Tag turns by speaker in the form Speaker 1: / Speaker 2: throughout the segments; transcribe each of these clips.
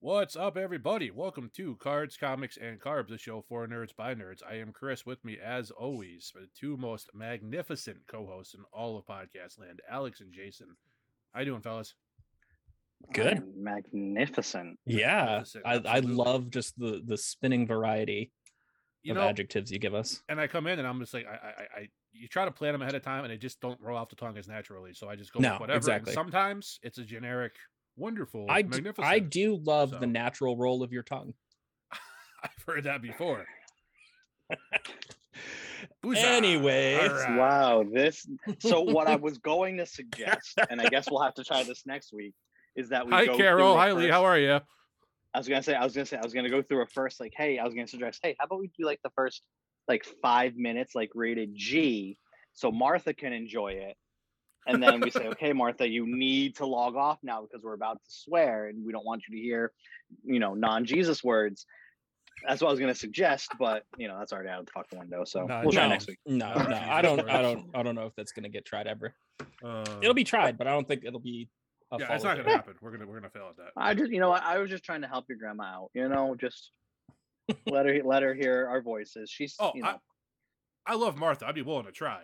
Speaker 1: What's up, everybody? Welcome to Cards, Comics, and Carbs, the show for nerds by nerds. I am Chris. With me, as always, the two most magnificent co-hosts in all of podcast land, Alex and Jason. How you doing, fellas?
Speaker 2: Good.
Speaker 3: I'm magnificent.
Speaker 2: Yeah,
Speaker 1: Magnificent,
Speaker 2: I, I
Speaker 1: absolutely.
Speaker 2: love just the the spinning variety
Speaker 1: You
Speaker 2: of
Speaker 1: know,
Speaker 2: adjectives you give us.
Speaker 1: and I come in and I'm just like, I, I, I, I- you try to plan them ahead of time, and they just don't roll off the tongue as naturally. So I just go with
Speaker 2: No,
Speaker 1: whatever. and
Speaker 2: exactly.
Speaker 1: sometimes it's a generic, wonderful,
Speaker 2: I do,
Speaker 1: magnificent.
Speaker 2: I do love
Speaker 1: So-
Speaker 2: the natural roll of your tongue.
Speaker 1: I've heard that before. Woozah.
Speaker 2: Anyway,
Speaker 1: All right.
Speaker 3: Wow, this so what I was going to suggest, and I guess we'll have to try this next week, is that we
Speaker 1: Hi,
Speaker 3: go through
Speaker 1: Carol.
Speaker 3: a
Speaker 1: Hi, Lee.
Speaker 3: first-
Speaker 1: How are you?
Speaker 3: I was gonna say I was gonna say I was gonna go through a first like, hey, I was gonna suggest, hey, how about we do like the first like five minutes like rated G so Martha can enjoy it. And then we say, okay, Martha, you need to log off now because we're about to swear and we don't want you to hear, you know, non-Jesus words. That's what I was gonna suggest, but you know, that's already out of the fucking window. So we'll try
Speaker 2: No.
Speaker 3: next week.
Speaker 2: no,
Speaker 1: Oh,
Speaker 2: no, I don't, I
Speaker 1: Jesus
Speaker 2: don't, I don't know if that's gonna get tried ever.
Speaker 1: Uh,
Speaker 2: It'll be tried, but I don't think it'll be. A
Speaker 1: yeah, it's not
Speaker 2: follow-through.
Speaker 1: gonna happen. We're gonna we're gonna fail at that.
Speaker 3: I just you know what, I was just trying to help your grandma out, you know, just let her let her hear our voices. She's
Speaker 1: Oh,
Speaker 3: you
Speaker 1: I-
Speaker 3: know
Speaker 1: I love Martha. I'd be willing to try.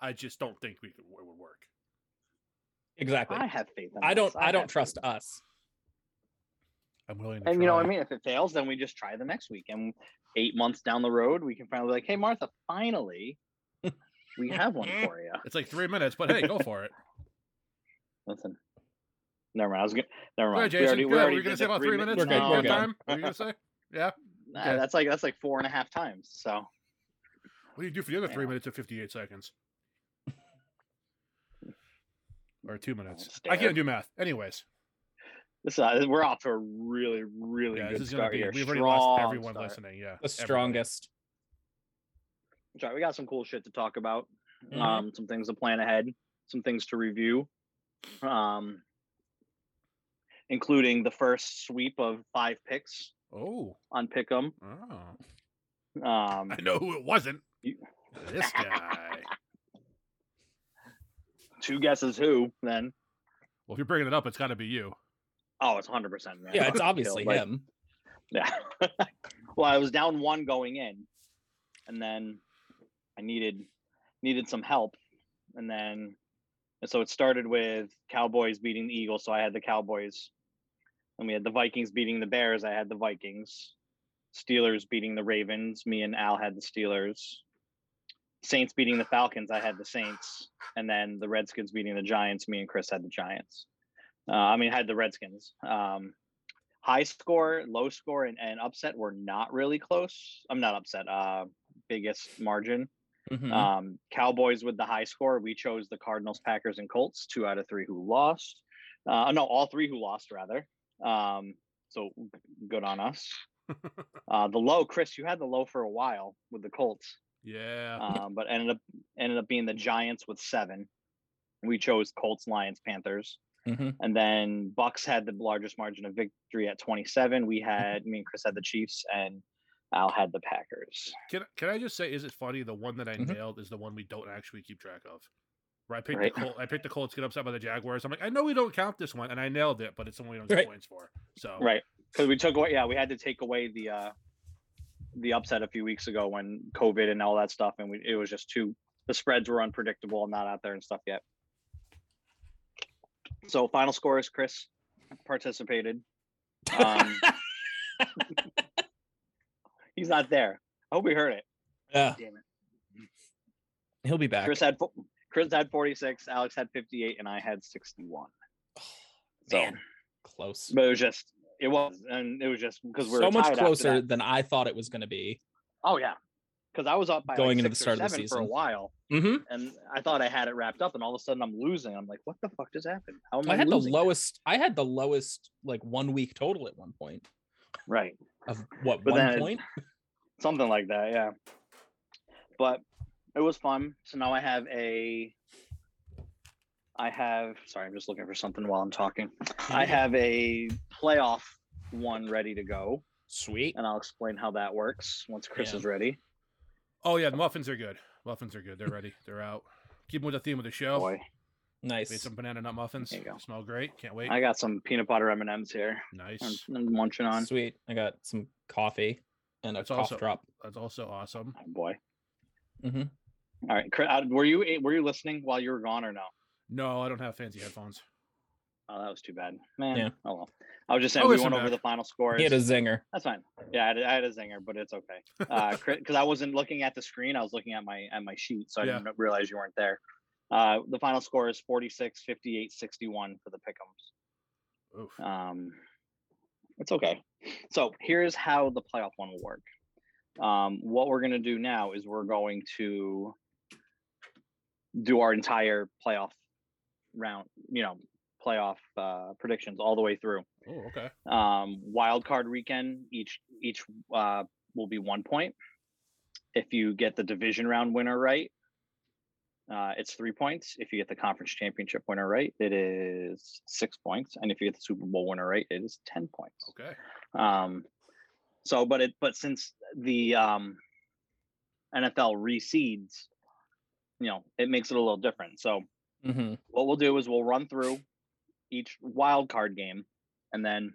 Speaker 1: I just don't think we could, it would work.
Speaker 2: exactly.
Speaker 3: I
Speaker 2: I,
Speaker 3: have faith in
Speaker 2: don't,
Speaker 3: us.
Speaker 2: I
Speaker 3: have
Speaker 2: don't
Speaker 3: faith.
Speaker 2: trust us.
Speaker 1: I'm willing. To
Speaker 3: And you know what I
Speaker 1: try.
Speaker 3: mean? If it fails, then we just try the next week. And eight months down the road, we can finally be like, hey, Martha, finally, we have one for you.
Speaker 1: It's like three minutes, but hey, go for it.
Speaker 3: Listen. Never mind. I was gonna, never
Speaker 1: All right,
Speaker 3: mind.
Speaker 1: Jason.
Speaker 3: we already,
Speaker 1: good.
Speaker 3: we already
Speaker 1: We're gonna
Speaker 3: did
Speaker 1: say
Speaker 3: the
Speaker 1: about three minutes.
Speaker 2: We're good,
Speaker 1: No,
Speaker 2: we're
Speaker 1: good
Speaker 2: good.
Speaker 1: time. What are you gonna say? Yeah.
Speaker 3: Nah,
Speaker 1: Okay.
Speaker 3: that's like that's like four and a half times. So
Speaker 1: What do you do for the other three
Speaker 3: Yeah.
Speaker 1: minutes and 58 seconds? Or two minutes.
Speaker 3: stare.
Speaker 1: I can't do math. Anyways,
Speaker 3: this uh, we're off to a really, really
Speaker 1: yeah,
Speaker 3: good
Speaker 1: this is going to
Speaker 3: start
Speaker 1: be,
Speaker 3: here.
Speaker 1: we've already
Speaker 3: Strong
Speaker 1: lost everyone
Speaker 3: start.
Speaker 1: listening. Yeah.
Speaker 2: The
Speaker 1: everybody.
Speaker 2: strongest.
Speaker 3: That's right, we got some cool shit to talk about.
Speaker 2: Mhm.
Speaker 3: Um, some things to plan ahead, some things to review, um, including the first sweep of five picks
Speaker 1: Oh,
Speaker 3: on Pick'em.
Speaker 1: oh.
Speaker 3: Um,
Speaker 1: I know who it wasn't.
Speaker 3: You-
Speaker 1: This guy.
Speaker 3: two guesses who then?
Speaker 1: Well, if you're bringing it up, it's got to be you.
Speaker 3: Oh, it's hundred percent.
Speaker 2: Yeah, it's obviously
Speaker 3: like,
Speaker 2: him.
Speaker 3: Yeah. well, I was down one going in, and then I needed needed some help, and then and so it started with Cowboys beating the Eagles, so I had the Cowboys, and we had the Vikings beating the Bears. I had the Vikings. Steelers beating the Ravens. Me and Al had the Steelers. Saints beating the Falcons. I had the Saints, and then the Redskins beating the Giants. Me and Chris had the Giants. Uh, I mean, had the Redskins. Um, high score, low score, and, and upset were not really close. I'm not upset. Uh, biggest margin.
Speaker 2: Mhm.
Speaker 3: Um, Cowboys with the high score. We chose the Cardinals, Packers, and Colts. Two out of three who lost. Uh, no, all three who lost rather. Um, so good on us. uh, the low, Chris, you had the low for a while with the Colts,
Speaker 1: Oh, Yeah.
Speaker 3: um, but ended up ended up being the Giants with seven. We chose Colts, Lions, Panthers.
Speaker 2: Mhm.
Speaker 3: And then Bucks had the largest margin of victory at 27. We had me and Chris had the Chiefs and Al had the Packers.
Speaker 1: Can can I just say, is it funny? The one that I
Speaker 2: Mhm.
Speaker 1: nailed is the one we don't actually keep track of. Where I picked
Speaker 3: Mm-hmm. Right.
Speaker 1: the Col- I picked the Colts get upset by the Jaguars. I'm like, I know we don't count this one, and I nailed it, but it's the one we don't get
Speaker 2: Right.
Speaker 1: points for. So
Speaker 3: Right. Because we took away yeah, we had to take away the uh the upset a few weeks ago when COVID and all that stuff and we it was just too the spreads were unpredictable and not out there and stuff yet. So final scores, Chris participated. Um, he's not there. I hope we heard it.
Speaker 2: yeah,
Speaker 3: Damn it.
Speaker 2: he'll be back.
Speaker 3: Chris had fo- Chris had 46, Alex had 58, and I had 61. So,
Speaker 2: Man, close.
Speaker 3: but it was just it was, and it was just because we were
Speaker 2: so
Speaker 3: tied
Speaker 2: much
Speaker 3: after
Speaker 2: closer
Speaker 3: that.
Speaker 2: than I thought it was going to be.
Speaker 3: Oh yeah, because I was up by
Speaker 2: Going
Speaker 3: like
Speaker 2: into the
Speaker 3: six
Speaker 2: start
Speaker 3: or
Speaker 2: of the
Speaker 3: seven for a
Speaker 2: season.
Speaker 3: while,
Speaker 2: hmm
Speaker 3: and I thought I had it wrapped up, and all of a sudden I'm losing. I'm like, what the fuck just happened? How am I,
Speaker 2: I had the
Speaker 3: losing?
Speaker 2: lowest. I had the lowest like one week total at one point
Speaker 3: right,
Speaker 2: of what
Speaker 3: But
Speaker 2: one
Speaker 3: then-
Speaker 2: point.
Speaker 3: something like that. Yeah, but it was fun. So now I have a. I have sorry, I'm just looking for something while I'm talking. I have a playoff one ready to go.
Speaker 2: Sweet.
Speaker 3: and I'll explain how that works once Chris
Speaker 2: Yeah.
Speaker 3: is ready.
Speaker 1: Oh yeah, the muffins are good. Muffins are good. They're ready. They're out. Keep 'em with the theme of the show.
Speaker 3: Boy,
Speaker 1: Made
Speaker 2: Nice.
Speaker 1: some banana nut muffins.
Speaker 3: There you go.
Speaker 1: Smell great. Can't wait.
Speaker 3: I got some peanut butter M and M's here. I'm,
Speaker 1: nice.
Speaker 3: I'm munching on.
Speaker 2: Sweet. I got some coffee and a
Speaker 1: That's
Speaker 2: cough
Speaker 1: also-
Speaker 2: drop.
Speaker 1: That's also awesome.
Speaker 3: Oh boy.
Speaker 2: Mhm.
Speaker 3: All right. Cri- uh, Were you were you listening while you were gone or no?
Speaker 1: No, I don't have fancy headphones.
Speaker 3: Oh, that was too bad, man.
Speaker 2: Yeah.
Speaker 3: Oh well. I was just
Speaker 1: I'll
Speaker 3: saying we
Speaker 1: listen
Speaker 3: went over
Speaker 1: back.
Speaker 3: the final scores.
Speaker 2: He had a zinger.
Speaker 3: That's fine. Yeah, I had, a- I had a zinger, but it's okay. Because I wasn't looking at the screen, I was looking at my at my sheet, so I
Speaker 1: Yeah.
Speaker 3: didn't realize you weren't there. Uh, the final score is 46, 58, 61 for the Pickums.
Speaker 1: Oof.
Speaker 3: Um, it's okay. So here's how the playoff one will work. Um, what we're gonna do now is we're going to do our entire playoff round, you know, playoff uh, predictions all the way through
Speaker 1: Oh, okay.
Speaker 3: um, wild card weekend each each uh, will be one point if you get the division round winner right uh, it's three points if you get the conference championship winner right it is six points and if you get the super bowl winner right it is ten points
Speaker 1: Okay.
Speaker 3: um, so, but it but since the um, NFL reseeds, you know, it makes it a little different. So
Speaker 2: hmm
Speaker 3: what we'll do is we'll run through each wild card game, and then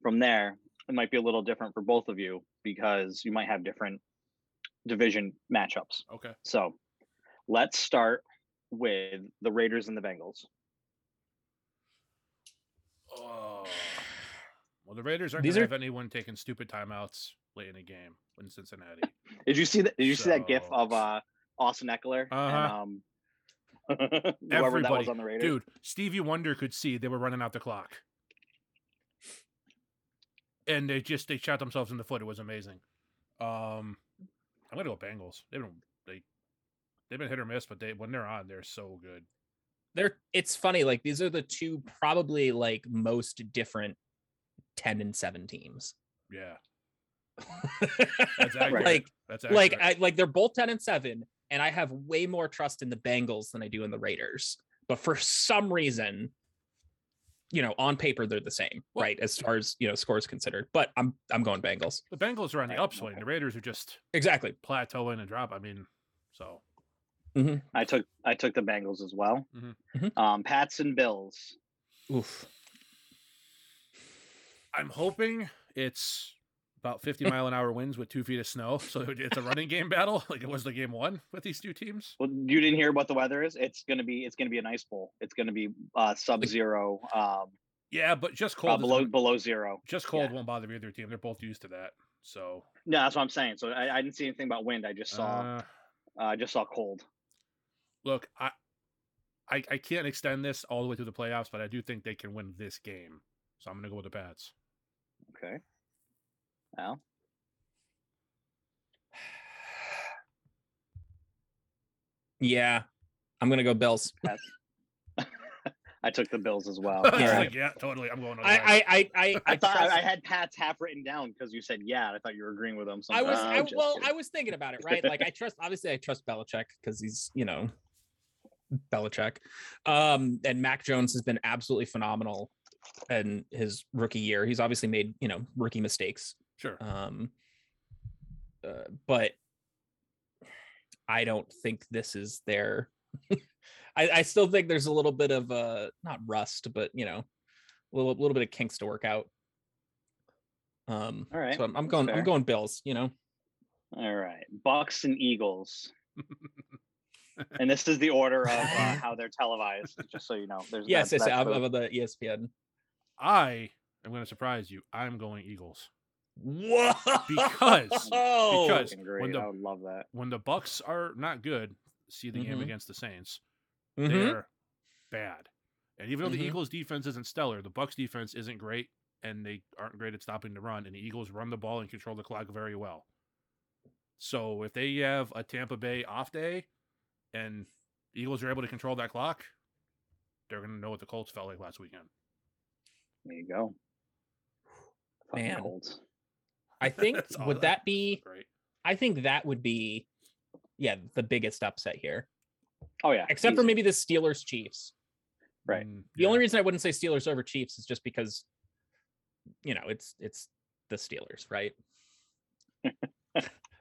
Speaker 3: from there it might be a little different for both of you because you might have different division matchups.
Speaker 1: Okay.
Speaker 3: So let's start with the Raiders and the Bengals.
Speaker 1: Oh. Well, the Raiders aren't
Speaker 2: These
Speaker 1: going to
Speaker 2: are-
Speaker 1: have anyone taking stupid timeouts late in the game in Cincinnati.
Speaker 3: Did you see that? Did you see that GIF
Speaker 1: So-
Speaker 3: of uh, Austin Eckler
Speaker 1: Uh-huh.
Speaker 3: and um, whoever that was
Speaker 1: Everybody-
Speaker 3: on the Raiders?
Speaker 1: Dude, Stevie Wonder could see they were running out the clock. And they just they shot themselves in the foot. It was amazing. Um I'm gonna go Bengals. They've been they they've been hit or miss, but they when they're on, they're so good.
Speaker 2: They're it's funny, like these are the two probably like most different 10 and 7 teams.
Speaker 1: Yeah. That's accurate.
Speaker 2: like
Speaker 1: That's
Speaker 2: like
Speaker 1: accurate.
Speaker 2: I like they're both 10 and 7, and I have way more trust in the Bengals than I do in the Raiders. But for some reason, you know, on paper they're the same,
Speaker 1: Well-
Speaker 2: right? As far as you know, scores considered. But I'm I'm going Bengals.
Speaker 1: the Bengals are on the
Speaker 3: Right,
Speaker 1: upswing.
Speaker 3: okay.
Speaker 1: The Raiders are just
Speaker 2: Exactly.
Speaker 1: plateauing and drop. I mean, so
Speaker 3: I took I took the Bengals as well.
Speaker 1: Mhm.
Speaker 2: Mhm.
Speaker 3: Um, Pats and Bills.
Speaker 2: Oof.
Speaker 1: I'm hoping it's about 50 mile an hour winds with two feet of snow. So it's a running game battle, like it was the game one with these two teams.
Speaker 3: Well, you didn't hear what the weather is. It's gonna be it's gonna be an ice bowl. It's gonna be uh, sub zero, um,
Speaker 1: Yeah, but just
Speaker 3: uh,
Speaker 1: cold. is-
Speaker 3: below below zero.
Speaker 1: just cold won't bother either team. They're both used to that. So
Speaker 3: No, that's what I'm saying. So I, I didn't see anything about wind. I just saw
Speaker 1: uh,
Speaker 3: uh, I just saw cold.
Speaker 1: look, I, I I can't extend this all the way through the playoffs, but I do think they can win this game. So I'm gonna go with the Pats.
Speaker 3: Okay. Well,
Speaker 2: Yeah. I'm gonna go Bills.
Speaker 3: I took the Bills as well.
Speaker 1: It's
Speaker 2: Yeah.
Speaker 3: Alright.
Speaker 1: like, yeah, totally. I'm going. with the Pats.
Speaker 2: I I I I,
Speaker 3: I thought
Speaker 2: trust-
Speaker 3: I, I had Pats half written down because you said yeah. and I thought you were agreeing with them. So
Speaker 2: I
Speaker 3: I'm
Speaker 2: was
Speaker 3: like, "Ah,
Speaker 2: I,
Speaker 3: I'm just
Speaker 2: well,
Speaker 3: kidding."
Speaker 2: I was thinking about it, right? Like I trust obviously I trust Belichick because he's, you know, Belichick. Um, and Mac Jones has been absolutely phenomenal in his rookie year. He's obviously made, you know, rookie mistakes.
Speaker 1: sure.
Speaker 2: Um uh, but I don't think this is their I, I still think there's a little bit of uh not rust, but you know, a little little bit of kinks to work out. Um
Speaker 3: All right,
Speaker 2: so I'm, I'm
Speaker 3: that's
Speaker 2: going
Speaker 3: fair.
Speaker 2: I'm going Bills, you know.
Speaker 3: All right, Bucks and Eagles. and this is the order of uh, how they're televised, just so you know. There's
Speaker 2: Yes,
Speaker 3: that's-
Speaker 2: yes,
Speaker 3: that's
Speaker 2: I'm,
Speaker 3: the-
Speaker 2: I'm the E ESPN.
Speaker 1: I am gonna surprise you. I'm going Eagles.
Speaker 2: Whoa!
Speaker 1: Because- because-
Speaker 3: fucking
Speaker 1: when
Speaker 3: great.
Speaker 1: the-
Speaker 3: I would love that.
Speaker 1: When the Bucks are not good, see the game
Speaker 2: Mhm.
Speaker 1: against the Saints.
Speaker 2: Mhm.
Speaker 1: They're bad. And even though
Speaker 2: Mhm.
Speaker 1: the Eagles defense isn't stellar, the Bucks defense isn't great, and they aren't great at stopping the run. And the Eagles run the ball and control the clock very well. So if they have a Tampa Bay off day, and Eagles are able to control that clock, they're going to know what the Colts felt like last weekend.
Speaker 3: There you go. Fucking
Speaker 2: Man.
Speaker 3: Colts.
Speaker 2: I think
Speaker 1: That's all
Speaker 2: would
Speaker 1: that-
Speaker 2: that be?
Speaker 1: Right?
Speaker 2: I think that would be, yeah, the biggest upset here,
Speaker 3: Oh yeah.
Speaker 2: except for
Speaker 3: easy.
Speaker 2: maybe the Steelers Chiefs.
Speaker 3: Right.
Speaker 1: Mm,
Speaker 2: The
Speaker 1: yeah.
Speaker 2: only reason I wouldn't say Steelers over Chiefs is just because, you know, it's it's the Steelers, right?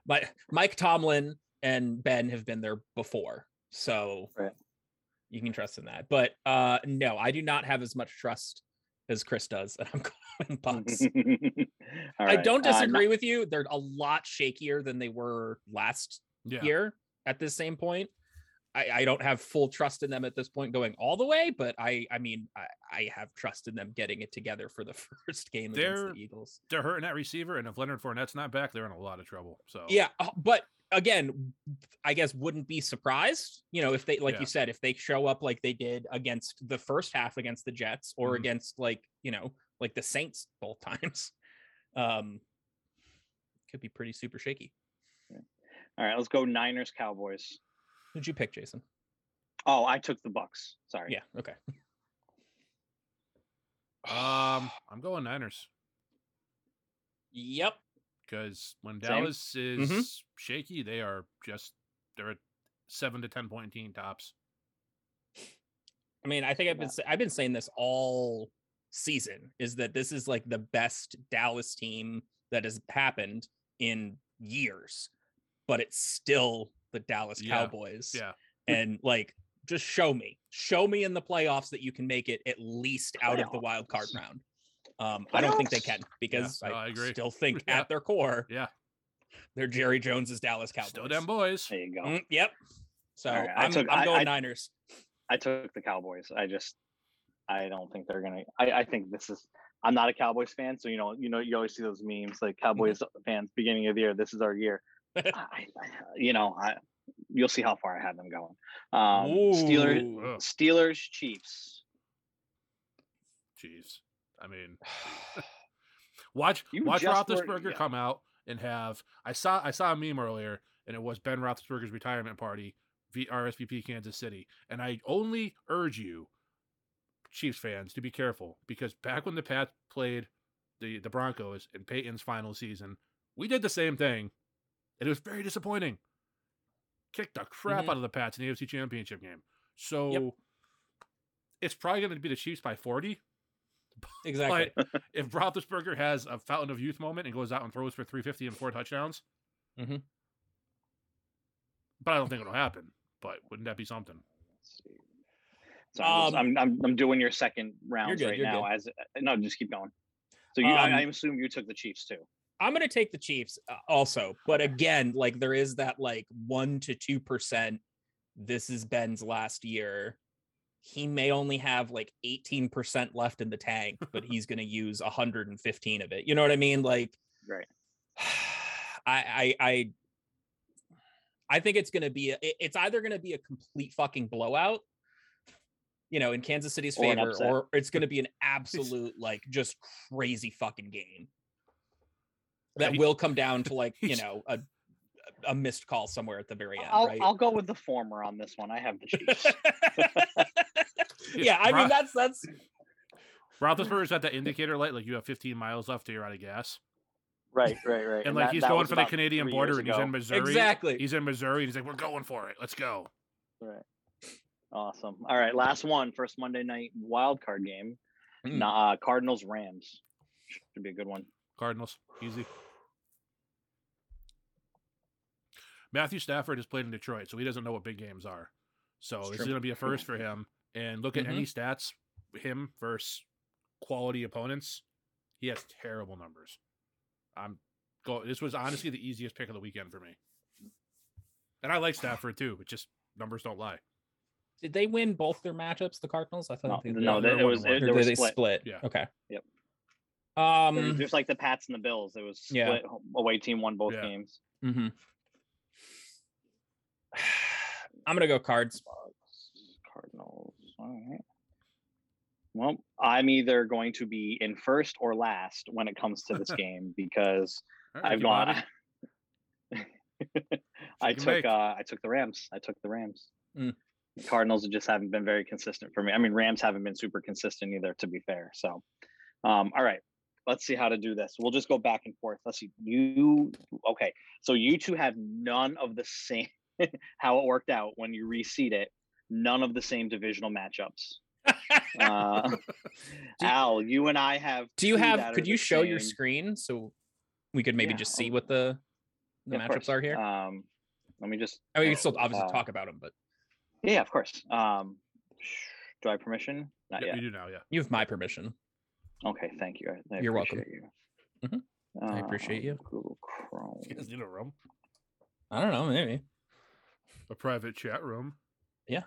Speaker 2: My Mike Tomlin and Ben have been there before, so
Speaker 3: Right.
Speaker 2: you can trust in that. But uh no, I do not have as much trust as Chris does, and I'm going Bucks.
Speaker 3: All
Speaker 2: I
Speaker 3: right,
Speaker 2: don't
Speaker 3: uh, no-
Speaker 2: disagree with you. They're a lot shakier than they were last
Speaker 1: Yeah.
Speaker 2: year at this same point. I, I don't have full trust in them at this point going all the way, but I I mean I, I have trust in them getting it together for the first game
Speaker 1: They're-
Speaker 2: against the Eagles.
Speaker 1: They're hurting that receiver, and if Leonard Fournette's not back, they're in a lot of trouble. So
Speaker 2: Yeah, uh, but again, I guess wouldn't be surprised, you know, if they like
Speaker 1: Yeah.
Speaker 2: you said, if they show up like they did against the first half against the Jets or
Speaker 1: Mhm.
Speaker 2: against like, you know, like the Saints both times. Um could be pretty super shaky.
Speaker 3: All right, let's go Niners Cowboys.
Speaker 2: Who'd you pick, Jason?
Speaker 3: Oh, I took the Bucks. Sorry.
Speaker 2: Yeah, okay.
Speaker 1: Um, I'm going Niners
Speaker 2: Yep.
Speaker 1: because when
Speaker 3: Same. Mm-hmm.
Speaker 1: Dallas is shaky, they are just they're a seven to ten point team tops.
Speaker 2: I mean, I think I've been sa-
Speaker 3: Yeah.
Speaker 2: I've been saying this all season is that this is like the best Dallas team that has happened in years, but it's still the Dallas
Speaker 1: Yeah.
Speaker 2: Cowboys.
Speaker 1: Yeah.
Speaker 2: And like just show me. Show me in the playoffs that you can make it at least out of the wild card
Speaker 3: Playoffs.
Speaker 2: round. Um, I don't think they
Speaker 3: Playoffs.
Speaker 2: can because
Speaker 1: no,
Speaker 2: I,
Speaker 1: I agree.
Speaker 2: still think
Speaker 1: Yeah.
Speaker 2: at their core,
Speaker 1: Yeah.
Speaker 2: they're Jerry Jones's Dallas Cowboys.
Speaker 1: Still them boys.
Speaker 3: There you go.
Speaker 2: Mm, yep. So
Speaker 3: All right, I
Speaker 2: I'm,
Speaker 3: took-
Speaker 2: I'm
Speaker 3: I-
Speaker 2: going
Speaker 3: I-
Speaker 2: Niners.
Speaker 3: I took the Cowboys. I just I don't think they're gonna I, I think this is I'm not a Cowboys fan, so you know, you know, you always see those memes like
Speaker 2: Mm-hmm.
Speaker 3: Cowboys fans beginning of the year. This is our year. I, I, you know, I, you'll see how far I have them going. Um, Steelers,
Speaker 2: Ooh.
Speaker 1: Ugh,
Speaker 3: Steelers, Chiefs.
Speaker 1: Jeez. I mean, watch
Speaker 3: You
Speaker 1: watch
Speaker 3: just were-
Speaker 1: Roethlisberger
Speaker 3: yeah.
Speaker 1: come out and have. I saw I saw a meme earlier, and it was Ben Roethlisberger's retirement party, v, RSVP Kansas City, and I only urge you, Chiefs fans, to be careful because back when the Pats played the the Broncos in Peyton's final season, we did the same thing, and it was very disappointing. Kicked the crap
Speaker 3: Mm-hmm.
Speaker 2: Mhm.
Speaker 1: out of the Pats in the AFC Championship game, so. It's probably going to be the Chiefs by 40,
Speaker 2: Exactly.
Speaker 1: but if Roethlisberger has a fountain of youth moment and goes out and throws for 350 and four touchdowns,
Speaker 2: Mhm.
Speaker 1: but I don't think it'll happen. But wouldn't that be something?
Speaker 3: So I'm, just-
Speaker 2: Um,
Speaker 3: I'm, I'm I'm doing your second round
Speaker 2: good,
Speaker 3: right
Speaker 2: you're
Speaker 3: now. As no, just keep going. So you, I,
Speaker 2: Um,
Speaker 3: I assume you took the Chiefs too.
Speaker 2: I'm going to take the Chiefs uh, also, but again, like there is that like one to two percent. This is Ben's last year. He may only have like 18 percent left in the tank, but he's going to use 115 of it. You know what I mean? Like,
Speaker 3: Right.
Speaker 2: I, I, I, I think it's going to be. A, it- it's either going to be a complete fucking blowout, you know, in Kansas City's
Speaker 3: Or an
Speaker 2: favor,
Speaker 3: upset.
Speaker 2: or it's going to be an absolute like just crazy fucking game that
Speaker 1: Right.
Speaker 2: will come down to like you
Speaker 1: He's-
Speaker 2: know a a missed call somewhere at the very end,
Speaker 3: I'll
Speaker 2: right?
Speaker 3: I'll go with the former on this one. I have the Chiefs.
Speaker 2: yeah, I
Speaker 1: Ro-
Speaker 2: mean that's that's
Speaker 1: Roethlisberger's at that indicator light, like you have 15 miles left till you're out of gas,
Speaker 3: right, right, right.
Speaker 1: and, like
Speaker 3: that-
Speaker 1: he's
Speaker 3: that
Speaker 1: going
Speaker 3: was
Speaker 1: for the
Speaker 3: about
Speaker 1: Canadian
Speaker 3: three
Speaker 1: border
Speaker 3: years
Speaker 1: and he's
Speaker 3: ago.
Speaker 1: in Missouri.
Speaker 2: exactly.
Speaker 1: He's in Missouri and he's like, "We're going for it. Let's go."
Speaker 3: Right. Awesome. All right, last one. First Monday night wild card game.
Speaker 1: Hmm.
Speaker 2: Mm.
Speaker 3: Nah, uh, Cardinals Rams should be a good one.
Speaker 1: Cardinals, easy. Matthew Stafford has played in Detroit, so he doesn't know what big games are. So
Speaker 2: It's
Speaker 1: this
Speaker 2: true.
Speaker 1: is going to be a first for him. And look at any stats, him versus quality opponents, he has terrible numbers. I'm go. This was honestly the easiest pick of the weekend for me. And I like Stafford too, but just numbers don't lie.
Speaker 2: Did they win both their matchups? The Cardinals? I
Speaker 3: No,
Speaker 2: thought they,
Speaker 3: no
Speaker 1: they're
Speaker 3: that- it
Speaker 1: one
Speaker 3: was
Speaker 1: to one.
Speaker 3: it,
Speaker 2: or
Speaker 3: there
Speaker 2: did
Speaker 3: was
Speaker 2: they
Speaker 3: split.
Speaker 2: split.
Speaker 1: Yeah.
Speaker 2: Okay.
Speaker 3: Yep. There was-
Speaker 2: Um.
Speaker 3: Just like the Pats and the Bills, it was
Speaker 2: Yeah.
Speaker 3: split. Away team won both
Speaker 1: Yeah.
Speaker 3: games.
Speaker 2: mhm. I'm gonna go cards.
Speaker 3: Cardinals. All right. Well, I'm either going to be in first or last when it comes to this game because
Speaker 1: All right,
Speaker 3: I've
Speaker 1: Giamatti,
Speaker 3: gone. I
Speaker 1: Shake and
Speaker 3: took
Speaker 1: bake.
Speaker 3: uh, I took the Rams. I took the Rams.
Speaker 2: Mm.
Speaker 3: The Cardinals just haven't been very consistent for me. I mean, Rams haven't been super consistent either, to be fair. So, um, all right, let's see how to do this. We'll just go back and forth. Let's see. You okay? So you two have none of the same how it worked out when you reseed it. None of the same divisional matchups. Uh, Al, you and I have.
Speaker 2: Do you
Speaker 3: two
Speaker 2: have?
Speaker 3: that are
Speaker 2: Could
Speaker 3: the
Speaker 2: you show your
Speaker 3: same.
Speaker 2: screen so we could maybe
Speaker 3: Yeah,
Speaker 2: just
Speaker 3: I'll-
Speaker 2: see what the the
Speaker 3: Yeah, of
Speaker 2: matchups
Speaker 3: course.
Speaker 2: are here?
Speaker 3: Um, let me just.
Speaker 2: I mean, we
Speaker 3: oh,
Speaker 2: can still obviously
Speaker 3: uh,
Speaker 2: talk about them, but
Speaker 3: Yeah, of course. Um, Do I have permission? Not
Speaker 1: Yep,
Speaker 3: yet.
Speaker 1: You do now, yeah.
Speaker 2: You have my permission.
Speaker 3: Okay, thank you. I- I
Speaker 2: You're welcome.
Speaker 3: appreciate you. Uh,
Speaker 2: Mhm. I appreciate you.
Speaker 3: Google
Speaker 1: You guys
Speaker 3: Chrome.
Speaker 1: need a room,
Speaker 2: I don't know, maybe.
Speaker 1: a private chat room.
Speaker 2: Yeah.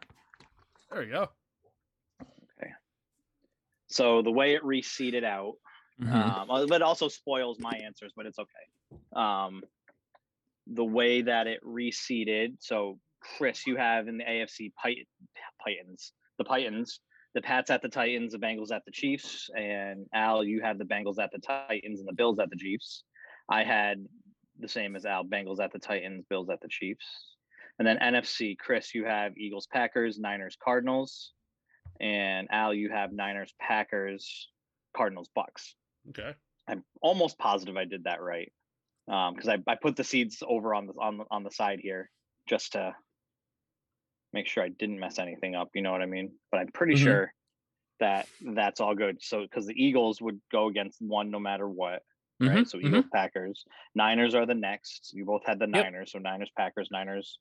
Speaker 1: There you go.
Speaker 3: So the way it reseeded out,
Speaker 2: Uh,
Speaker 3: um, uh, but also spoils my answers, but it's okay. Um, the way that it reseeded. So Chris, you have in the AFC Pit- Titans, the Titans, the Pats at the Titans, the Bengals at the Chiefs, and Al, you have the Bengals at the Titans and the Bills at the Chiefs. I had the same as Al, Bengals at the Titans, Bills at the Chiefs. And then NFC, Chris, you have Eagles, Packers, Niners, Cardinals. And Al, you have Niners, Packers, Cardinals, Bucks.
Speaker 1: Okay.
Speaker 3: I'm almost positive I did that right because I, I put the seeds over on the on the, on the side here just to make sure I didn't mess anything up. You know what I mean? But I'm pretty
Speaker 2: Mhm.
Speaker 3: sure that that's all good. So because the Eagles would go against one no matter what, right?
Speaker 2: mhm,
Speaker 3: So
Speaker 2: mhm.
Speaker 3: Eagles Packers Niners are the next. You both had the
Speaker 2: Yep.
Speaker 3: Niners, so Niners Packers Niners.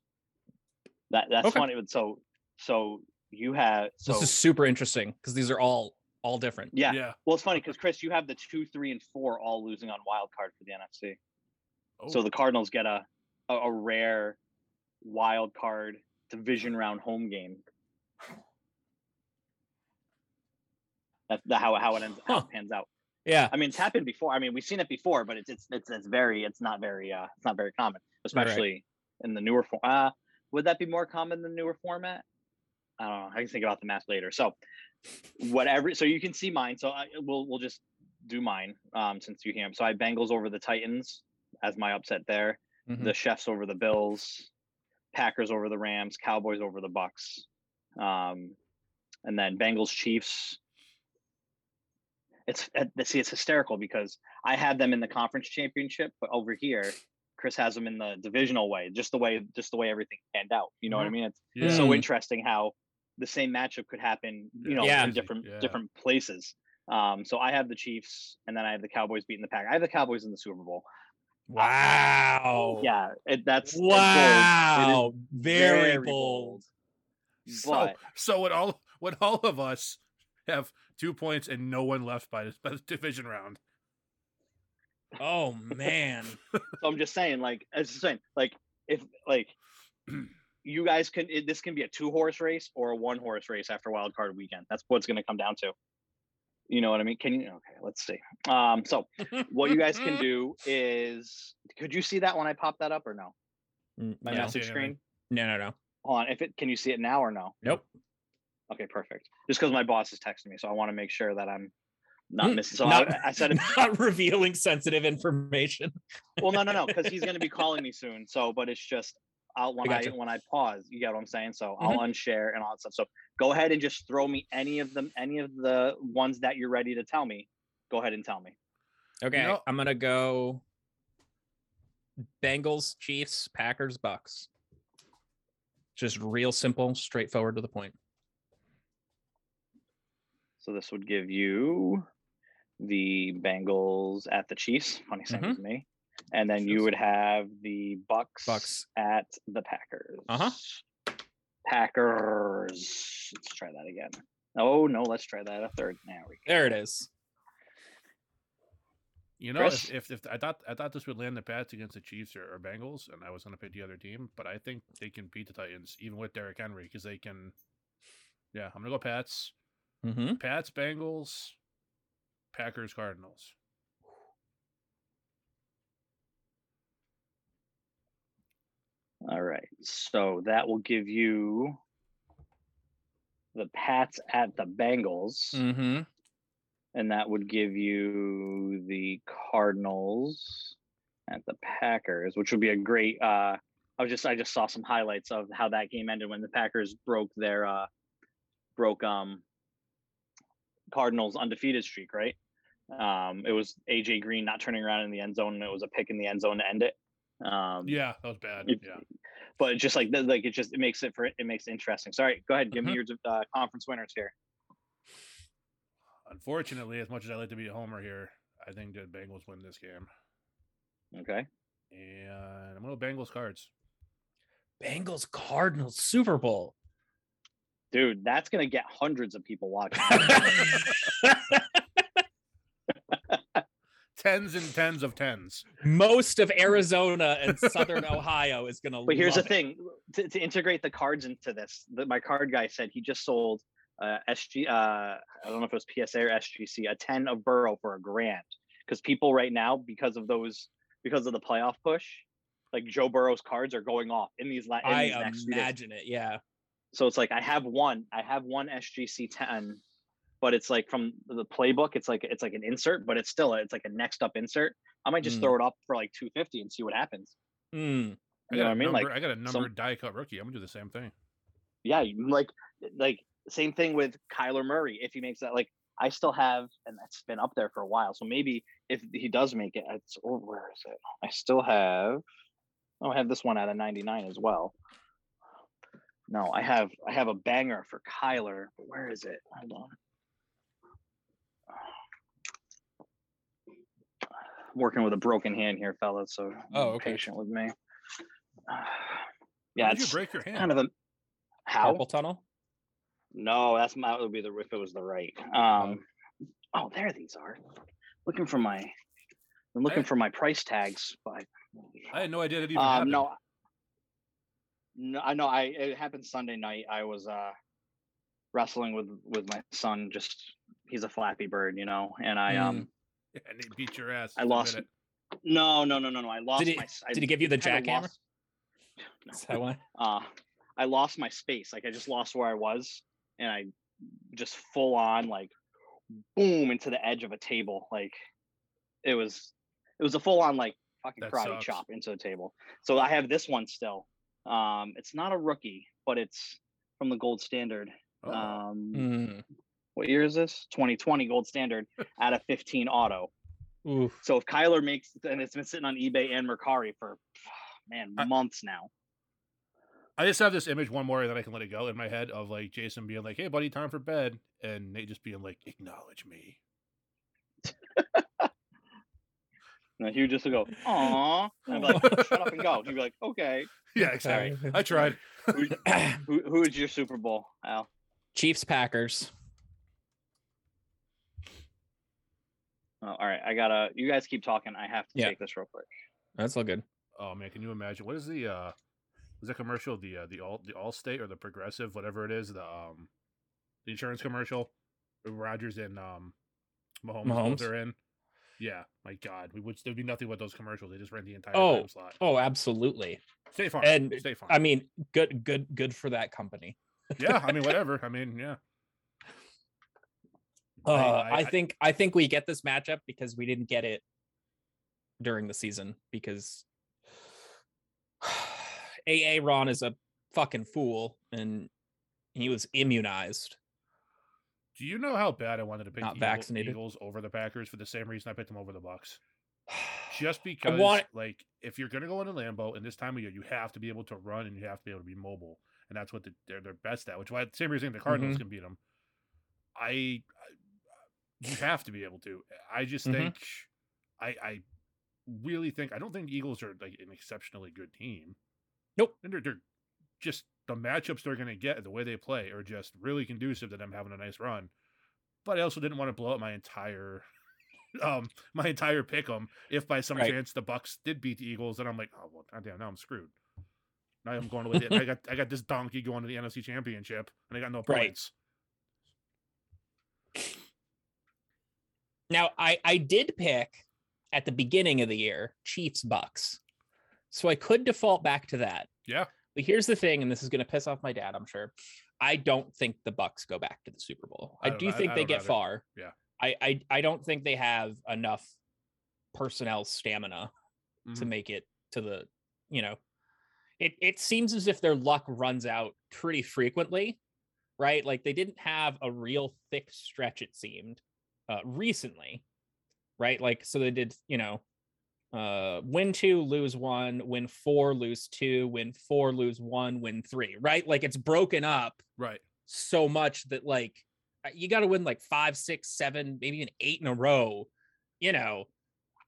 Speaker 3: That that's
Speaker 2: Okay.
Speaker 3: funny. but So so you have so
Speaker 2: This is super interesting because these are all all different.
Speaker 3: yeah.
Speaker 1: Yeah.
Speaker 3: Well, it's funny because Chris, you have the two, three, and four all losing on wild card for the NFC.
Speaker 1: Oh,
Speaker 3: So the Cardinals get a, a a rare wild card division round home game. That's the, how how it ends how
Speaker 2: Huh.
Speaker 3: it pans out.
Speaker 2: Yeah.
Speaker 3: I mean, it's happened before. I mean, we've seen it before, but it's it's it's, it's very it's not very uh it's not very common, especially in the newer form. Uh, would that be more common than newer format? I don't know. I can think about the math later. So whatever. So you can see mine. So I, we'll we'll just do mine um since you can. So I Bengals over the Titans as my upset there
Speaker 2: mhm.
Speaker 3: the Chefs over the Bills, Packers over the Rams, Cowboys over the Bucks, um, and then Bengals Chiefs. It's uh, see, it's hysterical because I had them in the conference championship, but over here, Chris has them in the divisional way. Just the way, just the way everything panned out. You know what I
Speaker 1: Mhm.
Speaker 3: mean? It's
Speaker 1: yeah.
Speaker 3: so
Speaker 2: Mm.
Speaker 3: interesting how the same matchup could happen. You know,
Speaker 2: Yeah.
Speaker 3: in different
Speaker 1: Yeah.
Speaker 3: different places. Um, so I have the Chiefs, and then I have the Cowboys beating the Pack. I have the Cowboys in the Super Bowl.
Speaker 1: Oh.
Speaker 2: Wow.
Speaker 3: Oh, Yeah, it, that's it's bold. It is
Speaker 2: Wow. Very,
Speaker 3: very
Speaker 2: bold.
Speaker 3: bold.
Speaker 1: so,
Speaker 3: but
Speaker 1: so when all when all of us have two points and no one left by this by the division round.
Speaker 2: Oh man.
Speaker 3: so I'm just saying, like, as just saying, like, if like you guys can, it, this can be a two horse race or a one horse race after wild card weekend. That's what's going to come down to. You know what I mean? Can you? Okay, let's see. Um, so what you guys can do is, could you see that when I pop that up or no?
Speaker 2: N-
Speaker 3: Mm, My
Speaker 1: Yeah.
Speaker 2: no.
Speaker 1: See
Speaker 3: message
Speaker 1: anything.
Speaker 3: screen.
Speaker 2: no, no, no.
Speaker 3: Hold on, if it can you see it now or no?
Speaker 2: Nope.
Speaker 3: Okay, perfect. Just because my boss is texting me, so I want to make sure that I'm not
Speaker 2: Mm,
Speaker 3: missing. So
Speaker 2: not-
Speaker 3: I, I said it
Speaker 2: Not revealing sensitive information.
Speaker 3: well, no, no, no, because he's going to be calling me soon. So, but it's just I'll when I,
Speaker 2: gotcha. Mm-hmm.
Speaker 3: when I pause, you get what I'm saying. So I'll unshare and all that stuff. So go ahead and just throw me any of them, any of the ones that you're ready to tell me. Go ahead and tell me.
Speaker 2: Okay.
Speaker 1: know-
Speaker 2: I'm gonna go Bengals, Chiefs, Packers, Bucks. Just real simple, straightforward to the point.
Speaker 3: So this would give you the Bengals at the Chiefs. Funny thing
Speaker 2: Mhm.
Speaker 3: as me. And then you would have the Bucks,
Speaker 2: Bucks.
Speaker 3: at the Packers.
Speaker 2: Uh-huh.
Speaker 3: Packers. Let's try that again. Oh no, let's try that a third. Now we go.
Speaker 2: There it is.
Speaker 1: You know, if,
Speaker 3: Chris?
Speaker 1: if, if I thought I thought this would land the Pats against the Chiefs or, or Bengals, and I was going to pick the other team, but I think they can beat the Titans even with Derrick Henry because they can. Yeah, I'm gonna go Pats,
Speaker 2: Mm-hmm.
Speaker 3: Hmm.
Speaker 1: Pats, Bengals, Packers, Cardinals.
Speaker 3: All right. So that will give you the Pats at the Bengals,
Speaker 2: Mm-hmm.
Speaker 3: and that would give you the Cardinals at the Packers, which would be a great. Uh, I was just I just saw some highlights of how that game ended when the Packers broke their uh, broke um Cardinals undefeated streak, right? Um, it was AJ Green not turning around in the end zone, and it was a pick in the end zone to end it. Um,
Speaker 1: Yeah, that was bad.
Speaker 3: It-
Speaker 1: Yeah,
Speaker 3: but it's just like th- like it just it makes it for it makes it interesting. Sorry, go ahead,
Speaker 2: Mm-hmm.
Speaker 3: give me your uh, conference winners here.
Speaker 1: unfortunately, as much as I like to be a homer here, I think the Bengals win this game,
Speaker 3: Okay,
Speaker 1: and I'm gonna go Bengals Cards.
Speaker 2: Bengals, Cardinals, Super Bowl.
Speaker 3: dude, that's gonna get hundreds of people watching.
Speaker 1: Tens and tens of tens.
Speaker 2: Most of Arizona and Southern Ohio is gonna.
Speaker 3: But here's the
Speaker 2: love it.
Speaker 3: thing: to, to integrate the cards into this, the, my card guy said he just sold uh, SG. Uh, I don't know if it was PSA or SGC, a ten of Burrow for a grand, because people right now, because of those, because of the playoff push, like Joe Burrow's cards are going off in these. La- in these
Speaker 2: I
Speaker 3: next few days.
Speaker 2: imagine it. Yeah.
Speaker 3: So it's like I have one, I have one SGC ten, but it's like from the playbook. It's like it's like an insert, but it's still it's like a next up insert. I might just
Speaker 2: Mm.
Speaker 3: throw it up for like two fifty and see what happens.
Speaker 1: I
Speaker 2: Mm.
Speaker 3: You know
Speaker 1: got
Speaker 3: what
Speaker 1: a
Speaker 3: I mean? Like
Speaker 1: number- I got a
Speaker 3: some-
Speaker 1: numbered die cut rookie. I'm gonna do the same thing.
Speaker 3: yeah, you- like like same thing with Kyler Murray if he makes that. Like I still have, and that's been up there for a while. So maybe if he does make it, it's oh, where is it? I still have. Oh, I have this one out of ninety nine as well. No, I have I have a banger for Kyler. But where is it? Hold on. Working with a broken hand here, fellas. So
Speaker 2: Oh,
Speaker 3: be
Speaker 2: okay.
Speaker 3: patient with me.
Speaker 1: How
Speaker 3: Yeah,
Speaker 1: did you
Speaker 3: it's
Speaker 1: break your hand?
Speaker 3: kind of a how
Speaker 2: Carpal tunnel.
Speaker 3: no, that's my. It would be the if it was the right.
Speaker 2: Uh-huh.
Speaker 3: Um, oh, there these are. Looking for my. I'm looking for my price tags, but
Speaker 1: I had no idea that even
Speaker 3: um,
Speaker 1: happened.
Speaker 3: no. No, I know. I it happened Sunday night. I was uh wrestling with with my son. Just he's a flappy bird, you know. And I
Speaker 2: Mm,
Speaker 3: um
Speaker 1: and they beat your ass.
Speaker 3: I
Speaker 1: Just
Speaker 3: lost-
Speaker 1: admit
Speaker 3: no no no no no. I lost
Speaker 2: he-
Speaker 3: my. s- I
Speaker 2: Did he give you the
Speaker 3: kinda
Speaker 2: jackhammer? Is
Speaker 3: lost-
Speaker 2: that why?
Speaker 3: uh, I lost my space. Like I just lost where I was, and I just full on like boom into the edge of a table. Like it was, it was a full on like fucking
Speaker 1: That
Speaker 3: karate
Speaker 1: sucks.
Speaker 3: chop into the table. So I have this one still. Um, it's not a rookie, but it's from the gold standard.
Speaker 1: Oh.
Speaker 3: Um,
Speaker 2: Mm.
Speaker 3: What year is this? 2020 gold standard out of 15 auto.
Speaker 2: Oof.
Speaker 3: So if Kyler makes, and it's been sitting on eBay and Mercari for man
Speaker 1: I-
Speaker 3: months now.
Speaker 1: I just have this image one more, and then I can let it go in my head of like Jason being like, "Hey, buddy, time for bed," and Nate just being like, "Acknowledge me."
Speaker 3: And he would just go, "Aw," and I'd be like, "Shut up and go." He'd be like, "Okay."
Speaker 1: Yeah, exactly. I tried.
Speaker 3: Who who is your Super Bowl, Al?
Speaker 2: Chiefs Packers.
Speaker 3: Oh, all right, I gotta. You guys keep talking. I have to
Speaker 2: Yeah.
Speaker 3: take this real quick.
Speaker 2: That's all good.
Speaker 1: Oh man, can you imagine? What is the uh was that commercial? The uh, the all the all state or the progressive, whatever it is, the um the insurance commercial. Rogers and um Mahomes,
Speaker 2: Mahomes?
Speaker 1: Mahomes. are in. Yeah, my God, we would there'd be nothing with those commercials. They just ran the entire
Speaker 2: Oh.
Speaker 1: time slot.
Speaker 2: Oh, absolutely.
Speaker 1: Stay farm,
Speaker 2: and
Speaker 1: stay farm.
Speaker 2: I mean, good, good, good for that company.
Speaker 1: yeah, I mean, whatever. I mean, yeah. I-
Speaker 2: Uh, I,
Speaker 1: I- I-
Speaker 2: think I think we get this matchup because we didn't get it during the season because AA Ron is a fucking fool and he was immunized.
Speaker 1: Do you know how bad I wanted to pick
Speaker 2: Not
Speaker 1: the Eagle-
Speaker 2: vaccinated.
Speaker 1: Eagles over the Packers for the same reason I picked them over the Bucks? Just because,
Speaker 2: want-
Speaker 1: like, if you're gonna go into Lambeau in this time of year, you have to be able to run and you have to be able to be mobile, and that's what the, they're they're best at. Which is why same reason the Cardinals
Speaker 2: Mm-hmm.
Speaker 1: can beat them. I, I- you have to be able to. I just
Speaker 2: Mhm.
Speaker 1: think I I really think I don't think the Eagles are like an exceptionally good team.
Speaker 2: Nope.
Speaker 1: and they're, they're just the matchups they're gonna get, the way they play, are just really conducive to them having a nice run. But I also didn't want to blow up my entire um my entire pick 'em if by some
Speaker 2: Right.
Speaker 1: chance the Bucks did beat the Eagles, then I'm like, oh well, goddamn, now I'm screwed. Now I'm going to the, I got I got this donkey going to the NFC Championship, and I got no
Speaker 2: Right.
Speaker 1: points.
Speaker 2: Now, I I did pick at the beginning of the year Chiefs Bucks, so I could default back to that.
Speaker 1: Yeah,
Speaker 2: But here's the thing, and this is going to piss off my dad, I'm sure. I don't think the Bucks go back to the Super Bowl.
Speaker 1: I
Speaker 2: I,
Speaker 1: don't-
Speaker 2: do
Speaker 1: I-
Speaker 2: think
Speaker 1: I
Speaker 2: they
Speaker 1: don't
Speaker 2: get
Speaker 1: either.
Speaker 2: far.
Speaker 1: Yeah.
Speaker 2: I, I I don't think they have enough personnel stamina to
Speaker 1: Mhm.
Speaker 2: make it to the, you know. It it seems as if their luck runs out pretty frequently, right? Like they didn't have a real thick stretch, it seemed, uh recently. Right? Like so they did, you know, uh win two lose one win four lose two win four lose one win three right like it's broken up
Speaker 1: right.
Speaker 2: so much that like uh, you got to win like five six seven maybe even eight in a row you know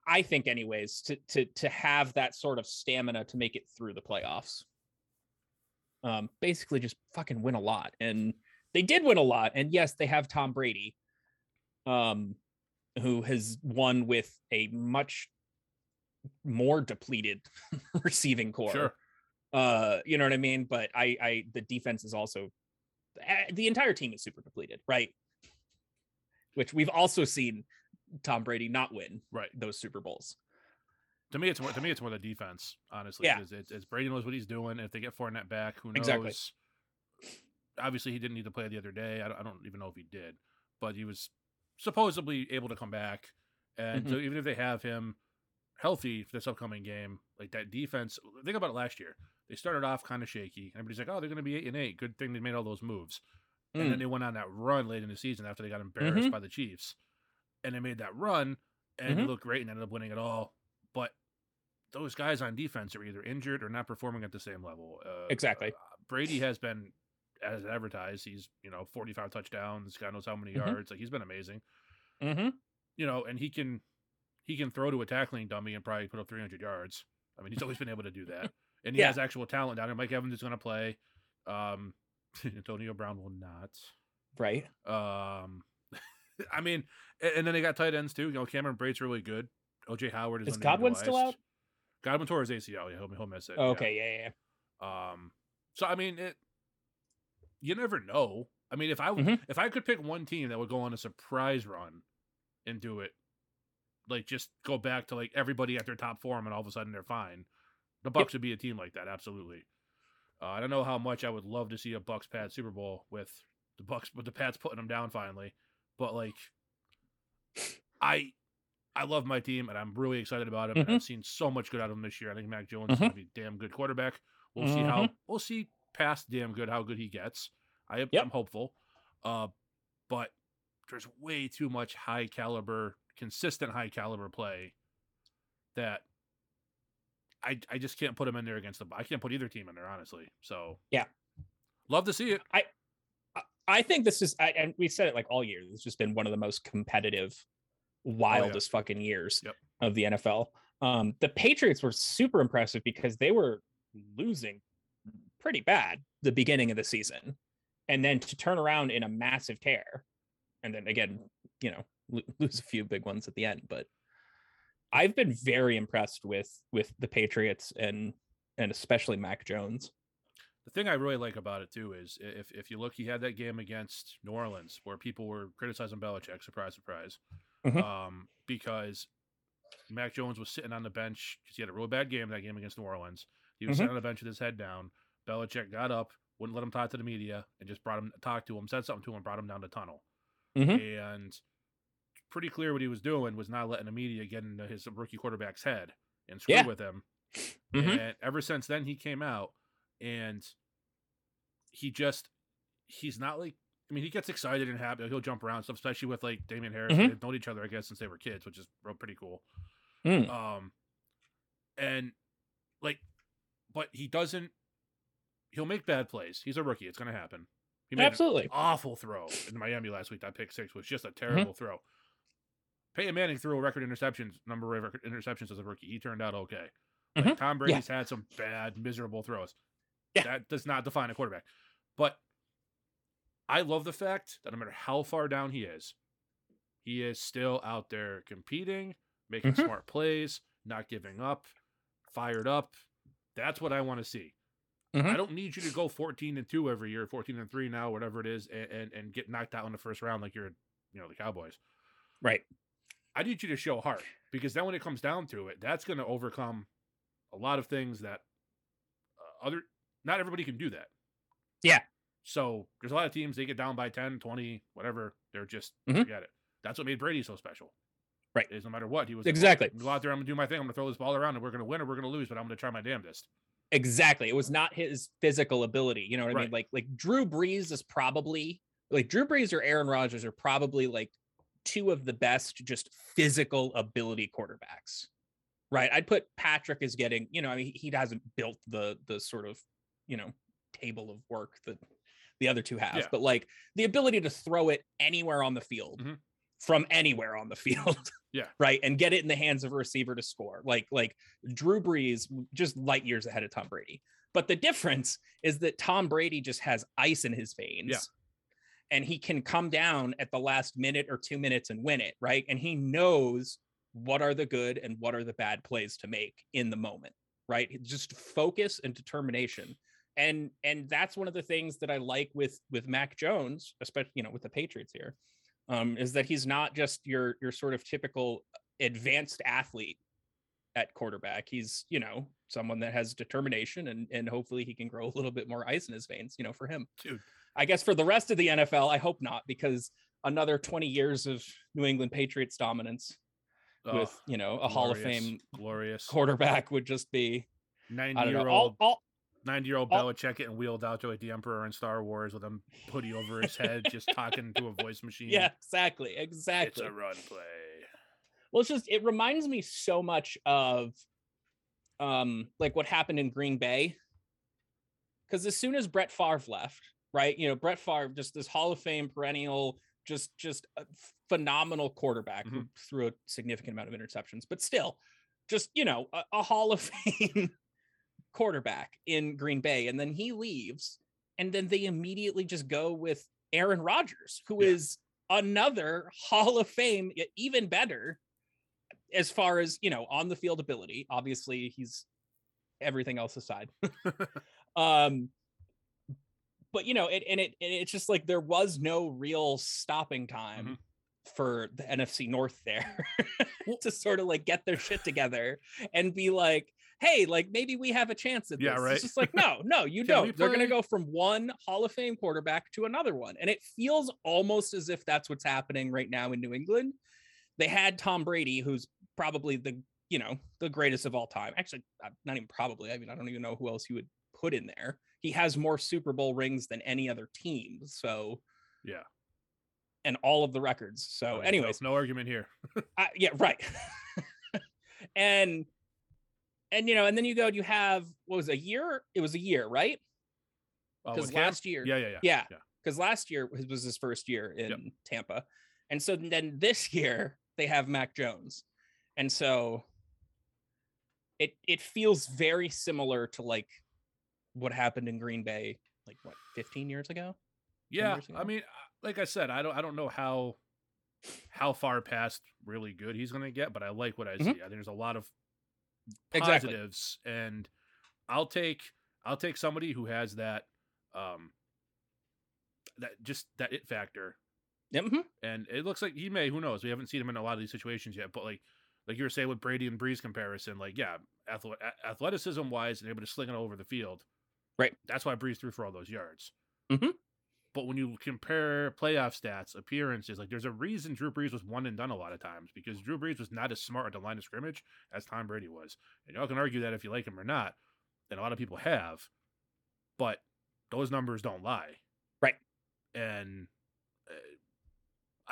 Speaker 2: i think anyways to to to have that sort of stamina to make it through the playoffs um basically just fucking win a lot and they did win a lot, and yes, they have Tom Brady, um, who has won with a much more depleted receiving core.
Speaker 1: Sure.
Speaker 2: Uh, you know what I mean? But I, I, the defense is also eh, the entire team is super depleted, right? Which we've also seen Tom Brady not win
Speaker 1: Right.
Speaker 2: those Super Bowls.
Speaker 1: To me, it's more, to me, it's more the defense. Honestly,
Speaker 2: Yeah.
Speaker 1: 'cause it's, it's Brady knows what he's doing. If they get Fournette back, who knows?
Speaker 2: Exactly.
Speaker 1: Obviously, he didn't need to play the other day. I don't, I don't even know if he did, but he was supposedly able to come back. And
Speaker 2: Mm-hmm.
Speaker 1: so, even if they have him healthy for this upcoming game, like that defense, think about it. Last year, they started off kind of shaky. Everybody's like, "Oh, they're going to be eight and eight. Good thing they made all those moves." and
Speaker 2: Mm.
Speaker 1: then they went on that run late in the season after they got embarrassed
Speaker 2: Mhm.
Speaker 1: by the Chiefs, and they made that run and
Speaker 2: Mhm.
Speaker 1: looked great and ended up winning it all. But those guys on defense are either injured or not performing at the same level. Uh,
Speaker 2: Exactly.
Speaker 1: Brady has been, as advertised, he's you know 45 touchdowns, God knows how many
Speaker 2: Mhm.
Speaker 1: yards. Like he's been amazing, uh,
Speaker 2: Mm-hmm.
Speaker 1: you know, and he can he can throw to a tackling dummy and probably put up 300 yards. I mean, he's always been able to do that, and he
Speaker 2: Yeah.
Speaker 1: has actual talent down there. Mike Evans is going to play. Um, Antonio Brown will not.
Speaker 2: Right.
Speaker 1: Um, I mean, a- and then they got tight ends too. You know, Cameron Braid's really good. OJ Howard is.
Speaker 2: Is Godwin still
Speaker 1: underutilized.
Speaker 2: out? Oh,
Speaker 1: Godwin tore his ACL. Yeah, he'll, he'll miss it. yeah.
Speaker 2: Okay. Yeah. Yeah. yeah.
Speaker 1: Um. So I mean, it. You never know. I mean, if I w-
Speaker 2: Mhm.
Speaker 1: if I could pick one team that would go on a surprise run, and do it, like just go back to like everybody at their top form, and all of a sudden they're fine. The Bucks would be a team like that, absolutely. Uh, I don't know how much I would love to see a Bucks Pat Super Bowl with the Bucks, with the Pats putting them down finally. But like, I I love my team, and I'm really excited about him. And I've seen so much good out of him this year. I think Mac Jones is
Speaker 2: Mhm.
Speaker 1: going to be a damn good quarterback. We'll see how we'll see past damn good how good he gets. I am
Speaker 2: Yep.
Speaker 1: I'm hopeful, uh, but there's way too much high caliber, consistent high caliber play that I I just can't put him in there against the. I can't put either team in there honestly. So
Speaker 2: Yeah.
Speaker 1: love to see it.
Speaker 2: I think this is, I, and we said it like all year. It's just been one of the most competitive, wildest fucking years
Speaker 1: Yep.
Speaker 2: of the NFL. Um, the Patriots were super impressive because they were losing pretty bad the beginning of the season, and then to turn around in a massive tear, and then again, you know, lo- lose a few big ones at the end. But I've been very impressed with with the Patriots and and especially Mac Jones.
Speaker 1: The thing I really like about it too is i- if if you look, he had that game against New Orleans where people were criticizing Belichick. Surprise, surprise.
Speaker 2: Mhm.
Speaker 1: Um, because Mac Jones was sitting on the bench because he had a really bad game that game against New Orleans. He was
Speaker 2: Mhm.
Speaker 1: sitting on the bench with his head down. Belichick got up, wouldn't let him talk to the media, and just brought him talked to him, said something to him, brought him down the tunnel. And pretty clear what he was doing was not letting the media get into his rookie quarterback's head and screw
Speaker 2: Yeah.
Speaker 1: with him.
Speaker 2: Mhm.
Speaker 1: And ever since then, he came out and he just, he's not like, I mean, he gets excited and happy. He'll jump around and stuff, especially with like Damian Harris.
Speaker 2: Mhm.
Speaker 1: They've known each other, I guess, since they were kids, which is real pretty cool.
Speaker 2: Mm.
Speaker 1: Um, and like, but he doesn't, he'll make bad plays. He's a rookie. It's going to happen. He made an
Speaker 2: Absolutely.
Speaker 1: awful throw in Miami last week. That pick six was just a terrible throw. Peyton Manning threw a record interceptions number of record interceptions as a rookie. He turned out okay. Like,
Speaker 2: Mhm.
Speaker 1: Tom Brady's had some bad, miserable throws.
Speaker 2: Yeah.
Speaker 1: That does not define a quarterback. But I love the fact that no matter how far down he is, he is still out there competing, making
Speaker 2: Mhm.
Speaker 1: smart plays, not giving up, fired up. That's what I want to see. I
Speaker 2: Mhm.
Speaker 1: don't need you to go 14 and 2 every year, 14 and 3 now, whatever it is, and, and, and get knocked out in the first round like you're, you know, the Cowboys.
Speaker 2: Right.
Speaker 1: I need you to show heart because then when it comes down to it, that's going to overcome a lot of things that uh, other not everybody can do that.
Speaker 2: Yeah.
Speaker 1: So there's a lot of teams they get down by 10, 20, whatever, they're just
Speaker 2: Mhm.
Speaker 1: forget it. That's what made Brady so special.
Speaker 2: Right.
Speaker 1: Is no matter what, he was "Oh,
Speaker 2: Exactly.
Speaker 1: go out there, I'm going to do my thing, I'm going to throw this ball around and we're going to win or we're going to lose, but I'm going to try my damnedest.
Speaker 2: Exactly. It was not his physical ability. You know what I
Speaker 1: Right.
Speaker 2: mean? Like like Drew Brees is probably like Drew Brees or Aaron Rodgers are probably like two of the best just physical ability quarterbacks. Right. I'd put Patrick as getting, you know, I mean he- he hasn't built the the sort of, you know, table of work that the other two have,
Speaker 1: Yeah.
Speaker 2: but like the ability to throw it anywhere on the field
Speaker 1: Mhm.
Speaker 2: from anywhere on the field.
Speaker 1: Yeah.
Speaker 2: Right. And get it in the hands of a receiver to score. Like like Drew Brees just light years ahead of Tom Brady. But the difference is that Tom Brady just has ice in his veins.
Speaker 1: Yeah.
Speaker 2: and he can come down at the last minute or two minutes and win it, right? And he knows what are the good and what are the bad plays to make in the moment, right? Just focus and determination. And and that's one of the things that I like with with Mac Jones, especially you know with the Patriots here, um, is that he's not just your your sort of typical advanced athlete at quarterback. He's you know someone that has determination and and hopefully he can grow a little bit more ice in his veins. You know for him.
Speaker 1: Dude,
Speaker 2: I guess for the rest of the NFL, I hope not, because another 20 years of New England Patriots dominance
Speaker 1: oh,
Speaker 2: with, you know, a Hall of
Speaker 1: glorious,
Speaker 2: Fame
Speaker 1: glorious
Speaker 2: quarterback would just be, I
Speaker 1: ninety
Speaker 2: don't know,
Speaker 1: year
Speaker 2: all,
Speaker 1: old
Speaker 2: all,
Speaker 1: ninety year old
Speaker 2: all-
Speaker 1: Belichick and wheeled out to like the Emperor in Star Wars with him hoodie over his head, just talking to a voice machine.
Speaker 2: yeah, exactly,
Speaker 1: it's
Speaker 2: exactly.
Speaker 1: a run play.
Speaker 2: well, it's just, it reminds me so much of, um, like what happened in Green Bay. Because as soon as Brett Favre left, right, you know, Brett Favre, just this Hall of Fame perennial, just just a phenomenal quarterback who threw a significant amount of interceptions, but still, just you know, a, a Hall of Fame quarterback in Green Bay, and then he leaves, and then they immediately just go with Aaron Rodgers, who
Speaker 1: Yeah.
Speaker 2: is another Hall of Fame, e- even better as far as you know on the field ability. Obviously, he's everything else aside. um but you know it and it and it's just like there was no real stopping time for the NFC North there
Speaker 1: Mm-hmm. Well-
Speaker 2: to sort of like get their shit together and be like hey like maybe we have a chance at
Speaker 1: Yeah,
Speaker 2: this
Speaker 1: right.
Speaker 2: it's just like no no you
Speaker 1: Can we
Speaker 2: don't they're going to
Speaker 1: play?
Speaker 2: go from one Hall of Fame quarterback to another one and it feels almost as if that's what's happening right now in New England they had Tom Brady who's probably the you know the greatest of all time actually uh, not even probably i mean i don't even know who else you would put in there he has more super bowl rings than any other team so
Speaker 1: Yeah.
Speaker 2: and all of the records so
Speaker 1: Okay, no-
Speaker 2: anyways
Speaker 1: no argument here.
Speaker 2: I, yeah right and and you know and then you go you have what was it, a year it was a year right
Speaker 1: Uh,
Speaker 2: because
Speaker 1: with Cam?
Speaker 2: last year
Speaker 1: yeah, yeah, yeah.
Speaker 2: yeah. Because last year was was his first year in
Speaker 1: Yep.
Speaker 2: Tampa. And so then this year they have Mac Jones. And so it it feels very similar to like what happened in Green Bay like what 15 years ago?
Speaker 1: Yeah,
Speaker 2: years
Speaker 1: I
Speaker 2: ago.
Speaker 1: mean, I- like I said, I don't, I don't know how, how far past really good he's going to get, but I like what I
Speaker 2: Mhm.
Speaker 1: see. I think there's a lot of
Speaker 2: Exactly.
Speaker 1: positives, and I'll take, I'll take somebody who has that, um, that just that it factor,
Speaker 2: Yeah, mhm.
Speaker 1: and it looks like he may. Who knows? We haven't seen him in a lot of these situations yet, but like, like you were saying with Brady and Breeze comparison, like, yeah, athle- a- athleticism wise, and able to sling it over the field,
Speaker 2: Right.
Speaker 1: That's why Breeze threw for all those yards.
Speaker 2: Mhm.
Speaker 1: But when you compare playoff stats, appearances, like there's a reason Drew Brees was one and done a lot of times because Drew Brees was not as smart at the line of scrimmage as Tom Brady was, and y'all can argue that if you like him or not, and a lot of people have, but those numbers don't lie,
Speaker 2: Right.
Speaker 1: And uh,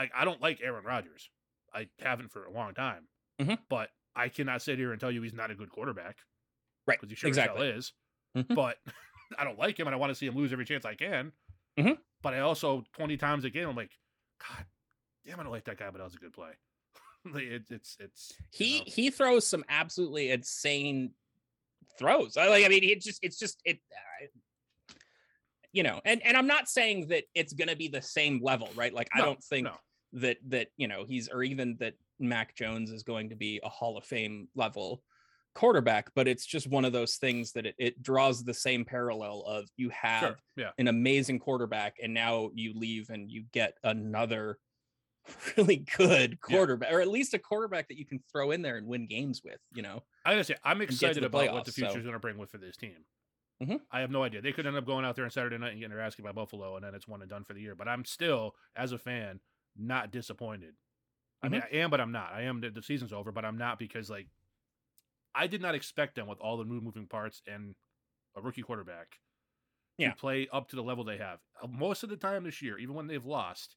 Speaker 1: I, I don't like Aaron Rodgers. I haven't for a long time.
Speaker 2: Mhm.
Speaker 1: But I cannot sit here and tell you he's not a good quarterback
Speaker 2: Right.
Speaker 1: because he sure
Speaker 2: exactly.
Speaker 1: as hell is.
Speaker 2: Mhm.
Speaker 1: But I don't like him and I want to see him lose every chance I can.
Speaker 2: Mhm.
Speaker 1: But I also, 20 times a game, I'm like, God damn, I don't like that guy, but that was a good play. Like, it, it's, it's, you
Speaker 2: He
Speaker 1: know,
Speaker 2: he throws some absolutely insane throws. I like I mean it just it's just it I, you know, and and I'm not saying that it's going to be the same level, right? Like I
Speaker 1: No,
Speaker 2: don't think
Speaker 1: no.
Speaker 2: that that you know he's or even that Mac Jones is going to be a Hall of Fame level quarterback, but it's just one of those things that it, it draws the same parallel of you have
Speaker 1: sure. Yeah.
Speaker 2: an amazing quarterback and now you leave and you get another really good quarterback or at least a quarterback that you can throw in there and win games with, you know.
Speaker 1: I gotta say, I'm
Speaker 2: get to
Speaker 1: excited
Speaker 2: the
Speaker 1: about what the
Speaker 2: playoffs,
Speaker 1: future is
Speaker 2: so-
Speaker 1: going to bring with for this team.
Speaker 2: Mhm.
Speaker 1: I have no idea. They could end up going out there on Saturday night and getting their ass kicked by Buffalo, and then it's one and done for the year. But I'm still, as a fan, not disappointed. I mean,
Speaker 2: Mm-hmm.
Speaker 1: I am, but I'm not. I am. The, the season's over, but I'm not because like I did not expect them with all the new moving parts and a rookie quarterback
Speaker 2: Yeah.
Speaker 1: to play up to the level they have. Uh, Most of the time this year, even when they've lost,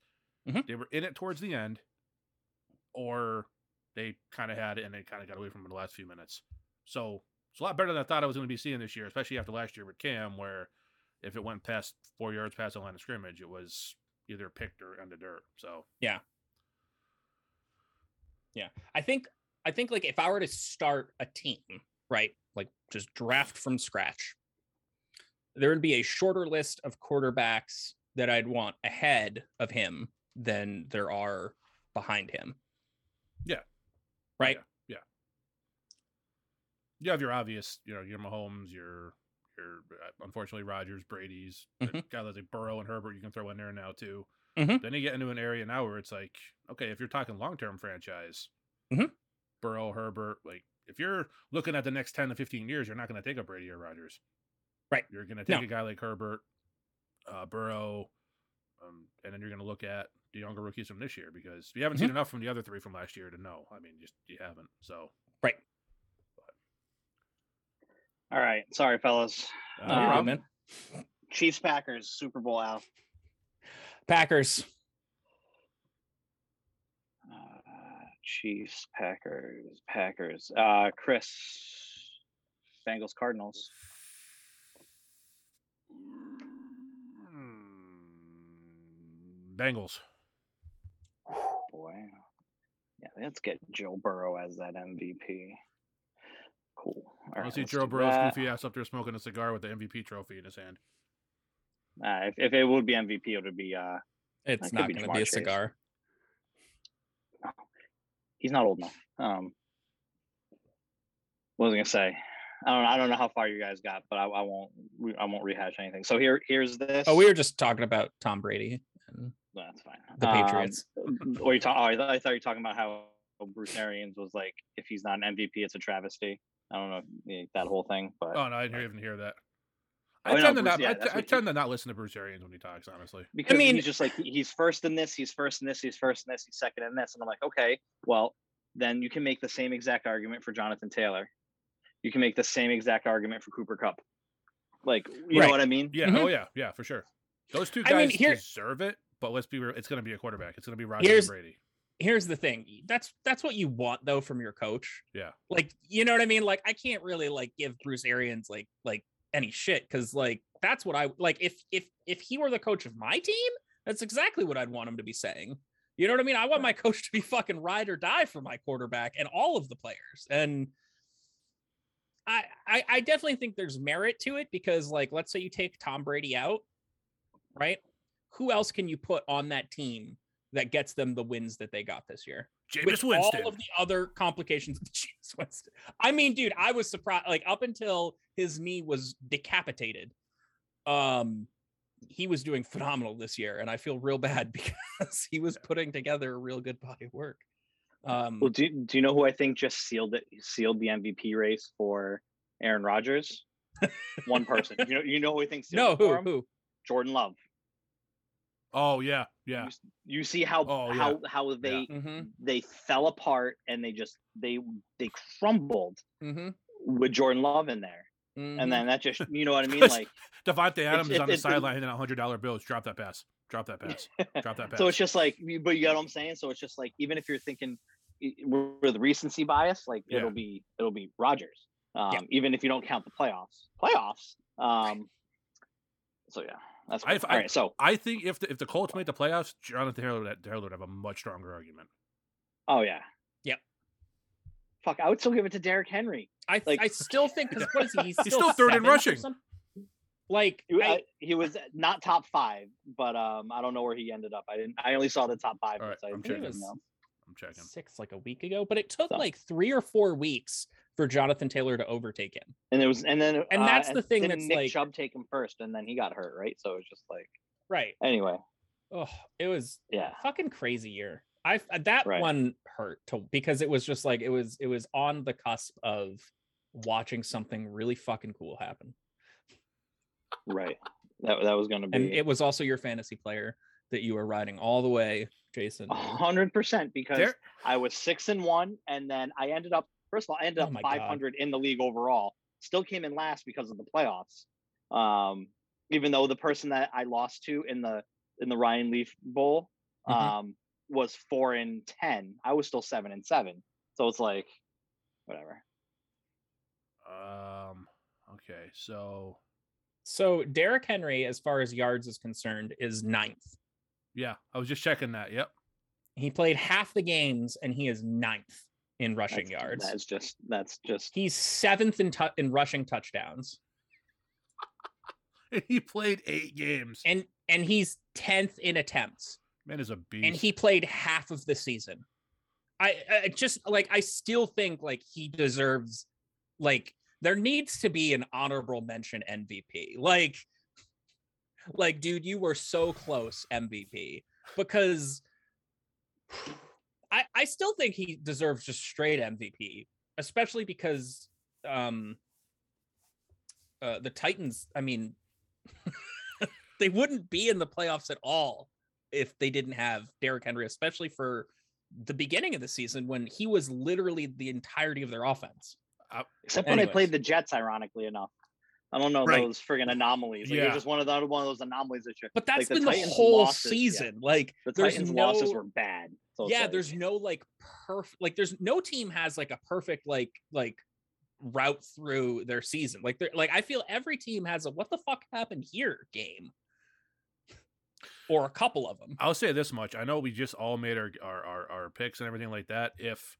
Speaker 2: Mhm.
Speaker 1: they were in it towards the end, or they kind of had it and they kind of got away from it in the last few minutes. So it's a lot better than I thought I was going to be seeing this year, especially after last year with Cam, where if it went past four yards past the line of scrimmage, it was either picked or on the dirt. So
Speaker 2: I think I think like if I were to start a team, right? Like just draft from scratch, there would be a shorter list of quarterbacks that I'd want ahead of him than there are behind him.
Speaker 1: Yeah.
Speaker 2: Right?
Speaker 1: You have your obvious, you know, your Mahomes, your your uh, unfortunately Rogers, Brady's, mm
Speaker 2: Mhm.
Speaker 1: guy that's like Burrow and Herbert. You can throw in there now too.
Speaker 2: Mhm.
Speaker 1: Then you get into an area now where it's like, okay, if you're talking long term franchise,
Speaker 2: Mhm.
Speaker 1: Burrow, Herbert, like if you're looking at the next ten to fifteen years, you're not going to take a Brady or Rogers,
Speaker 2: Right.
Speaker 1: You're going to
Speaker 2: No.
Speaker 1: take a guy like Herbert, uh, Burrow, um, and then you're going to look at the younger rookies from this year because you haven't
Speaker 2: Mm-hmm.
Speaker 1: seen enough from the other three from last year to know. I mean, just you haven't. So
Speaker 3: All right. Sorry, fellas.
Speaker 1: uh,
Speaker 2: Not a problem,
Speaker 1: Rob,
Speaker 2: man.
Speaker 3: Chiefs Packers Super Bowl out.
Speaker 2: Packers.
Speaker 3: Uh, Chiefs Packers Packers. Uh, Chris Bengals Cardinals.
Speaker 1: Mm, Bengals.
Speaker 3: Boy, yeah, let's get Joe Burrow as that MVP. Cool. All
Speaker 1: I
Speaker 3: right,
Speaker 1: don't see
Speaker 3: let's
Speaker 1: Joe
Speaker 3: do
Speaker 1: Burrow's
Speaker 3: that.
Speaker 1: goofy ass up there smoking a cigar with the MVP trophy in his hand.
Speaker 3: Uh, if, if it would be MVP, it would be. Uh,
Speaker 2: It's
Speaker 3: could
Speaker 2: not
Speaker 3: be
Speaker 2: going to
Speaker 3: Jamar
Speaker 2: be a
Speaker 3: Chase.
Speaker 2: cigar.
Speaker 3: he's not old enough. Um, what was I gonna say? I don't. I don't know how far you guys got, but I, I won't. re- I won't rehash anything. So here, here's this.
Speaker 2: Oh, we were just talking about Tom Brady and
Speaker 3: No, That's fine.
Speaker 2: the
Speaker 3: Um,
Speaker 2: Patriots.
Speaker 3: Or you talk, oh, I, thought, I thought you were talking about how Bruce Arians was like, if he's not an MVP, it's a travesty. I don't know if, yeah, that whole thing, but
Speaker 1: Oh no, I didn't even hear that.
Speaker 3: Oh,
Speaker 1: I
Speaker 3: no,
Speaker 1: tend to
Speaker 3: Bruce-
Speaker 1: not.
Speaker 3: yeah,
Speaker 1: I,
Speaker 3: that's
Speaker 1: t- I
Speaker 3: what he-
Speaker 1: tend to not listen to Bruce Arians when he talks. Honestly,
Speaker 3: because
Speaker 2: mean-
Speaker 3: he's just like he- he's first in this, he's first in this, he's first in this, he's second in this, and I'm like, okay, well, then you can make the same exact argument for Jonathan Taylor. You can make the same exact argument for Cooper Cup. Like, you
Speaker 2: Right.
Speaker 3: know what I mean?
Speaker 1: yeah.
Speaker 2: Mhm.
Speaker 1: Oh yeah, yeah, for sure. Those two
Speaker 2: I
Speaker 1: guys
Speaker 2: mean, here-
Speaker 1: deserve it, but let's be real. It's going to be a quarterback. It's going to be Rodgers
Speaker 2: Here's-
Speaker 1: and Brady.
Speaker 2: Here's the thing. e, That's that's what you want though from your coach.
Speaker 1: Yeah.
Speaker 2: Like, you know what I mean? Like I can't really like give Bruce Arians like like any shit cuz like that's what I like if if if he were the coach of my team, that's exactly what I'd want him to be saying. You know what I mean? I want my coach to be fucking ride or die for my quarterback and all of the players. And I, I I definitely think there's merit to it because like let's say you take Tom Brady out, right? Who else can you put on that team that gets them the wins that they got this year?
Speaker 1: Jameis
Speaker 2: with
Speaker 1: Winston.
Speaker 2: all of the other complications of James Winston. I mean, dude, I was surprised. Like up until his knee was decapitated, um, he was doing phenomenal this year, and I feel real bad because he was putting together a real good body of work. Um,
Speaker 3: Well, do, do you know who I think just sealed it? Sealed the MVP race for Aaron Rodgers. One person. You know, you know who I think sealed
Speaker 2: no,
Speaker 3: it for
Speaker 2: who,
Speaker 3: him?
Speaker 2: who?
Speaker 3: Jordan Love.
Speaker 1: oh yeah, yeah.
Speaker 3: s- You see how
Speaker 1: Oh, yeah.
Speaker 3: how how they
Speaker 2: hmm
Speaker 3: they fell apart and they just they they crumbled
Speaker 2: hmm
Speaker 3: with Jordan Love in there,
Speaker 2: mm-hmm.
Speaker 3: and then that just you know what I mean,
Speaker 1: It's-
Speaker 3: like
Speaker 1: Devontae Adams is
Speaker 3: it's-
Speaker 1: on the
Speaker 3: it's a-
Speaker 1: sideline handing out hundred dollar bills. Drop that pass. Drop that pass. Drop that pass.
Speaker 3: so it's just like, you- but you got what I'm saying. So it's just like even if you're thinking i- with recency bias, like
Speaker 1: Yeah.
Speaker 3: it'll be it'll be Rogers, um, even if you don't count the playoffs. Playoffs. Um, so yeah, that's
Speaker 1: I-
Speaker 3: cool.
Speaker 1: I-
Speaker 3: all right. So
Speaker 1: I think if the, if the Colts made the playoffs, Jonathan Taylor would, Taylor would have a much stronger argument.
Speaker 3: oh yeah,
Speaker 2: Yep.
Speaker 3: Fuck, I would still give it to Derrick Henry.
Speaker 2: I
Speaker 3: like-
Speaker 2: I still think because what is he? He's still,
Speaker 1: still third in
Speaker 2: seventh or
Speaker 1: rushing.
Speaker 2: something? Like
Speaker 3: He, wa-
Speaker 2: I-
Speaker 3: I- he was not top five, but um, I don't know where he ended up. I didn't. I only saw the top five.
Speaker 1: All right,
Speaker 3: so I
Speaker 1: I'm
Speaker 3: didn't
Speaker 1: checking.
Speaker 3: even know.
Speaker 1: I'm checking.
Speaker 2: six like a week ago, but it took
Speaker 3: So-
Speaker 2: like three or four weeks for Jonathan Taylor to overtake him.
Speaker 3: And it was, and then, uh,
Speaker 2: And that's the thing
Speaker 3: didn't
Speaker 2: that's
Speaker 3: Nick
Speaker 2: like-
Speaker 3: Chubb take him first, and then he got hurt, right? So it's just like,
Speaker 2: Right.
Speaker 3: anyway,
Speaker 2: Oh, it was
Speaker 3: yeah.
Speaker 2: fucking crazy year. I uh, that
Speaker 3: Ah. Right.
Speaker 2: one hurt to, because it was just like it was it was on the cusp of watching something really fucking cool happen,
Speaker 3: Right. That that was going to
Speaker 2: and
Speaker 3: be
Speaker 2: it was also your fantasy player that you were riding all the way, Jason.
Speaker 3: a hundred percent because
Speaker 1: There-
Speaker 3: I was six and one, and then I ended up. First of all, I ended
Speaker 2: Oh
Speaker 3: up
Speaker 2: my God.
Speaker 3: five hundred in the league overall. Still came in last because of the playoffs. Um, even though the person that I lost to in the in the Ryan Leaf Bowl
Speaker 2: Mhm.
Speaker 3: um, was four and ten, I was still seven and seven. So it's like, whatever.
Speaker 1: Um. Okay. So
Speaker 2: So Derrick Henry, as far as yards is concerned, is ninth.
Speaker 1: yeah, I was just checking that. Yep.
Speaker 2: He played half the games, and he is ninth in rushing
Speaker 3: That's-
Speaker 2: yards.
Speaker 3: That's just that's just
Speaker 2: He's seventh in tou- in rushing touchdowns,
Speaker 1: he played eight games.
Speaker 2: and and he's 10th in attempts
Speaker 1: Man is a beast.
Speaker 2: and he played half of the season. I, I just like I still think like he deserves like there needs to be an honorable mention MVP. Like like dude, you were so close MVP because I I still think he deserves just straight MVP, especially because um uh the Titans, I mean they wouldn't be in the playoffs at all if they didn't have Derrick Henry, especially for the beginning of the season when he was literally the entirety of their offense.
Speaker 3: Except when
Speaker 2: Anyways.
Speaker 3: they played the Jets, ironically enough. I don't know
Speaker 1: Right.
Speaker 3: those friggin' anomalies. Like,
Speaker 1: Yeah.
Speaker 3: You're just one of the one of those anomalies this year.
Speaker 2: But that's
Speaker 3: Like, the
Speaker 2: been the
Speaker 3: Titans'
Speaker 2: whole
Speaker 3: losses, yeah.
Speaker 2: season. Like
Speaker 3: The
Speaker 2: there's
Speaker 3: Titans'
Speaker 2: no,
Speaker 3: losses were bad. So it's
Speaker 2: yeah,
Speaker 3: like-
Speaker 2: there's no like perfect like there's no team has like a perfect like like route through their season. Like they're like I feel every team has a what the fuck happened here game. Or a couple of them.
Speaker 1: I'll say this much. I know we just all made our our, our, our picks and everything like that. If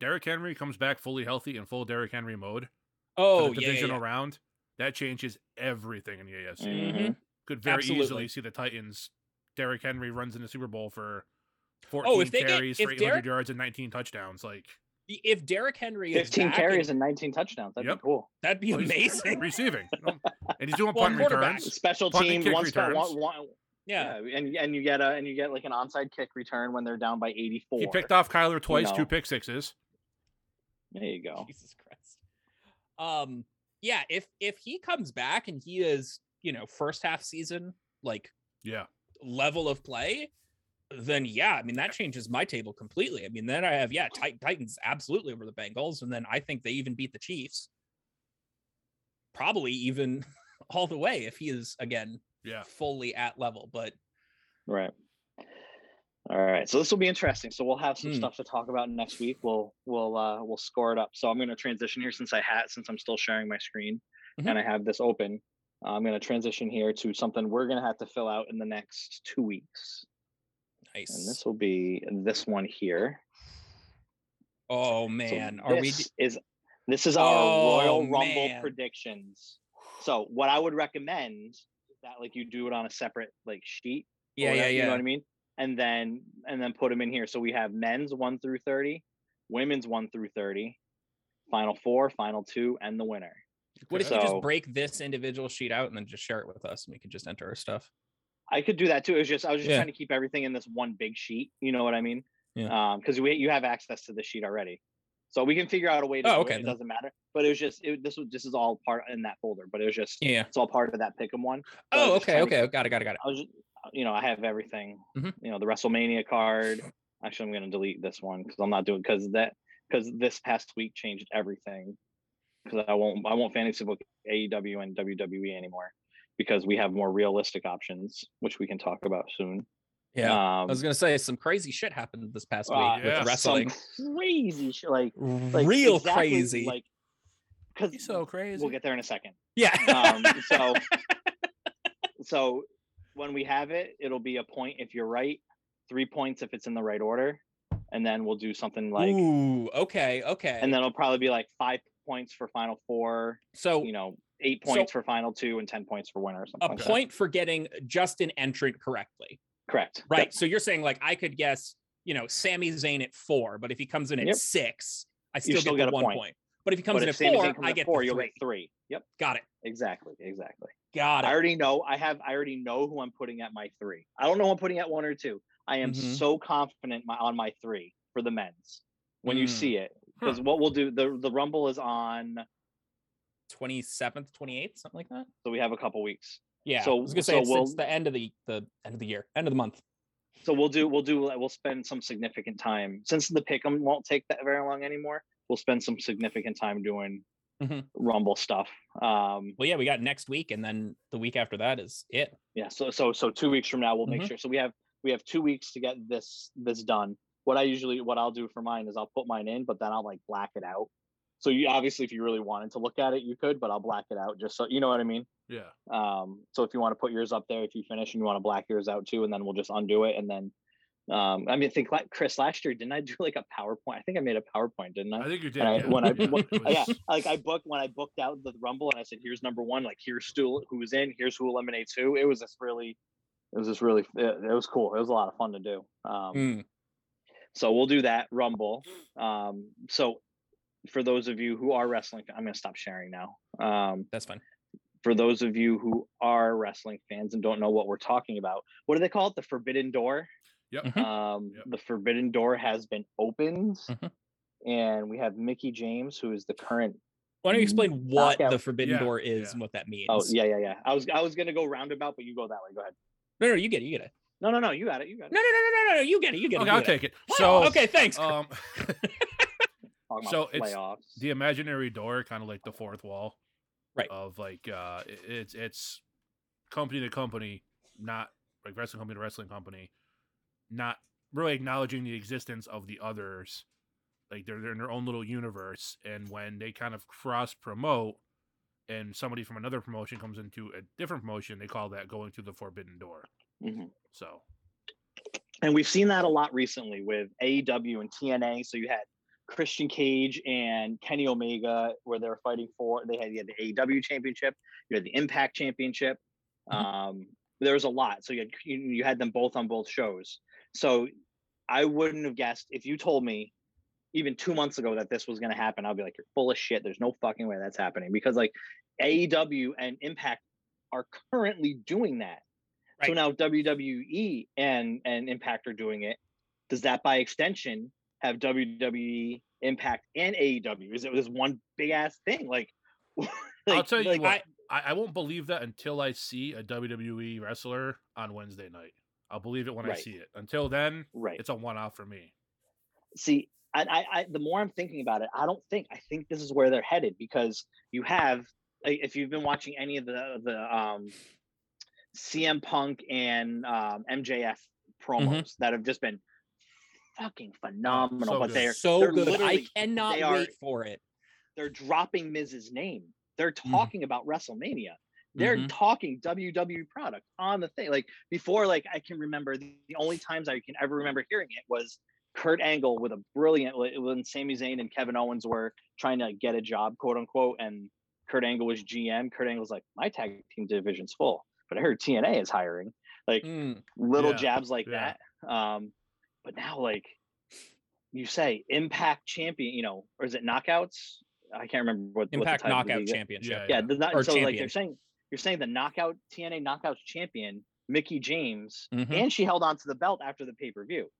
Speaker 1: Derrick Henry comes back fully healthy in full Derrick Henry mode for
Speaker 2: Oh,
Speaker 1: the
Speaker 2: yeah, yeah,
Speaker 1: divisional
Speaker 2: yeah. Mm,
Speaker 1: round, that changes everything in the AFC.
Speaker 2: Mm-hmm.
Speaker 3: Mhm.
Speaker 1: Could very easily
Speaker 2: Absolutely.
Speaker 1: see the Titans. Derrick Henry runs in the Super Bowl for 14
Speaker 2: Oh, if they get-
Speaker 1: carries
Speaker 2: if
Speaker 1: for 800
Speaker 2: Derrick-
Speaker 1: yards and 19 touchdowns. Like
Speaker 2: If Derrick Henry is
Speaker 3: 15
Speaker 2: back and-
Speaker 3: carries and 19 touchdowns. That'd
Speaker 1: Yep.
Speaker 3: be cool.
Speaker 2: that'd be
Speaker 1: well, oh, he's
Speaker 2: amazing.
Speaker 1: receiving, you know? and he's doing
Speaker 2: Well,
Speaker 1: punt
Speaker 2: and quarterback.
Speaker 1: returns.
Speaker 3: Special
Speaker 1: Punt and
Speaker 3: team,
Speaker 1: kick
Speaker 3: one spot,
Speaker 1: returns.
Speaker 3: one, one,
Speaker 2: yeah.
Speaker 3: yeah. and and you get a and you get like an onside kick return when they're down by 84.
Speaker 1: He picked off Kyler twice,
Speaker 3: know.
Speaker 1: two pick sixes.
Speaker 3: There you go.
Speaker 2: Jesus Christ. Um, yeah, if if he comes back and he is, you know, first half season like
Speaker 1: Yeah,
Speaker 2: level of play, then yeah, I mean that changes my table completely. I mean, then I have yeah, Tit- Titans absolutely over the Bengals, and then I think they even beat the Chiefs. Probably even all the way if he is again
Speaker 1: yeah.
Speaker 2: fully at level, but
Speaker 3: Right. All right. So this will be interesting. So we'll have some
Speaker 2: Hmm.
Speaker 3: stuff to talk about next week. We'll we'll uh we'll score it up. So I'm going to transition here since I had since I'm still sharing my screen
Speaker 2: Mhm.
Speaker 3: and I have this open. I'm going to transition here to something we're going to have to fill out in the next 2 weeks.
Speaker 2: nice.
Speaker 3: And this will be this one here.
Speaker 2: oh
Speaker 3: So
Speaker 2: man, are we? d-
Speaker 3: this is this is our
Speaker 2: Oh,
Speaker 3: Royal Rumble
Speaker 2: man.
Speaker 3: predictions. So what I would recommend is that like you do it on a separate like sheet or
Speaker 2: Yeah, yeah,
Speaker 3: whatever, You know
Speaker 2: yeah.
Speaker 3: what I mean? And then and then put them in here. So we have men's one through thirty, women's one through thirty, final four, final two, and the winner.
Speaker 2: What if
Speaker 1: Okay.
Speaker 2: you
Speaker 3: So-
Speaker 2: just break this individual sheet out and then just share it with us, and we can just enter our stuff?
Speaker 3: I could do that too. It was just I was just
Speaker 2: Yeah.
Speaker 3: trying to keep everything in this one big sheet. You know what I mean?
Speaker 2: Yeah.
Speaker 3: Because we you have access to the sheet already, so we can figure out a way to.
Speaker 2: Oh,
Speaker 3: do
Speaker 2: okay,
Speaker 3: It. it
Speaker 2: then.
Speaker 3: doesn't matter. But it was just it, this was this is all part in that folder. But it was just
Speaker 2: Yeah.
Speaker 3: it's all part of that pick'em one. So I was
Speaker 2: Oh,
Speaker 3: just
Speaker 2: okay,
Speaker 3: trying to-
Speaker 2: okay, got it, got it, got it.
Speaker 3: I was, just, you know, I have everything.
Speaker 2: Mhm.
Speaker 3: You know, the WrestleMania card. Actually, I'm going to delete this one because I'm not doing because that because this past week changed everything. Because I won't I won't fantasy book AEW and WWE anymore because we have more realistic options, which we can talk about soon.
Speaker 2: Yeah,
Speaker 3: um,
Speaker 2: I was gonna say some crazy shit happened this past week
Speaker 3: uh,
Speaker 2: with
Speaker 1: yeah.
Speaker 2: wrestling.
Speaker 3: some crazy shit, like, like
Speaker 2: Real
Speaker 3: exactly,
Speaker 2: crazy.
Speaker 3: like because
Speaker 1: He's so crazy.
Speaker 3: we'll get there in a second.
Speaker 2: yeah.
Speaker 3: um, so so when we have it it'll be a point if you're right three points if it's in the right order and then we'll do something like
Speaker 2: Ooh. Okay. Okay.
Speaker 3: and then it'll probably be like five points for final four
Speaker 2: so
Speaker 3: you know eight
Speaker 2: So-
Speaker 3: points for final two and ten points for winner or something
Speaker 2: a
Speaker 3: like that.
Speaker 2: point for getting just an entrant correctly,
Speaker 3: correct
Speaker 2: right?
Speaker 3: Yep.
Speaker 2: So you're saying like I could guess, you know, Sami Zayn at four, but if he comes in at
Speaker 3: Yep.
Speaker 2: six, I still,
Speaker 3: still
Speaker 2: get,
Speaker 3: get
Speaker 2: the
Speaker 3: a
Speaker 2: one
Speaker 3: point.
Speaker 2: point. But if he comes
Speaker 3: but
Speaker 2: in
Speaker 3: if
Speaker 2: at
Speaker 3: Sami Zayn
Speaker 2: four,
Speaker 3: comes
Speaker 2: I
Speaker 3: in
Speaker 2: get
Speaker 3: four
Speaker 2: the
Speaker 3: you'll
Speaker 2: three.
Speaker 3: get three yep
Speaker 2: Got it.
Speaker 3: exactly exactly
Speaker 2: Got
Speaker 3: i
Speaker 2: it.
Speaker 3: already know i have i already know who i'm putting at my three i don't know who i'm putting at one or two i am
Speaker 2: Mhm.
Speaker 3: so confident my, on my three for the men's when you
Speaker 2: Mm.
Speaker 3: see it because what we'll do the the rumble is on
Speaker 2: Twenty seventh, twenty eighth, something like that.
Speaker 3: so we have a couple weeks
Speaker 2: Yeah.
Speaker 3: So-
Speaker 2: I was gonna say
Speaker 3: so
Speaker 2: it's,
Speaker 3: we'll-
Speaker 2: it's the end of the the end of the year, end of the month.
Speaker 3: so we'll do we'll do we'll spend some significant time since the pick'em won't take that very long anymore we'll spend some significant time doing
Speaker 2: Mhm.
Speaker 3: rumble stuff um
Speaker 2: Well, yeah, we got next week, and then the week after that is it.
Speaker 3: yeah so so so two weeks from now we'll make
Speaker 2: Mhm.
Speaker 3: sure so we have we have two weeks to get this this done what i usually what i'll do for mine is i'll put mine in but then i'll like black it out so you obviously if you really wanted to look at it you could but i'll black it out just so you know what i mean
Speaker 1: yeah.
Speaker 3: Um, so if you want to put yours up there, if you finish and you want to black yours out too, and then we'll just undo it. And then, um, I mean, I think like Chris last year, didn't I do like a PowerPoint? I think I made a PowerPoint, didn't I?
Speaker 1: I think you did.
Speaker 3: and I,
Speaker 1: yeah.
Speaker 3: when I
Speaker 1: Yeah,
Speaker 3: when-
Speaker 1: it
Speaker 3: yeah,
Speaker 1: was-
Speaker 3: like I booked when I booked out the Rumble, and I said, "Here's number one. Like here's still who's in. Here's who eliminates who." It was this really, it was just really it, it was cool. It was a lot of fun to do. Um,
Speaker 2: Mm.
Speaker 3: So we'll do that Rumble. Um, so for those of you who are wrestling, I'm going to stop sharing now. Um,
Speaker 2: That's fine.
Speaker 3: for those of you who are wrestling fans and don't know what we're talking about, what do they call it? The Forbidden Door.
Speaker 1: Yep.
Speaker 2: Mhm.
Speaker 3: Um,
Speaker 1: Yep.
Speaker 3: The Forbidden Door has been opened,
Speaker 2: Mhm.
Speaker 3: and we have Mickey James, who is the current.
Speaker 2: Why don't you explain what
Speaker 3: mm, Knockout.
Speaker 2: the Forbidden
Speaker 1: Yeah,
Speaker 2: Door is
Speaker 1: yeah.
Speaker 2: and what that means?
Speaker 3: Oh yeah, yeah, yeah. I was I was going to go roundabout, but you go that way. Go ahead.
Speaker 2: No, no, you get it. You get it.
Speaker 3: No, no, no. You got it. You got it.
Speaker 2: No, no, no, no, no, no. You get it. You get it.
Speaker 1: Okay,
Speaker 2: you
Speaker 1: I'll
Speaker 2: get it.
Speaker 1: take it. So
Speaker 2: Oh, okay, thanks. Chris.
Speaker 1: Um,
Speaker 3: Talking
Speaker 1: So
Speaker 3: about
Speaker 1: it's
Speaker 3: playoffs.
Speaker 1: the imaginary door, kind of like the fourth wall,
Speaker 2: Right.
Speaker 1: Of like, uh, it- it's it's company to company, not like wrestling company to wrestling company, not really acknowledging the existence of the others. Like they're they're in their own little universe, and when they kind of cross promote, and somebody from another promotion comes into a different promotion, they call that going through the forbidden door.
Speaker 3: Mhm.
Speaker 1: So
Speaker 3: and we've seen that a lot recently with AEW and TNA. So you had Christian Cage and Kenny Omega, where they were fighting for. They had, you had the AEW championship, you had the Impact championship.
Speaker 1: Mm-hmm.
Speaker 2: Mhm.
Speaker 3: Um, there was a lot. So you had you, you had them both on both shows. So I wouldn't have guessed if you told me even two months ago that this was going to happen. I'll be like, you're full of shit. There's no fucking way that's happening because like AEW and Impact are currently doing that. So
Speaker 2: Right.
Speaker 3: now WWE and and Impact are doing it. Does that by extension have WWE, Impact, and AEW? Is it this one big ass thing? Like,
Speaker 1: I'll
Speaker 3: like-
Speaker 1: tell you
Speaker 3: like,
Speaker 1: what, I, I won't believe that until I see a WWE wrestler on Wednesday night. I'll believe it when I
Speaker 3: Right.
Speaker 1: see it. Until then,
Speaker 3: right.
Speaker 1: it's a one off for me.
Speaker 3: see I, I, I the more i'm thinking about it i don't think i think this is where they're headed because you have like, if you've been watching any of the the um cm punk and um mjf
Speaker 1: Mm-hmm.
Speaker 3: promos that have just been fucking phenomenal
Speaker 1: Oh, so
Speaker 3: but
Speaker 1: good.
Speaker 3: they're
Speaker 2: so
Speaker 3: they're
Speaker 2: good. I
Speaker 3: literally-
Speaker 2: cannot
Speaker 3: they are-
Speaker 2: wait for it.
Speaker 3: they're dropping miz's name they're talking about wrestlemania they're
Speaker 2: Mhm.
Speaker 3: talking WWE product on the thing. Like before, like I can remember the the only times I can ever remember hearing it was Kurt Angle with a brilliant like, when Sami Zayn and Kevin Owens were trying to get a job, quote unquote, and Kurt Angle was GM. Kurt Angle's like, my tag team division's full, but I heard TNA is hiring. Like
Speaker 2: Mm.
Speaker 3: little
Speaker 1: Yeah,
Speaker 3: jabs like
Speaker 1: yeah.
Speaker 3: that. Um, but now like you say Impact Champion, you know, or is it knockouts? I can't remember what what the
Speaker 2: Impact
Speaker 3: title of the
Speaker 2: Knockout
Speaker 3: league is
Speaker 2: Championship.
Speaker 1: Yeah.
Speaker 3: yeah, the, not,
Speaker 2: Or
Speaker 3: so like
Speaker 2: champion.
Speaker 3: you're saying you're saying the knockout TNA knockouts champion Mickey James,
Speaker 2: Mhm.
Speaker 3: and she held on to the belt after the pay per view.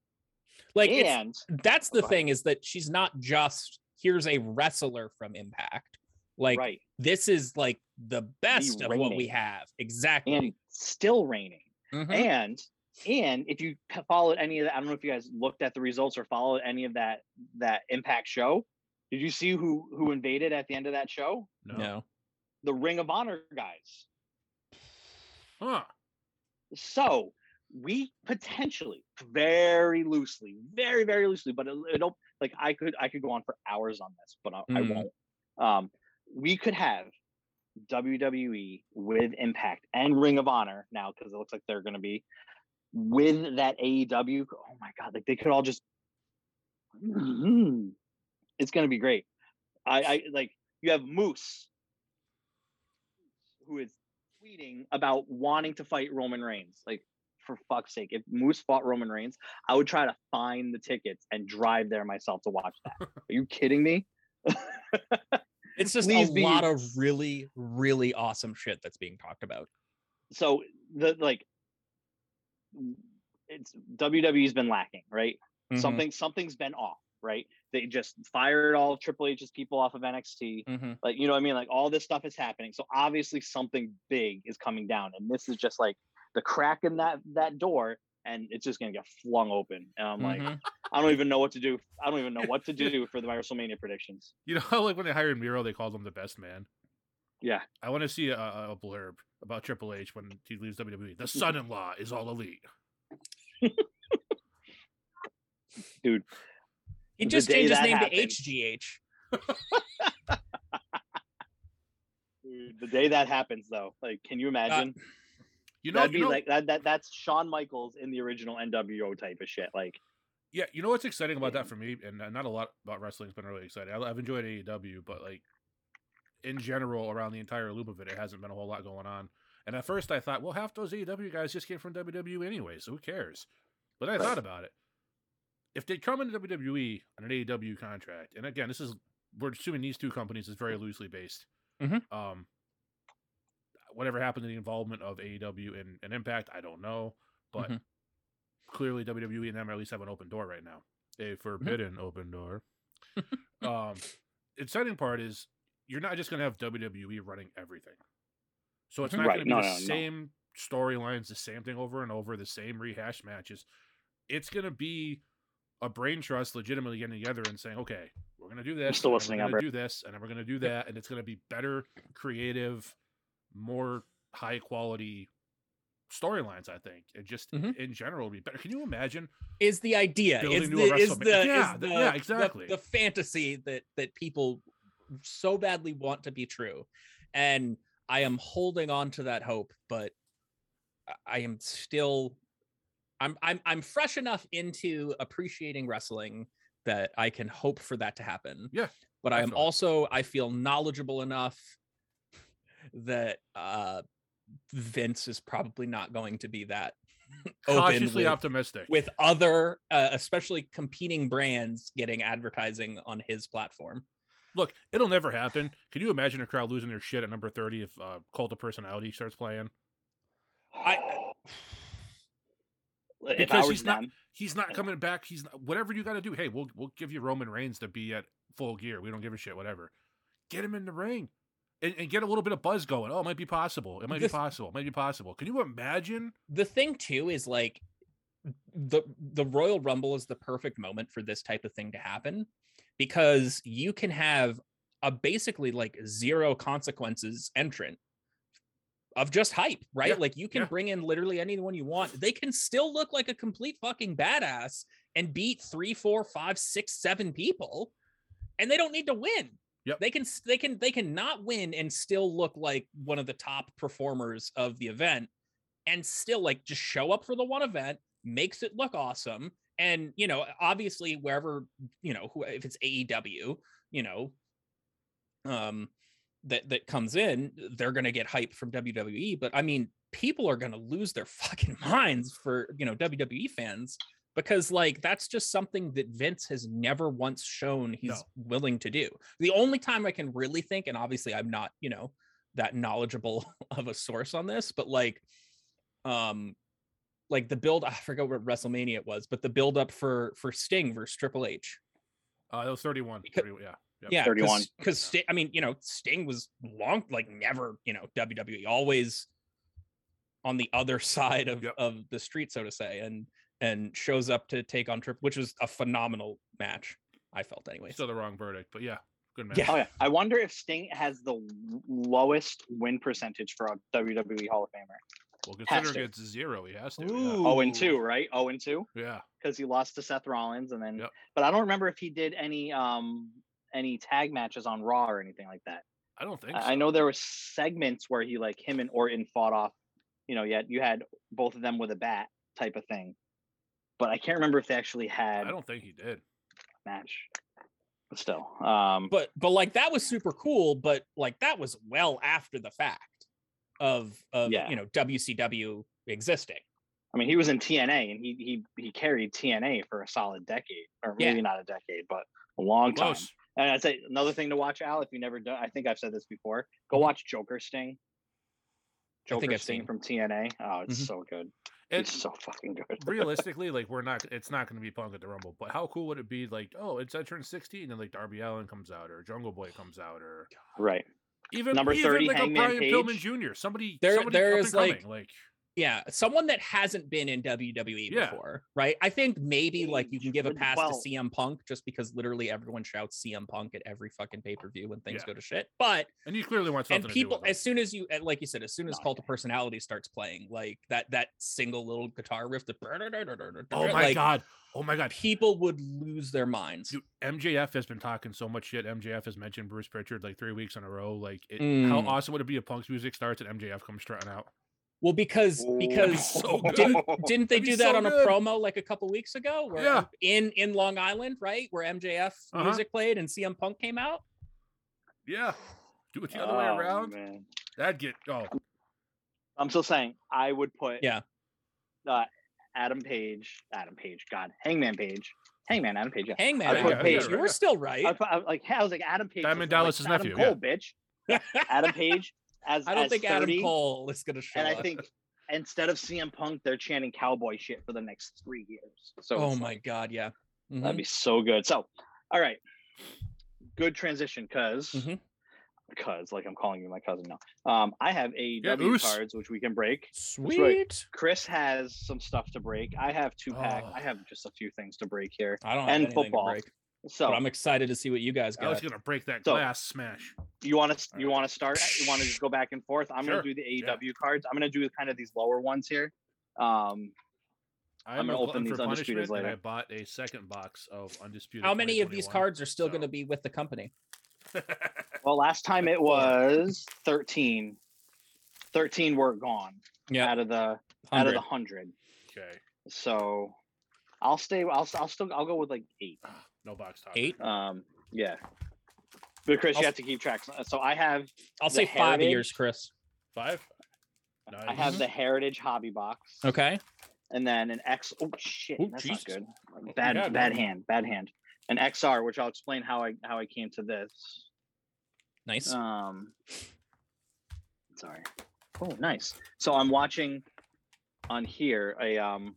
Speaker 2: Like it's-
Speaker 3: And
Speaker 2: that's the
Speaker 3: Fine.
Speaker 2: thing is that she's not just here's a wrestler from Impact. Like
Speaker 3: right,
Speaker 2: this is like the best of what we
Speaker 3: reigning.
Speaker 2: have. Exactly.
Speaker 3: and still reigning.
Speaker 2: Mhm.
Speaker 3: And and if you c- followed any of that, I don't know if you guys looked at the results or followed any of that that Impact show. Did you see who who invaded at the end of that show?
Speaker 1: No.
Speaker 2: no.
Speaker 3: The Ring of Honor guys.
Speaker 1: Huh.
Speaker 3: So we potentially, very loosely, very very loosely, but it, it'll like I could I could go on for hours on this, but I, I
Speaker 2: Mm.
Speaker 3: won't. Um, we could have WWE with Impact and Ring of Honor now because it looks like they're going to be with that AEW. Oh my god, like they could all just. Mhm. It's going to be great. I, I like you have Moose, who is tweeting about wanting to fight Roman Reigns. Like, for fuck's sake, if Moose fought Roman Reigns, I would try to find the tickets and drive there myself to watch that. Are you kidding me?
Speaker 2: It's just a
Speaker 3: Please be-
Speaker 2: lot of really, really awesome shit that's being talked about.
Speaker 3: so the like it's WWE's been lacking, right?
Speaker 2: Mhm.
Speaker 3: Something something's been off, right? They just fired all Triple H's people off of NXT.
Speaker 2: Mhm.
Speaker 3: Like, you know what I mean? Like all this stuff is happening. So obviously something big is coming down. And this is just like the crack in that that door and it's just gonna get flung open. And I'm like,
Speaker 2: Mhm.
Speaker 3: I don't even know what to do. I don't even know what to do for the WrestleMania predictions.
Speaker 1: You know, like when they hired Miro, they called him the best man.
Speaker 3: Yeah.
Speaker 1: I want to see a, a a blurb about Triple H when he leaves WWE. The son-in-law is all elite.
Speaker 2: he
Speaker 3: the
Speaker 2: just
Speaker 3: day
Speaker 2: changed his
Speaker 3: that
Speaker 2: name
Speaker 3: happened-
Speaker 2: to HGH.
Speaker 3: Dude, the day that happens though, like can you imagine?
Speaker 1: Uh, You know,
Speaker 3: That'd
Speaker 1: you
Speaker 3: be
Speaker 1: know-
Speaker 3: like that, that that's Shawn Michaels in the original NWO type of shit. Like
Speaker 1: yeah. You know what's exciting about that for me, and uh, not a lot about wrestling's been really exciting. I, I've enjoyed E AEW, but like in general, around the entire loop of it, it hasn't been a whole lot going on. And at first I thought, well, half those AEW guys just came from WWE anyway, so who cares? But I thought about it. If they come into WWE on an AEW contract, and again, this is we're assuming these two companies is very loosely based.
Speaker 2: Mhm.
Speaker 1: Um, whatever happened to the involvement of E AEW and, and Impact, I don't know, but
Speaker 3: Mm-hmm.
Speaker 2: Mhm.
Speaker 1: clearly WWE and them at least have an open door right now,
Speaker 3: Mm-hmm.
Speaker 1: a forbidden open door. um, the exciting part is you're not just going to have WWE running everything, so it's
Speaker 2: Mhm.
Speaker 1: not
Speaker 3: Right,
Speaker 1: going to be
Speaker 3: no,
Speaker 1: the
Speaker 3: no, no.
Speaker 1: same storylines, the same thing over and over, the same rehashed matches. It's going to be a brain trust legitimately getting together and saying, okay, we're gonna do this.
Speaker 3: still
Speaker 1: and then
Speaker 3: listening,
Speaker 1: We're gonna
Speaker 3: Albert.
Speaker 1: do this, and then we're gonna do that, and it's gonna be better, creative, more high quality storylines. I think, and just
Speaker 2: Mhm.
Speaker 1: in general, be better. Can you imagine?
Speaker 2: is the idea
Speaker 1: Building
Speaker 2: is
Speaker 1: to
Speaker 2: the,
Speaker 1: a
Speaker 2: is
Speaker 1: WrestleMania.
Speaker 2: the,
Speaker 1: Yeah,
Speaker 2: is
Speaker 1: the-
Speaker 2: the,
Speaker 1: yeah,
Speaker 2: the-
Speaker 1: exactly.
Speaker 2: the, fantasy that that people so badly want to be true and i am holding on to that hope but I- i am still i'm i'm, I'm fresh enough into appreciating wrestling that i can hope for that to happen
Speaker 1: Yeah,
Speaker 2: but i am
Speaker 1: definitely.
Speaker 2: also i feel knowledgeable enough that uh vince is probably not going to be that open
Speaker 1: Cautiously
Speaker 2: with-
Speaker 1: optimistic.
Speaker 2: with other uh, especially competing brands getting advertising on his platform
Speaker 1: Look, it'll never happen. Can you imagine a crowd losing their shit at number thirty if uh, Cult of Personality starts playing?
Speaker 2: I-
Speaker 3: if I
Speaker 1: Because
Speaker 3: was
Speaker 1: he's not-
Speaker 3: them,
Speaker 1: He's not coming back. He's not, whatever you got to do. Hey, we'll we'll give you Roman Reigns to be at full gear. We don't give a shit. Whatever. Get him in the ring, and, and get a little bit of buzz going. Oh, it might be possible. It might
Speaker 2: This-
Speaker 1: be possible. It might be possible. Can you imagine?
Speaker 2: the thing too is like the the royal rumble is the perfect moment for this type of thing to happen because you can have a basically like zero consequences entrant of just hype right
Speaker 1: Yeah,
Speaker 2: like you can
Speaker 1: yeah.
Speaker 2: bring in literally anyone you want they can still look like a complete fucking badass and beat three four five six seven people and they don't need to win
Speaker 1: Yep.
Speaker 2: they can s- they can they can not win and still look like one of the top performers of the event and still like just show up for the one event makes it look awesome and you know obviously wherever you know who if it's AEW you know um that that comes in they're going to get hype from WWE but I mean people are going to lose their fucking minds for you know WWE fans because like that's just something that Vince has never once shown he's
Speaker 1: No.
Speaker 2: willing to do the only time I can really think and obviously I'm not you know that knowledgeable of a source on this but like um like the build i forget what wrestlemania it was but the build up for for sting versus triple h
Speaker 1: Uh, that was 31.
Speaker 2: Because-
Speaker 1: 31, yeah. Yep.
Speaker 2: yeah
Speaker 3: 31.
Speaker 2: because sting i mean you know sting was long like never you know wwe always on the other side of
Speaker 1: Yep.
Speaker 2: of the street so to say and and shows up to take on trip which was a phenomenal match i felt anyway
Speaker 1: Still the wrong verdict, but yeah, good man.
Speaker 2: Yeah.
Speaker 3: oh yeah, I wonder if Sting has the w- lowest win percentage for a WWE Hall of Famer.
Speaker 1: Well, consider
Speaker 3: to.
Speaker 1: gets zero. He has to.
Speaker 2: Ooh.
Speaker 3: Oh and two, right? Oh and two,
Speaker 1: Yeah. yeah.
Speaker 3: because he lost to Seth Rollins, and then.
Speaker 1: Yep.
Speaker 3: But I don't remember if he did any um any tag matches on Raw or anything like that.
Speaker 1: I don't think.
Speaker 3: I, I
Speaker 1: so.
Speaker 3: know there were segments where he like him and Orton fought off. You know, yet you had both of them with a bat type of thing. But I can't remember if they actually
Speaker 1: I
Speaker 3: had a
Speaker 1: don't think he did.
Speaker 3: match. But still, um,
Speaker 2: but but like that was super cool but like that was well after the fact of of
Speaker 3: Yeah.
Speaker 2: you know wcw existing
Speaker 3: I mean, he was in TNA and he he he carried TNA for a solid decade, or
Speaker 2: Yeah.
Speaker 3: maybe not a decade, but a long time.
Speaker 1: Close.
Speaker 3: And I'd say another thing to watch out if you never done. I think I've said this before.
Speaker 1: Mm-hmm.
Speaker 3: Go watch Joker Sting.
Speaker 2: I think
Speaker 3: Joker
Speaker 2: I've
Speaker 3: Sting
Speaker 2: seen.
Speaker 3: from TNA. Oh, it's
Speaker 2: Mhm.
Speaker 3: so good.
Speaker 1: Mm-hmm. And
Speaker 3: it's so fucking good.
Speaker 1: realistically, like we're not. It's not going to be Punk at the Rumble. But how cool would it be? Like, oh, it's at turn 16, and like Darby Allen comes out, or Jungle Boy comes out, or
Speaker 3: right.
Speaker 1: even
Speaker 3: Number
Speaker 1: even,
Speaker 3: 30,
Speaker 1: like
Speaker 3: Hangman
Speaker 1: a Brian Pillman
Speaker 3: Page.
Speaker 1: Jr. Somebody.
Speaker 2: There-
Speaker 1: somebody
Speaker 2: there
Speaker 1: up
Speaker 2: is,
Speaker 1: and
Speaker 2: like-
Speaker 1: coming, like
Speaker 2: yeah someone that hasn't been in wwe
Speaker 1: Yeah.
Speaker 2: before right i think maybe like you
Speaker 3: Age
Speaker 2: can give a
Speaker 3: would-
Speaker 2: pass
Speaker 3: well-
Speaker 2: to cm punk just because literally everyone shouts cm punk at every fucking pay-per-view when things
Speaker 1: Yeah.
Speaker 2: go to shit but
Speaker 1: and you clearly want something
Speaker 2: and people
Speaker 1: to do with
Speaker 2: as soon as you and like you said as soon as
Speaker 3: Not
Speaker 2: cult of personality starts playing like that that single little guitar riff that
Speaker 1: it. Oh my
Speaker 2: like,
Speaker 1: god! Oh my god!
Speaker 2: people would lose their minds
Speaker 1: Dude, MJF has been talking so much shit. MJF has mentioned Bruce Pritchard like three weeks in a row. Like, it, how
Speaker 2: Mm.
Speaker 1: awesome would it be if Punk's music starts and MJF comes strutting out?
Speaker 2: well because because
Speaker 1: so good.
Speaker 2: didn't didn't they
Speaker 1: That'd be
Speaker 2: do that
Speaker 1: so
Speaker 2: on a
Speaker 1: good.
Speaker 2: promo like a couple weeks ago where
Speaker 1: Yeah.
Speaker 2: in in long island right where mjf
Speaker 1: Uh-huh.
Speaker 2: music played and cm punk came out
Speaker 1: Yeah, do it the other way
Speaker 3: Oh,
Speaker 1: around.
Speaker 3: man.
Speaker 1: That'd get oh,
Speaker 3: I'm still saying I would put
Speaker 2: Yeah.
Speaker 3: uh, Adam Page, Adam Page, God, Hangman Page, Hangman, Adam Page. Yeah.
Speaker 2: Hangman,
Speaker 3: I
Speaker 2: Adam
Speaker 3: put
Speaker 2: Page,
Speaker 1: Page-
Speaker 2: you were still right.
Speaker 3: I, was, I was like, I was like Adam Page.
Speaker 1: Diamond
Speaker 3: is not
Speaker 1: Dallas's
Speaker 3: Adam
Speaker 1: nephew, yeah.
Speaker 3: Cole, bitch. Adam Page as
Speaker 2: I don't
Speaker 3: as
Speaker 2: think
Speaker 3: 30,
Speaker 2: Adam Cole is going to show
Speaker 3: and
Speaker 2: up.
Speaker 3: I think instead of CM Punk, they're chanting cowboy shit for the next three years. So
Speaker 2: oh
Speaker 3: it's
Speaker 2: my
Speaker 3: like,
Speaker 2: god, yeah. Mhm.
Speaker 3: that'd be so good. So, all right, good transition, because
Speaker 2: Mhm.
Speaker 3: because like I'm calling you my cousin now. Um, I have AEW
Speaker 1: Oos.
Speaker 3: cards which we can break.
Speaker 2: Sweet.
Speaker 3: Chris has some stuff to break. I have two pack.
Speaker 1: Oh.
Speaker 3: I have just a few things to break here.
Speaker 2: I don't
Speaker 3: And
Speaker 2: have anything
Speaker 3: football.
Speaker 2: To break,
Speaker 3: So
Speaker 2: but I'm excited to see what you guys
Speaker 1: I was
Speaker 2: got.
Speaker 1: gonna break that
Speaker 3: So-
Speaker 1: glass smash.
Speaker 3: you want to you
Speaker 1: Alright.
Speaker 3: want to start? You want to just go back and forth? I'm
Speaker 1: Sure,
Speaker 3: gonna do the
Speaker 1: yeah.
Speaker 3: AEW cards. I'm gonna do kind of these lower ones here. Um,
Speaker 1: I
Speaker 3: I'm
Speaker 1: am
Speaker 3: gonna
Speaker 1: a
Speaker 3: open
Speaker 1: glutton
Speaker 3: these
Speaker 1: for
Speaker 3: Undisputed
Speaker 1: punishment, and I
Speaker 3: later.
Speaker 1: bought a second box of undisputed.
Speaker 2: How many of these
Speaker 1: 2021,
Speaker 2: cards are still
Speaker 1: so-
Speaker 2: going to be with the company?
Speaker 3: well, last time it was 13. 13 were gone
Speaker 2: Yeah,
Speaker 3: out of the out
Speaker 2: 100.
Speaker 3: of the hundred.
Speaker 1: okay,
Speaker 3: So I'll stay. I'll I'll still I'll go with like eight.
Speaker 1: Ah, no box top.
Speaker 2: Eight.
Speaker 3: Um, yeah. But Chris,
Speaker 2: I'll-
Speaker 3: you have to keep track. So- So I have
Speaker 2: I'll
Speaker 3: the
Speaker 2: say five of
Speaker 3: Heritage-
Speaker 2: yours, Chris.
Speaker 1: five. Nice.
Speaker 3: I
Speaker 2: Mm-hmm.
Speaker 3: have the Heritage Hobby Box.
Speaker 2: Okay.
Speaker 3: and then an X. Oh shit,
Speaker 2: Oh,
Speaker 3: that's
Speaker 2: Jesus.
Speaker 3: not good. Bad,
Speaker 1: yeah,
Speaker 3: bad
Speaker 1: no.
Speaker 3: hand, bad hand. An XR, which I'll explain how I how I came to this.
Speaker 2: Nice.
Speaker 3: Um, sorry. Oh, nice. So I'm watching on here a um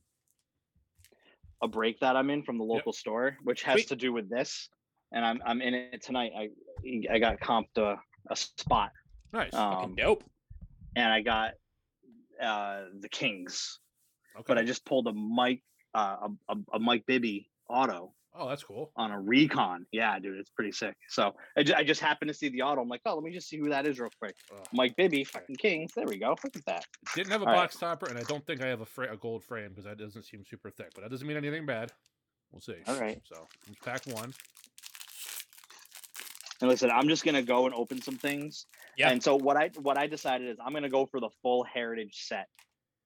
Speaker 3: a break that I'm in from the local store, which has
Speaker 2: Sweet.
Speaker 3: to do with this, and I'm I'm in it tonight. I I got comped a, a spot,
Speaker 1: nice.
Speaker 2: Fucking
Speaker 3: um,
Speaker 2: dope.
Speaker 3: and I got uh the Kings.
Speaker 1: okay.
Speaker 3: but I just pulled a Mike uh, a, a, a Mike Bibby auto
Speaker 1: oh, that's cool.
Speaker 3: on a recon. Yeah, dude, it's pretty sick. So I, ju- I just happened to see the auto. I'm like, oh, let me just see who that is real quick.
Speaker 1: Ugh.
Speaker 3: Mike Bibby, fucking Kings. There we go. Look at that.
Speaker 1: Uh, Didn't have a
Speaker 3: All right.
Speaker 1: box topper, and I don't think I have a, fra- a gold frame because that doesn't seem super thick. But that doesn't mean anything bad. We'll see.
Speaker 3: All right.
Speaker 1: So pack one.
Speaker 3: And listen, I'm just gonna go and open some things.
Speaker 2: Yeah.
Speaker 3: And so what I what I decided is I'm gonna go for the full heritage set.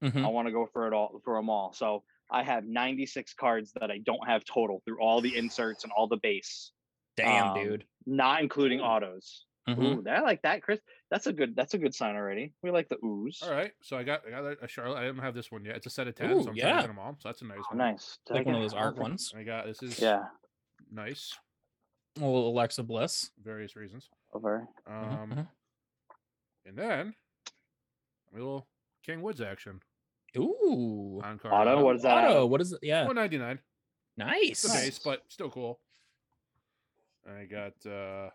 Speaker 2: Mhm.
Speaker 3: I want to go for it all for them all. So I have 96 cards that I don't have total through all the inserts and all the base,
Speaker 2: Damn,
Speaker 3: um,
Speaker 2: dude.
Speaker 3: not including
Speaker 2: Ooh.
Speaker 3: autos.
Speaker 2: Mhm.
Speaker 3: Ooh, that I like that, Chris. That's a good. That's a good sign already. We like the ooze.
Speaker 1: All right. So I got I got a Charlotte. I didn't have this one yet. It's a set of ten.
Speaker 2: Ooh,
Speaker 1: so I'm
Speaker 2: yeah.
Speaker 1: yeah. them all. So that's a nice
Speaker 3: Oh,
Speaker 1: one.
Speaker 3: nice. Did I
Speaker 2: Like one
Speaker 3: get
Speaker 2: of
Speaker 3: it?
Speaker 2: those
Speaker 3: I don't
Speaker 2: art
Speaker 3: think-
Speaker 2: ones.
Speaker 1: And I got this is
Speaker 3: Yeah.
Speaker 1: nice.
Speaker 2: Well, Alexa Bliss.
Speaker 1: for Various reasons.
Speaker 3: Over.
Speaker 1: Um,
Speaker 2: Mhm, mhm.
Speaker 1: and then a little King Woods action
Speaker 2: Ooh.
Speaker 1: on card.
Speaker 3: Auto. What is that?
Speaker 2: Auto. What is it? Yeah.
Speaker 1: One ninety nine. It's a
Speaker 2: Nice.
Speaker 1: base, but still cool. And I got uh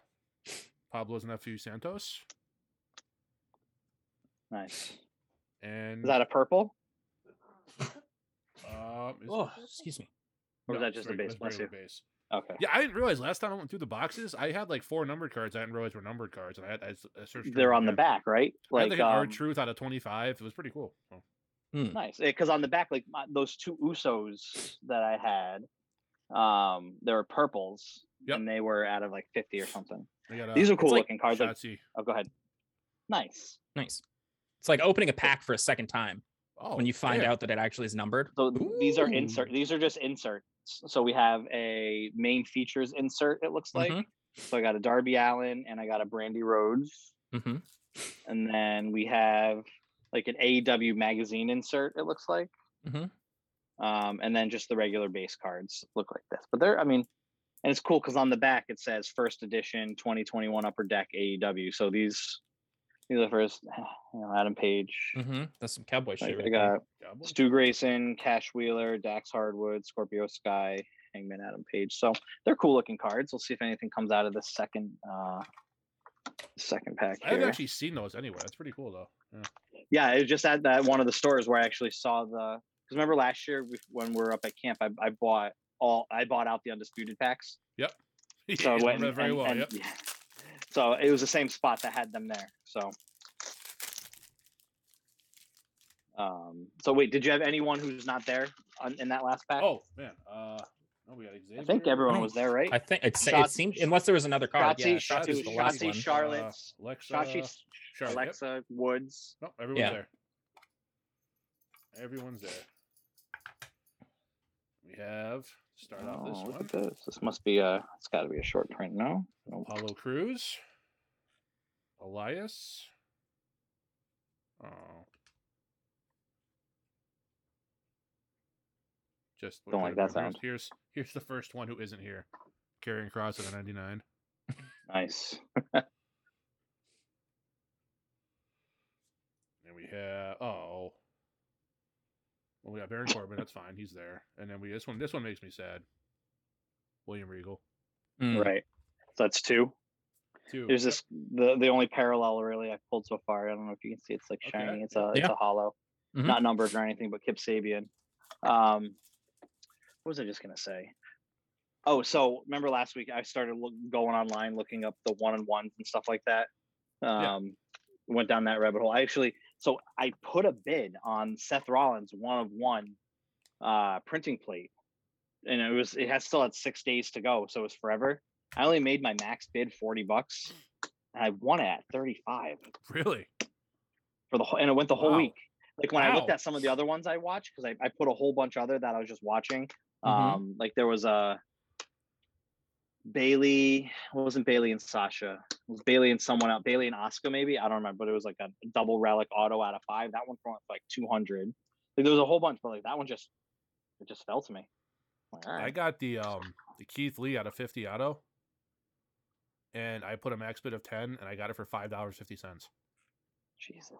Speaker 1: Pablo's nephew Santos
Speaker 3: Nice.
Speaker 1: and
Speaker 2: Mm-hmm.
Speaker 3: Is that a purple?
Speaker 1: um, is-
Speaker 2: Oh, excuse me.
Speaker 3: Or was
Speaker 1: no,
Speaker 3: that just a
Speaker 1: sorry,
Speaker 3: base?
Speaker 1: that's
Speaker 3: Bless
Speaker 1: regular base.
Speaker 3: Okay.
Speaker 1: Yeah, I didn't realize last time I went through the boxes, I had like four numbered cards. I didn't realize were numbered cards, and I had I, s- I searched.
Speaker 3: They're on the back, right?
Speaker 1: Like
Speaker 3: Like
Speaker 1: they our
Speaker 3: um,
Speaker 1: truth out of twenty five. It was pretty cool. So,
Speaker 3: nice. Because on the back, like my, those two Usos that I had, um, they were purples,
Speaker 1: Yep.
Speaker 3: and they were out of like fifty or something.
Speaker 1: I got, uh,
Speaker 3: These are cool
Speaker 2: like
Speaker 3: looking cards. Like,
Speaker 1: Shotzi.
Speaker 3: oh, go ahead. Nice.
Speaker 2: Nice. It's like opening a pack for a second time
Speaker 1: Oh,
Speaker 2: when you find
Speaker 1: damn.
Speaker 2: out that it actually is numbered.
Speaker 3: So th- these are
Speaker 2: Ooh.
Speaker 3: insert. These are just inserts. So we have a main features insert. It looks like.
Speaker 2: Mhm,
Speaker 3: So I got a Darby Allen and I got a Brandy Rhodes.
Speaker 2: mhm.
Speaker 3: and then we have like an AEW magazine insert. It looks like,
Speaker 2: Mhm.
Speaker 3: um, and then just the regular base cards look like this. But they're, I mean, and it's cool because on the back it says first edition 2021 Upper Deck AEW. So these these are the first you know, Adam Page.
Speaker 2: Mhm. That's some cowboy shit.
Speaker 3: Like,
Speaker 2: right
Speaker 3: I
Speaker 2: there.
Speaker 3: got
Speaker 1: Cowboy?
Speaker 3: Stu Grayson, Cash Wheeler, Dax Hardwood, Scorpio Sky, Hangman Adam Page. So they're cool looking cards. We'll see if anything comes out of the second uh second pack.
Speaker 1: I haven't
Speaker 3: here.
Speaker 1: actually seen those anyway. That's pretty cool though. Yeah.
Speaker 3: Yeah, it was just at that one of the stores where I actually saw the. Because remember last year we, when we were up at camp, I, I bought all I bought out the undisputed packs. So
Speaker 1: You
Speaker 3: I
Speaker 1: remember
Speaker 3: went
Speaker 1: that
Speaker 3: and-
Speaker 1: very
Speaker 3: and-
Speaker 1: well.
Speaker 3: and-
Speaker 1: yep.
Speaker 3: yeah. So it was the same spot that had them there. So. Um. So wait, did you have anyone who's not there on, in that last pack?
Speaker 1: Oh man. Uh, no, we got Xavier.
Speaker 3: I think everyone
Speaker 2: no.
Speaker 3: was there, right?
Speaker 2: I think it's, it
Speaker 3: Shot-
Speaker 2: seemed unless there was another card. yeah,
Speaker 3: Shotzi,
Speaker 2: Shotzi's
Speaker 3: Shotzi,
Speaker 2: the last
Speaker 3: Shotzi,
Speaker 2: one.
Speaker 3: Shot- Charlotte's-
Speaker 1: uh, Alexa,
Speaker 3: Shashi,
Speaker 1: Charlotte, yep.
Speaker 3: Alexa, Woods.
Speaker 1: No, everyone's
Speaker 2: Yeah.
Speaker 1: there. Everyone's there. We have start off
Speaker 3: Oh,
Speaker 1: this
Speaker 3: look
Speaker 1: one.
Speaker 3: at this. This must be a. It's got to be a short print, no? Nope.
Speaker 1: Apollo Cruz, Elias. Oh, Just
Speaker 3: Don't like that sound.
Speaker 1: Here's here's the first one who isn't here. Carrying Cross at a 99.
Speaker 3: Nice.
Speaker 1: And we have oh. Well, we got Baron Corbin. That's fine. He's there. And then we this one this one makes me sad. William Regal. Hmm.
Speaker 2: Mm.
Speaker 3: Right. So that's two.
Speaker 1: Two.
Speaker 3: There's this the the only parallel really I've pulled so far. I don't know if you can see it's like
Speaker 1: Okay. Mm-hmm.
Speaker 3: shiny. It's a it's
Speaker 2: Yeah.
Speaker 3: a hollow.
Speaker 2: Mhm.
Speaker 3: Not numbered or anything, but Kip Sabian. Um what was I just gonna say? Oh, so remember last week I started look, going online looking up the one on ones and stuff like that.
Speaker 1: Yeah.
Speaker 3: Um went down that rabbit hole. I actually so I put a bid on Seth Rollins one of one uh printing plate. And it was it has still had six days to go, so it was forever. I only made my max bid forty bucks, and I won it at thirty five
Speaker 1: really?
Speaker 3: for the whole, and it went the whole
Speaker 1: Wow.
Speaker 3: week. Like when I looked
Speaker 1: Wow.
Speaker 3: at some of the other ones I watched, because I, I put a whole bunch other that I was just watching.
Speaker 2: Mhm.
Speaker 1: Mm-hmm.
Speaker 3: Um, like there was a Bailey, well, it wasn't Bailey and Sasha. It was Bailey and someone out, Bailey and Oscar maybe. I don't remember, but it was like a double relic auto out of five. That one for like two hundred. Like there was a whole bunch, but like that one just it just fell to me. Like, ah, all
Speaker 1: I
Speaker 3: right.
Speaker 1: got the um the Keith Lee out of 50 auto. And I put a max bid of 10 and I got it for $5.50.
Speaker 3: Jesus.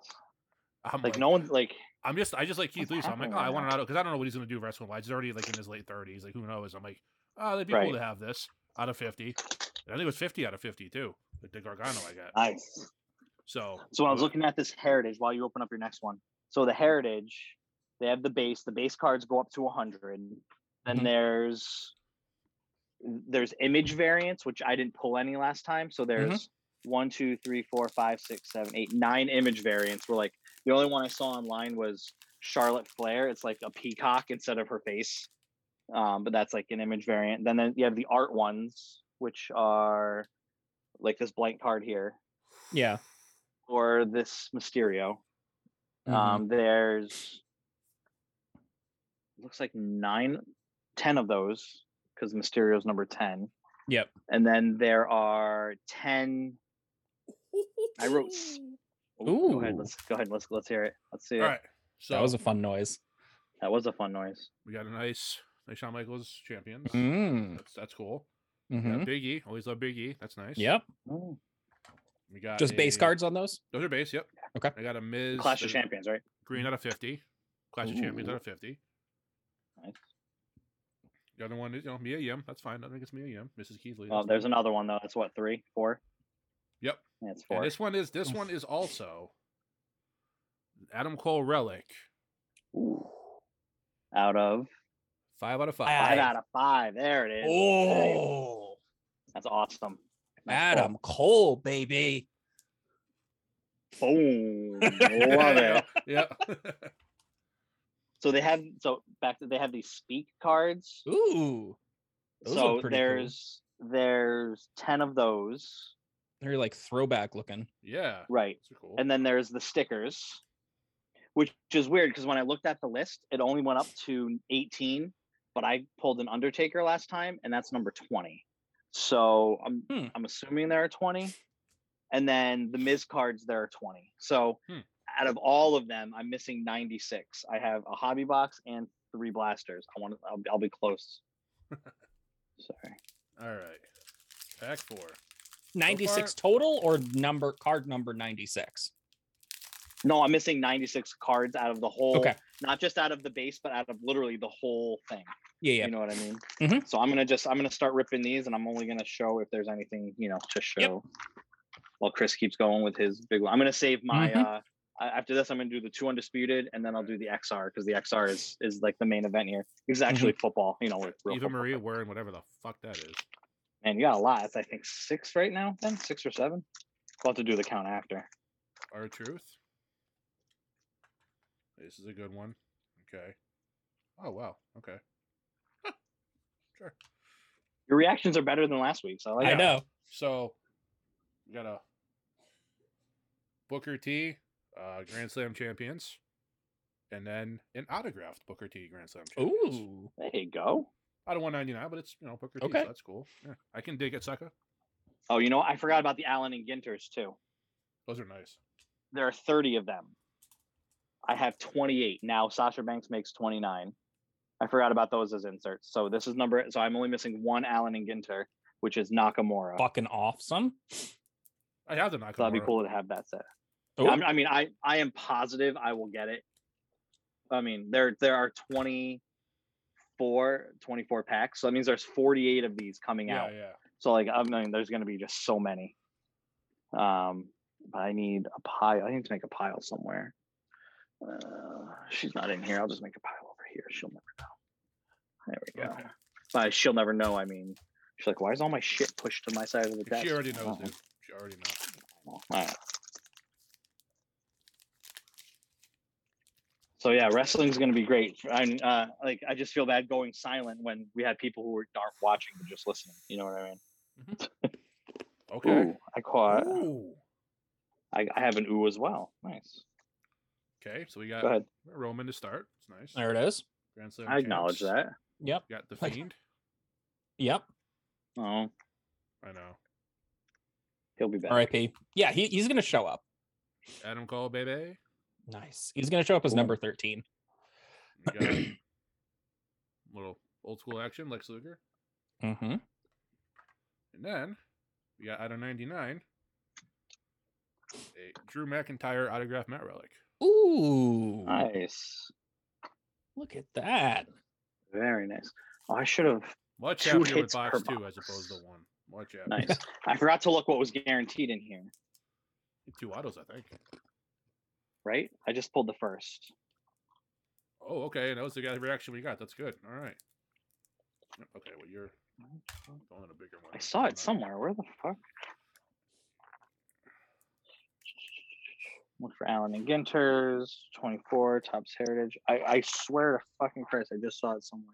Speaker 1: I'm
Speaker 3: Like no one like
Speaker 1: I'm just I just like Keith
Speaker 3: What's
Speaker 1: Lee, so I'm like,
Speaker 3: happening
Speaker 1: oh, I
Speaker 3: right
Speaker 1: want
Speaker 3: now?
Speaker 1: an auto because I don't know what he's gonna do wrestling wise. He's already like in his late thirties, like who knows? I'm like, oh, that'd be
Speaker 3: Right.
Speaker 1: cool to have this out of fifty. And I think it was fifty out of fifty too, like the Gargano I got.
Speaker 3: nice.
Speaker 1: So uh,
Speaker 3: So I
Speaker 1: it
Speaker 3: was
Speaker 1: wa-
Speaker 3: looking at this heritage while you open up your next one. So the heritage, they have the base. The base cards go up to 100. Then
Speaker 2: Mhm.
Speaker 3: there's there's image variants, which I didn't pull any last time. So there's one, two, three, four, five, six, seven, eight, nine image variants. Were like the only one I saw online was Charlotte Flair. It's like a peacock instead of her face, um, but that's like an image variant. Then then you have the art ones, which are like this blank card here
Speaker 2: Yeah.
Speaker 3: or this Mysterio.
Speaker 2: Mhm.
Speaker 3: Um, there's looks like nine, ten of those because Mysterio's number ten,
Speaker 2: Yep.
Speaker 3: and then there are ten. I wrote. s- Ooh, Go ahead.
Speaker 2: Ooh.
Speaker 3: Let's go ahead. Let's let's hear it. Let's see.
Speaker 1: all
Speaker 3: it.
Speaker 1: right. So
Speaker 2: that was a fun noise.
Speaker 3: That was a fun noise.
Speaker 1: we got a nice nice Shawn Michaels champions.
Speaker 2: Mm.
Speaker 1: That's that's cool. We
Speaker 3: mm-hmm.
Speaker 2: hmm
Speaker 1: got Big E. Always love Big E. That's nice.
Speaker 2: Yep.
Speaker 3: Ooh,
Speaker 1: We got
Speaker 2: Just base
Speaker 1: a-
Speaker 2: cards on those.
Speaker 1: Those are base, yep.
Speaker 2: Okay.
Speaker 1: I got a Miz
Speaker 3: Clash
Speaker 1: uh,
Speaker 3: of Champions, right?
Speaker 1: Green out of fifty. Clash of Champions
Speaker 3: Ooh.
Speaker 1: out of fifty.
Speaker 3: Nice.
Speaker 1: The other one is, you know, Mia Yim. That's fine. I think it's Mia Yim. Mrs. Keith Lee.
Speaker 3: Oh,
Speaker 1: that's
Speaker 3: there's
Speaker 1: fine.
Speaker 3: another one though. That's what three, four.
Speaker 1: Yep.
Speaker 3: Yeah, it's
Speaker 1: And
Speaker 3: four.
Speaker 1: this one is this one is also Adam Cole relic.
Speaker 3: Ooh. Out of
Speaker 1: Five out of
Speaker 2: Five.
Speaker 3: five
Speaker 1: five.
Speaker 3: out of five. There it is.
Speaker 2: Oh,
Speaker 3: That's awesome. Nice pull.
Speaker 2: Adam Cole, baby.
Speaker 3: Boom. Love
Speaker 1: There
Speaker 3: it.
Speaker 1: you go. Yeah.
Speaker 3: So they have so back to they have these speak cards.
Speaker 2: Ooh. Those look pretty
Speaker 3: so
Speaker 2: cool.
Speaker 3: there's there's ten of those.
Speaker 2: They're like throwback looking.
Speaker 1: yeah.
Speaker 3: Right.
Speaker 1: Those are cool.
Speaker 3: And then there's the stickers, which is weird because when I looked at the list, it only went up to 18, but I pulled an Undertaker last time, and that's number 20. So I'm
Speaker 2: Hmm.
Speaker 3: I'm assuming there are 20. And then the Miz cards, there are 20. So
Speaker 1: Hmm.
Speaker 3: out of all of them, I'm missing 96. I have a hobby box and three blasters. I want to, I'll, I'll be close. Sorry.
Speaker 1: All right. Pack four.
Speaker 2: 96 total or number card number 96.
Speaker 3: No, I'm missing 96 cards out of the whole,
Speaker 2: Okay.
Speaker 3: not just out of the base, but out of literally the whole thing.
Speaker 2: Yeah, yeah.
Speaker 3: You know what I mean?
Speaker 2: Mhm.
Speaker 3: So I'm gonna just I'm gonna start ripping these, and I'm only gonna show if there's anything you know to
Speaker 2: Yep.
Speaker 3: show. While Chris keeps going with his big one, I'm gonna save my.
Speaker 2: Mhm.
Speaker 3: uh a- after this, I'm gonna do the two undisputed, and then I'll do the XR because the XR is is like the main event here. It's
Speaker 2: Mm-hmm.
Speaker 3: actually football, you know. Like real
Speaker 1: Eva
Speaker 3: football.
Speaker 1: Marie wearing whatever the fuck that is.
Speaker 3: And you got a lot. It's I think six right now, then six or seven. We'll have to do the count after.
Speaker 1: Our truth. This is a good one. Okay. Oh wow. Okay. Huh. Sure.
Speaker 3: Your reactions are better than last week's. I like.
Speaker 2: I
Speaker 3: it.
Speaker 2: know.
Speaker 1: So we got a Booker T uh, Grand Slam champions, and then an autographed Booker T Grand Slam champions.
Speaker 2: Ooh.
Speaker 3: There you go.
Speaker 1: Out of one ninety nine, but it's you know Booker T,
Speaker 2: Okay.
Speaker 1: so that's cool. Yeah. I can dig it, sucker.
Speaker 3: Oh, you know what? I forgot about the Allen and Ginters too.
Speaker 1: Those are nice.
Speaker 3: there are 30 of them. I have 28. Now Sasha Banks makes 29. I forgot about those as inserts. So this is number. So I'm only missing one Allen and Ginter, which is Nakamura.
Speaker 2: Fucking awesome.
Speaker 1: I have the
Speaker 3: So that'd be
Speaker 1: Nakamura.
Speaker 3: cool to have that set.
Speaker 2: Oh,
Speaker 3: I'm- I mean, I I am positive I will get it. I mean, there there are 24, 24 packs. So that means there's 48 of these coming
Speaker 1: Yeah,
Speaker 3: out.
Speaker 1: yeah.
Speaker 3: So like, I mean, there's going to be just so many. Um, but I need a pile. I need to make a pile somewhere. Uh, she's not in here. I'll just make a pile over here. She'll never know. There we go.
Speaker 1: Okay.
Speaker 3: Uh, she'll never know. I mean, she's like, why is all my shit pushed to my side of the desk?
Speaker 1: She already knows,
Speaker 3: Oh,
Speaker 1: dude. She already knows.
Speaker 3: well, all right. So yeah, wrestling's gonna be great. I'm uh, like, I just feel bad going silent when we had people who were- aren't watching but just listening. You know what I mean?
Speaker 1: Okay.
Speaker 3: Ooh, I caught.
Speaker 1: Ooh.
Speaker 3: I, I have an ooh as well. Nice.
Speaker 1: Okay, so we got
Speaker 3: Go ahead.
Speaker 1: Roman to start. It's nice.
Speaker 2: there it is.
Speaker 1: Grand Slam
Speaker 3: I acknowledge
Speaker 1: champs.
Speaker 3: that.
Speaker 2: Yep.
Speaker 1: Got the
Speaker 2: Like-
Speaker 1: Fiend.
Speaker 2: Yep.
Speaker 3: Oh,
Speaker 1: I know.
Speaker 3: he'll be back.
Speaker 2: R.I.P. Yeah, he, he's gonna show up.
Speaker 1: Adam Cole, baby.
Speaker 2: Nice. He's gonna show up as
Speaker 3: Cool.
Speaker 2: number thirteen.
Speaker 1: We got little old school action, Lex Luger.
Speaker 2: Mm-hmm.
Speaker 1: And then we got out of 99, a Drew McIntyre autograph Matt Relic.
Speaker 2: Ooh,
Speaker 3: Nice.
Speaker 2: look at that.
Speaker 3: Very nice. Oh, I should have.
Speaker 1: Much
Speaker 3: Two
Speaker 1: happier with
Speaker 3: hits
Speaker 1: box
Speaker 3: per
Speaker 1: two as
Speaker 3: box.
Speaker 1: opposed to one. Much happier.
Speaker 3: Nice. I forgot to look what was guaranteed in here.
Speaker 1: Two autos, I think.
Speaker 3: Right? I just pulled the first.
Speaker 1: Oh, okay. And that was the guy reaction we got. That's good. All right. Yep, Okay, well, you're going in a bigger one.
Speaker 3: I
Speaker 1: than
Speaker 3: saw
Speaker 1: mine.
Speaker 3: it somewhere. Where the fuck? Look for Allen and Ginter's 24 Tops Heritage. I, I swear to fucking Christ, I just saw it somewhere.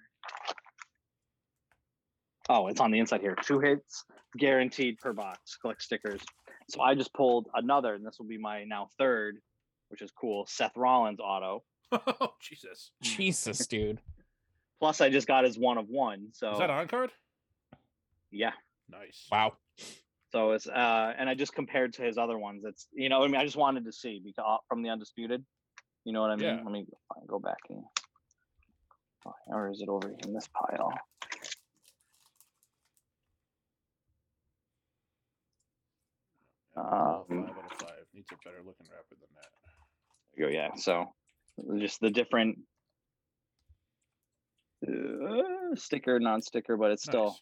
Speaker 3: Oh, it's on the inside here. Two hits guaranteed per box. Collect stickers. So I just pulled another, and this will be my now third, which is cool. Seth Rollins auto.
Speaker 1: oh, Jesus.
Speaker 2: Jesus, dude.
Speaker 3: Plus, I just got his one of one. So
Speaker 1: Is that on card?
Speaker 3: yeah,
Speaker 1: Nice.
Speaker 2: Wow.
Speaker 3: So it's uh, and I just compared to his other ones. It's you know, I mean, I just wanted to see because uh, from the undisputed, you know what I mean.
Speaker 1: Yeah.
Speaker 3: Let me go back and or is it over in this pile?
Speaker 1: Well,
Speaker 3: Um,
Speaker 1: five out of five. Needs a better looking rapper than that.
Speaker 3: There you go. Yeah. So just the different uh, sticker, non-sticker, but it's still.
Speaker 1: Nice.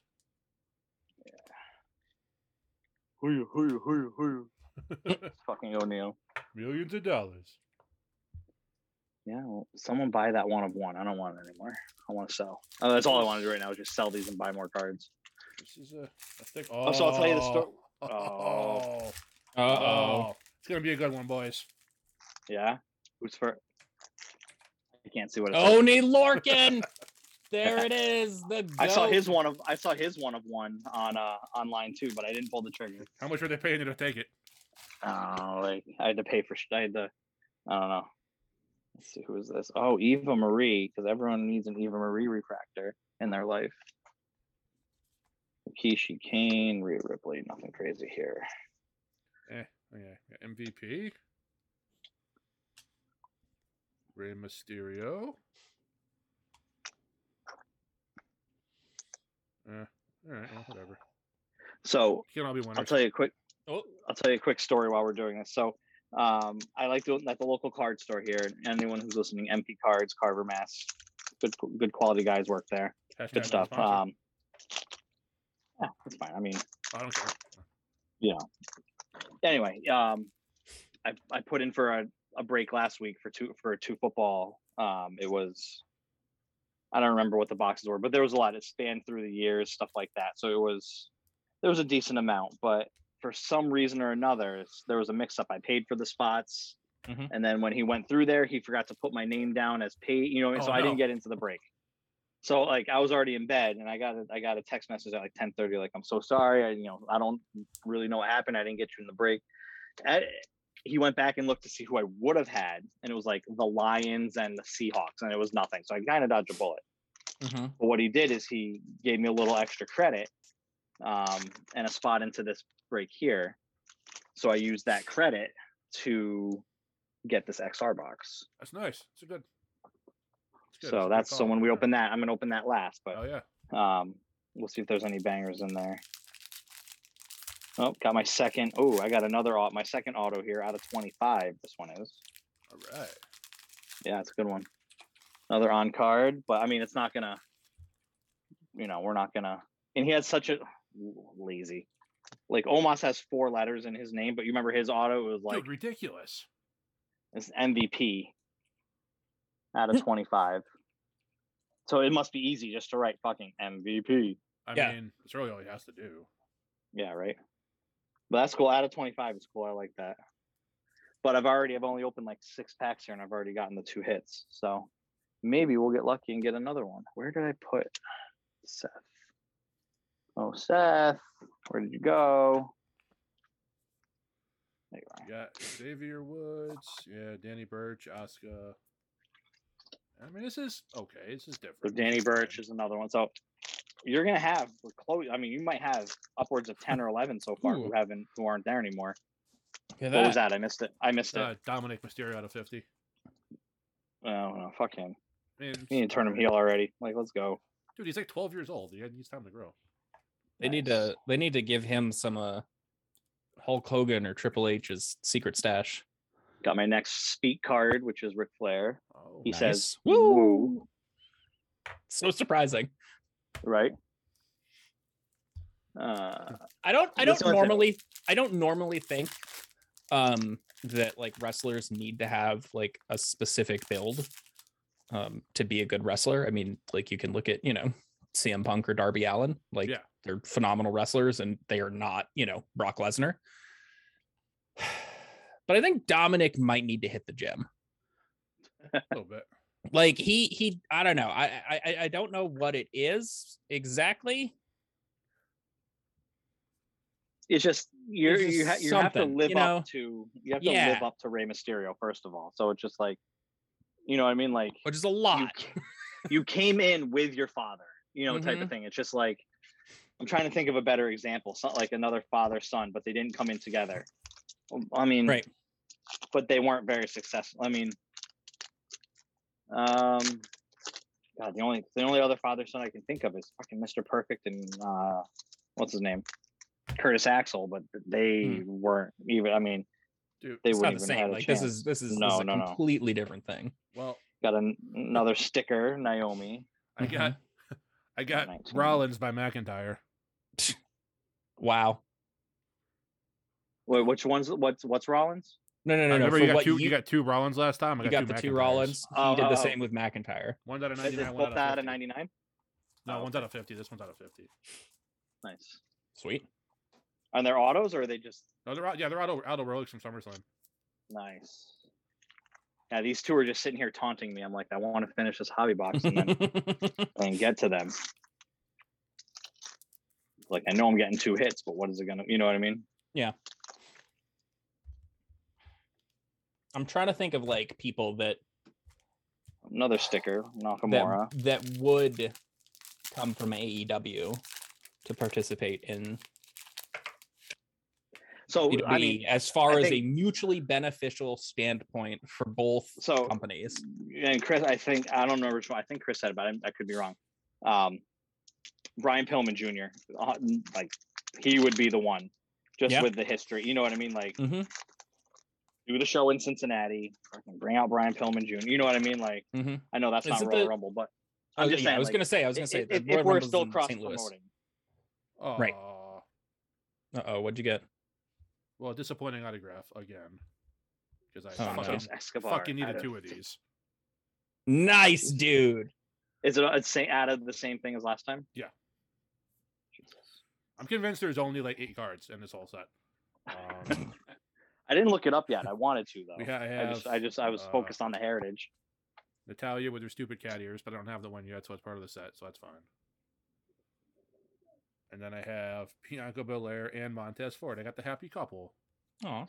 Speaker 3: Hoo-yah, hoo-yah, hoo-yah, hoo-yah. It's fucking O'Neill.
Speaker 1: Millions of dollars.
Speaker 3: Yeah, well, someone buy that one of one. I don't want it anymore. I want to sell. Oh, that's all I want to do right now is just sell these and buy more cards.
Speaker 1: This is a, a thick. Oh,
Speaker 3: Also, I'll tell you the story.
Speaker 1: Oh,
Speaker 2: Uh oh.
Speaker 1: it's gonna be a good one, boys.
Speaker 3: Yeah. Who's for? I can't see what it's.
Speaker 2: Oni Lorkin. There it is. The
Speaker 3: I saw
Speaker 2: goat.
Speaker 3: his one of I saw his one of one on uh online too, but I didn't pull the trigger.
Speaker 1: How much were they paying you to take it?
Speaker 3: Oh, like I had to pay for. sh- I had to. I don't know. Let's see who is this? Oh, Eva Marie, because everyone needs an Eva Marie refractor in their life. Rikishi Kane, Rhea Ripley, nothing crazy here.
Speaker 1: Eh, Okay, got MVP. Rey Mysterio. Uh, all right, well, whatever.
Speaker 3: So
Speaker 1: Can all be
Speaker 3: I'll
Speaker 1: winners.
Speaker 3: tell you a quick
Speaker 2: Oh,
Speaker 3: I'll tell you a quick story while we're doing this. So um, I like to at the local card store here. and Anyone who's listening, MP Cards, Carver, Mass, good good quality guys work there.
Speaker 1: Hashtag
Speaker 3: Good
Speaker 1: not
Speaker 3: stuff.
Speaker 1: sponsored.
Speaker 3: Um, yeah, that's fine. I mean,
Speaker 1: I don't care.
Speaker 3: anyway, um, I I put in for a, a break last week for two for two football. Um, it was I don't remember what the boxes were, but there was a lot. It spanned through the years, stuff like that. So it was there was a decent amount, but for some reason or another, s- there was a mix up. I paid for the spots.
Speaker 1: Mm-hmm.
Speaker 2: Mhm.
Speaker 3: And then when he went through there, he forgot to put my name down as pay, you know, so
Speaker 1: Oh,
Speaker 3: I
Speaker 1: no.
Speaker 3: didn't get into the break. So like I was already in bed and I got a, I got a text message at like 10:30 like I'm so sorry, I you know, I don't really know what happened. I didn't get you in the break. I- he went back and looked to see who I would have had, and it was like the Lions and the Seahawks, and it was nothing. So I kind of dodged a bullet.
Speaker 2: mhm.
Speaker 3: But what he did is he gave me a little extra credit um, and a spot into this break here. So I used that credit to get this XR box.
Speaker 1: That's nice. It's a good. good.
Speaker 3: so
Speaker 1: a good
Speaker 3: that's so
Speaker 1: call.
Speaker 3: when we
Speaker 1: Yeah.
Speaker 3: open that, I'm gonna open that last,
Speaker 1: Oh
Speaker 3: but
Speaker 1: yeah,
Speaker 3: um, we'll see if there's any bangers in there. Oh, got my second. Oh, I got another au- my second auto here out of 25. This one is.
Speaker 1: all right.
Speaker 3: Yeah, it's a good one. Another on card, but I mean, it's not gonna. You know, we're not gonna. And he has such a lazy. Like Omos has four letters in his name, but you remember his auto was like
Speaker 1: Dude, ridiculous.
Speaker 3: it's MVP out of 25. So it must be easy just to write fucking MVP.
Speaker 1: I
Speaker 2: Yeah.
Speaker 1: mean, that's really all he has to do.
Speaker 3: Yeah, right. But that's cool. Out of 25 is cool. I like that. But I've already, I've only opened like six packs here and I've already gotten the two hits. So maybe we'll get lucky and get another one. Where did I put Seth? Oh, Seth, where did you go? There you are.
Speaker 1: You got Xavier Woods, yeah, Danny Birch, Asuka. I mean, this is okay. This is different.
Speaker 3: So Danny Birch is another one. So you're gonna have we're close. I mean, you might have upwards of ten or eleven so far
Speaker 1: Ooh.
Speaker 3: who haven't who aren't there anymore.
Speaker 2: Look at
Speaker 3: What was that? I missed it. I missed it.
Speaker 1: uh, Dominic Mysterio out of fifty.
Speaker 3: oh no, fuck him.
Speaker 1: Man,
Speaker 3: You need to turn him heel already. Like, let's go.
Speaker 1: dude. He's like twelve years old. He needs time to grow.
Speaker 2: They need to they need to give him some uh Hulk Hogan or Triple H's secret stash.
Speaker 3: Got my next speak card, which is Ric Flair.
Speaker 1: Oh,
Speaker 3: He says,
Speaker 2: Nice. Woo! So surprising.
Speaker 3: right? Uh,
Speaker 2: I don't I
Speaker 3: This
Speaker 2: don't
Speaker 3: one's a-
Speaker 2: normally I don't normally think um that like wrestlers need to have like a specific build um to be a good wrestler. I mean, like you can look at, you know, CM Punk or Darby Allen, like
Speaker 1: Yeah.
Speaker 2: they're phenomenal wrestlers and they are not, you know, Brock Lesnar. But I think Dominic might need to hit the gym.
Speaker 1: a little bit.
Speaker 2: Like he he I don't know. I I I- I don't know what it is exactly.
Speaker 3: it's just you're
Speaker 2: It's
Speaker 3: you, ha-
Speaker 2: just
Speaker 3: you have to
Speaker 2: something,
Speaker 3: live
Speaker 2: you know?
Speaker 3: up to you have to
Speaker 2: Yeah.
Speaker 3: live up to Rey Mysterio first of all. So it's just like, you know what I mean? Like,
Speaker 2: Which is a lot.
Speaker 3: you came in with your father, you know,
Speaker 2: Mm-hmm.
Speaker 3: type of thing. It's just like I'm trying to think of a better example, so- like another father son, but they didn't come in together. Um, I mean,
Speaker 2: Right.
Speaker 3: But they weren't very successful. I mean, um, God, the only the only other father son I can think of is fucking Mr. Perfect and uh, what's his name, Curtis Axel. But they weren't even. I mean,
Speaker 1: Dude,
Speaker 3: they
Speaker 2: Hmm. it's
Speaker 3: wouldn't
Speaker 2: not the
Speaker 3: even had
Speaker 2: same.
Speaker 3: a
Speaker 2: Like
Speaker 3: chance.
Speaker 2: this is this is, this
Speaker 3: No,
Speaker 2: is a
Speaker 3: no, no.
Speaker 2: completely different thing.
Speaker 1: well,
Speaker 3: Got an, another sticker, Naomi.
Speaker 1: I got,
Speaker 3: Mm-hmm.
Speaker 1: I got
Speaker 3: 19.
Speaker 1: Rollins by McIntyre.
Speaker 2: Wow.
Speaker 3: Wait, which one's what's what's Rollins?
Speaker 2: No, no,
Speaker 1: I
Speaker 2: no, no.
Speaker 1: remember
Speaker 2: For
Speaker 1: you got
Speaker 2: what
Speaker 1: two.
Speaker 2: you,
Speaker 1: You, got two Rollins last time. I
Speaker 2: you got the two
Speaker 1: McIntyres.
Speaker 2: Rollins. He
Speaker 3: Oh,
Speaker 2: did
Speaker 3: oh,
Speaker 2: the
Speaker 3: oh.
Speaker 2: same with McIntyre.
Speaker 1: One's out of
Speaker 3: Is
Speaker 1: ninety
Speaker 3: it
Speaker 1: nine. One
Speaker 3: both out
Speaker 1: out
Speaker 3: of
Speaker 1: of fifty.
Speaker 3: ninety nine?
Speaker 1: No,
Speaker 3: Oh,
Speaker 1: one's
Speaker 3: okay.
Speaker 1: out of fifty. This one's out of fifty.
Speaker 3: Nice.
Speaker 2: Sweet.
Speaker 3: Are there autos or are they just
Speaker 1: No, they're out. Yeah, they're out. Out of relics from SummerSlam.
Speaker 3: nice? Yeah, these two are just sitting here taunting me. I'm like, I want to finish this hobby box and then and get to them. Like, I know I'm getting two hits, but what is it gonna? You know what I mean?
Speaker 2: I'm trying to think of like people that
Speaker 3: Another sticker, Nakamura.
Speaker 2: that, that would come from AEW to participate in
Speaker 3: so
Speaker 2: B2B
Speaker 3: I mean,
Speaker 2: as far
Speaker 3: I
Speaker 2: as
Speaker 3: think-
Speaker 2: a mutually beneficial standpoint for both
Speaker 3: so
Speaker 2: companies.
Speaker 3: and Chris, I think I don't remember which one. I think Chris said about him. I could be wrong. Um, Brian Pillman Jr. uh, Like, he would be the one, just
Speaker 2: Yeah.
Speaker 3: with the history. You know what I mean? Like.
Speaker 2: Mhm,
Speaker 3: do the show in Cincinnati, fucking bring out Brian Pillman Jr. You know what I mean? Like,
Speaker 2: mhm.
Speaker 3: I know that's
Speaker 2: Is
Speaker 3: not
Speaker 2: it
Speaker 3: Royal
Speaker 2: the-
Speaker 3: Rumble, but
Speaker 2: Oh,
Speaker 3: I'm just
Speaker 2: yeah,
Speaker 3: saying.
Speaker 2: I was
Speaker 3: like,
Speaker 2: gonna say. I was gonna
Speaker 3: if-
Speaker 2: say.
Speaker 3: if, if we're still cross promoting,
Speaker 1: Oh,
Speaker 2: Right. Uh oh, what'd you get?
Speaker 1: well, disappointing autograph again. Because I
Speaker 2: Oh, no.
Speaker 1: fucking,
Speaker 3: Santos Escobar.
Speaker 1: fucking needed
Speaker 3: out
Speaker 1: two
Speaker 3: of
Speaker 1: of these.
Speaker 2: Nice, dude.
Speaker 3: Is it it's same out of the same thing as last time?
Speaker 1: Yeah.
Speaker 3: Jesus.
Speaker 1: I'm convinced there's only like eight cards in this whole set. Um,
Speaker 3: I didn't look it up yet. I wanted to though.
Speaker 1: we ha-
Speaker 3: I
Speaker 1: have
Speaker 3: just, I just, I was
Speaker 1: uh,
Speaker 3: focused on the heritage.
Speaker 1: Natalia with her stupid cat ears, but I don't have the one yet, so it's part of the set, so that's fine. And then I have Bianca Belair and Montez Ford. I got the happy couple,
Speaker 2: Oh,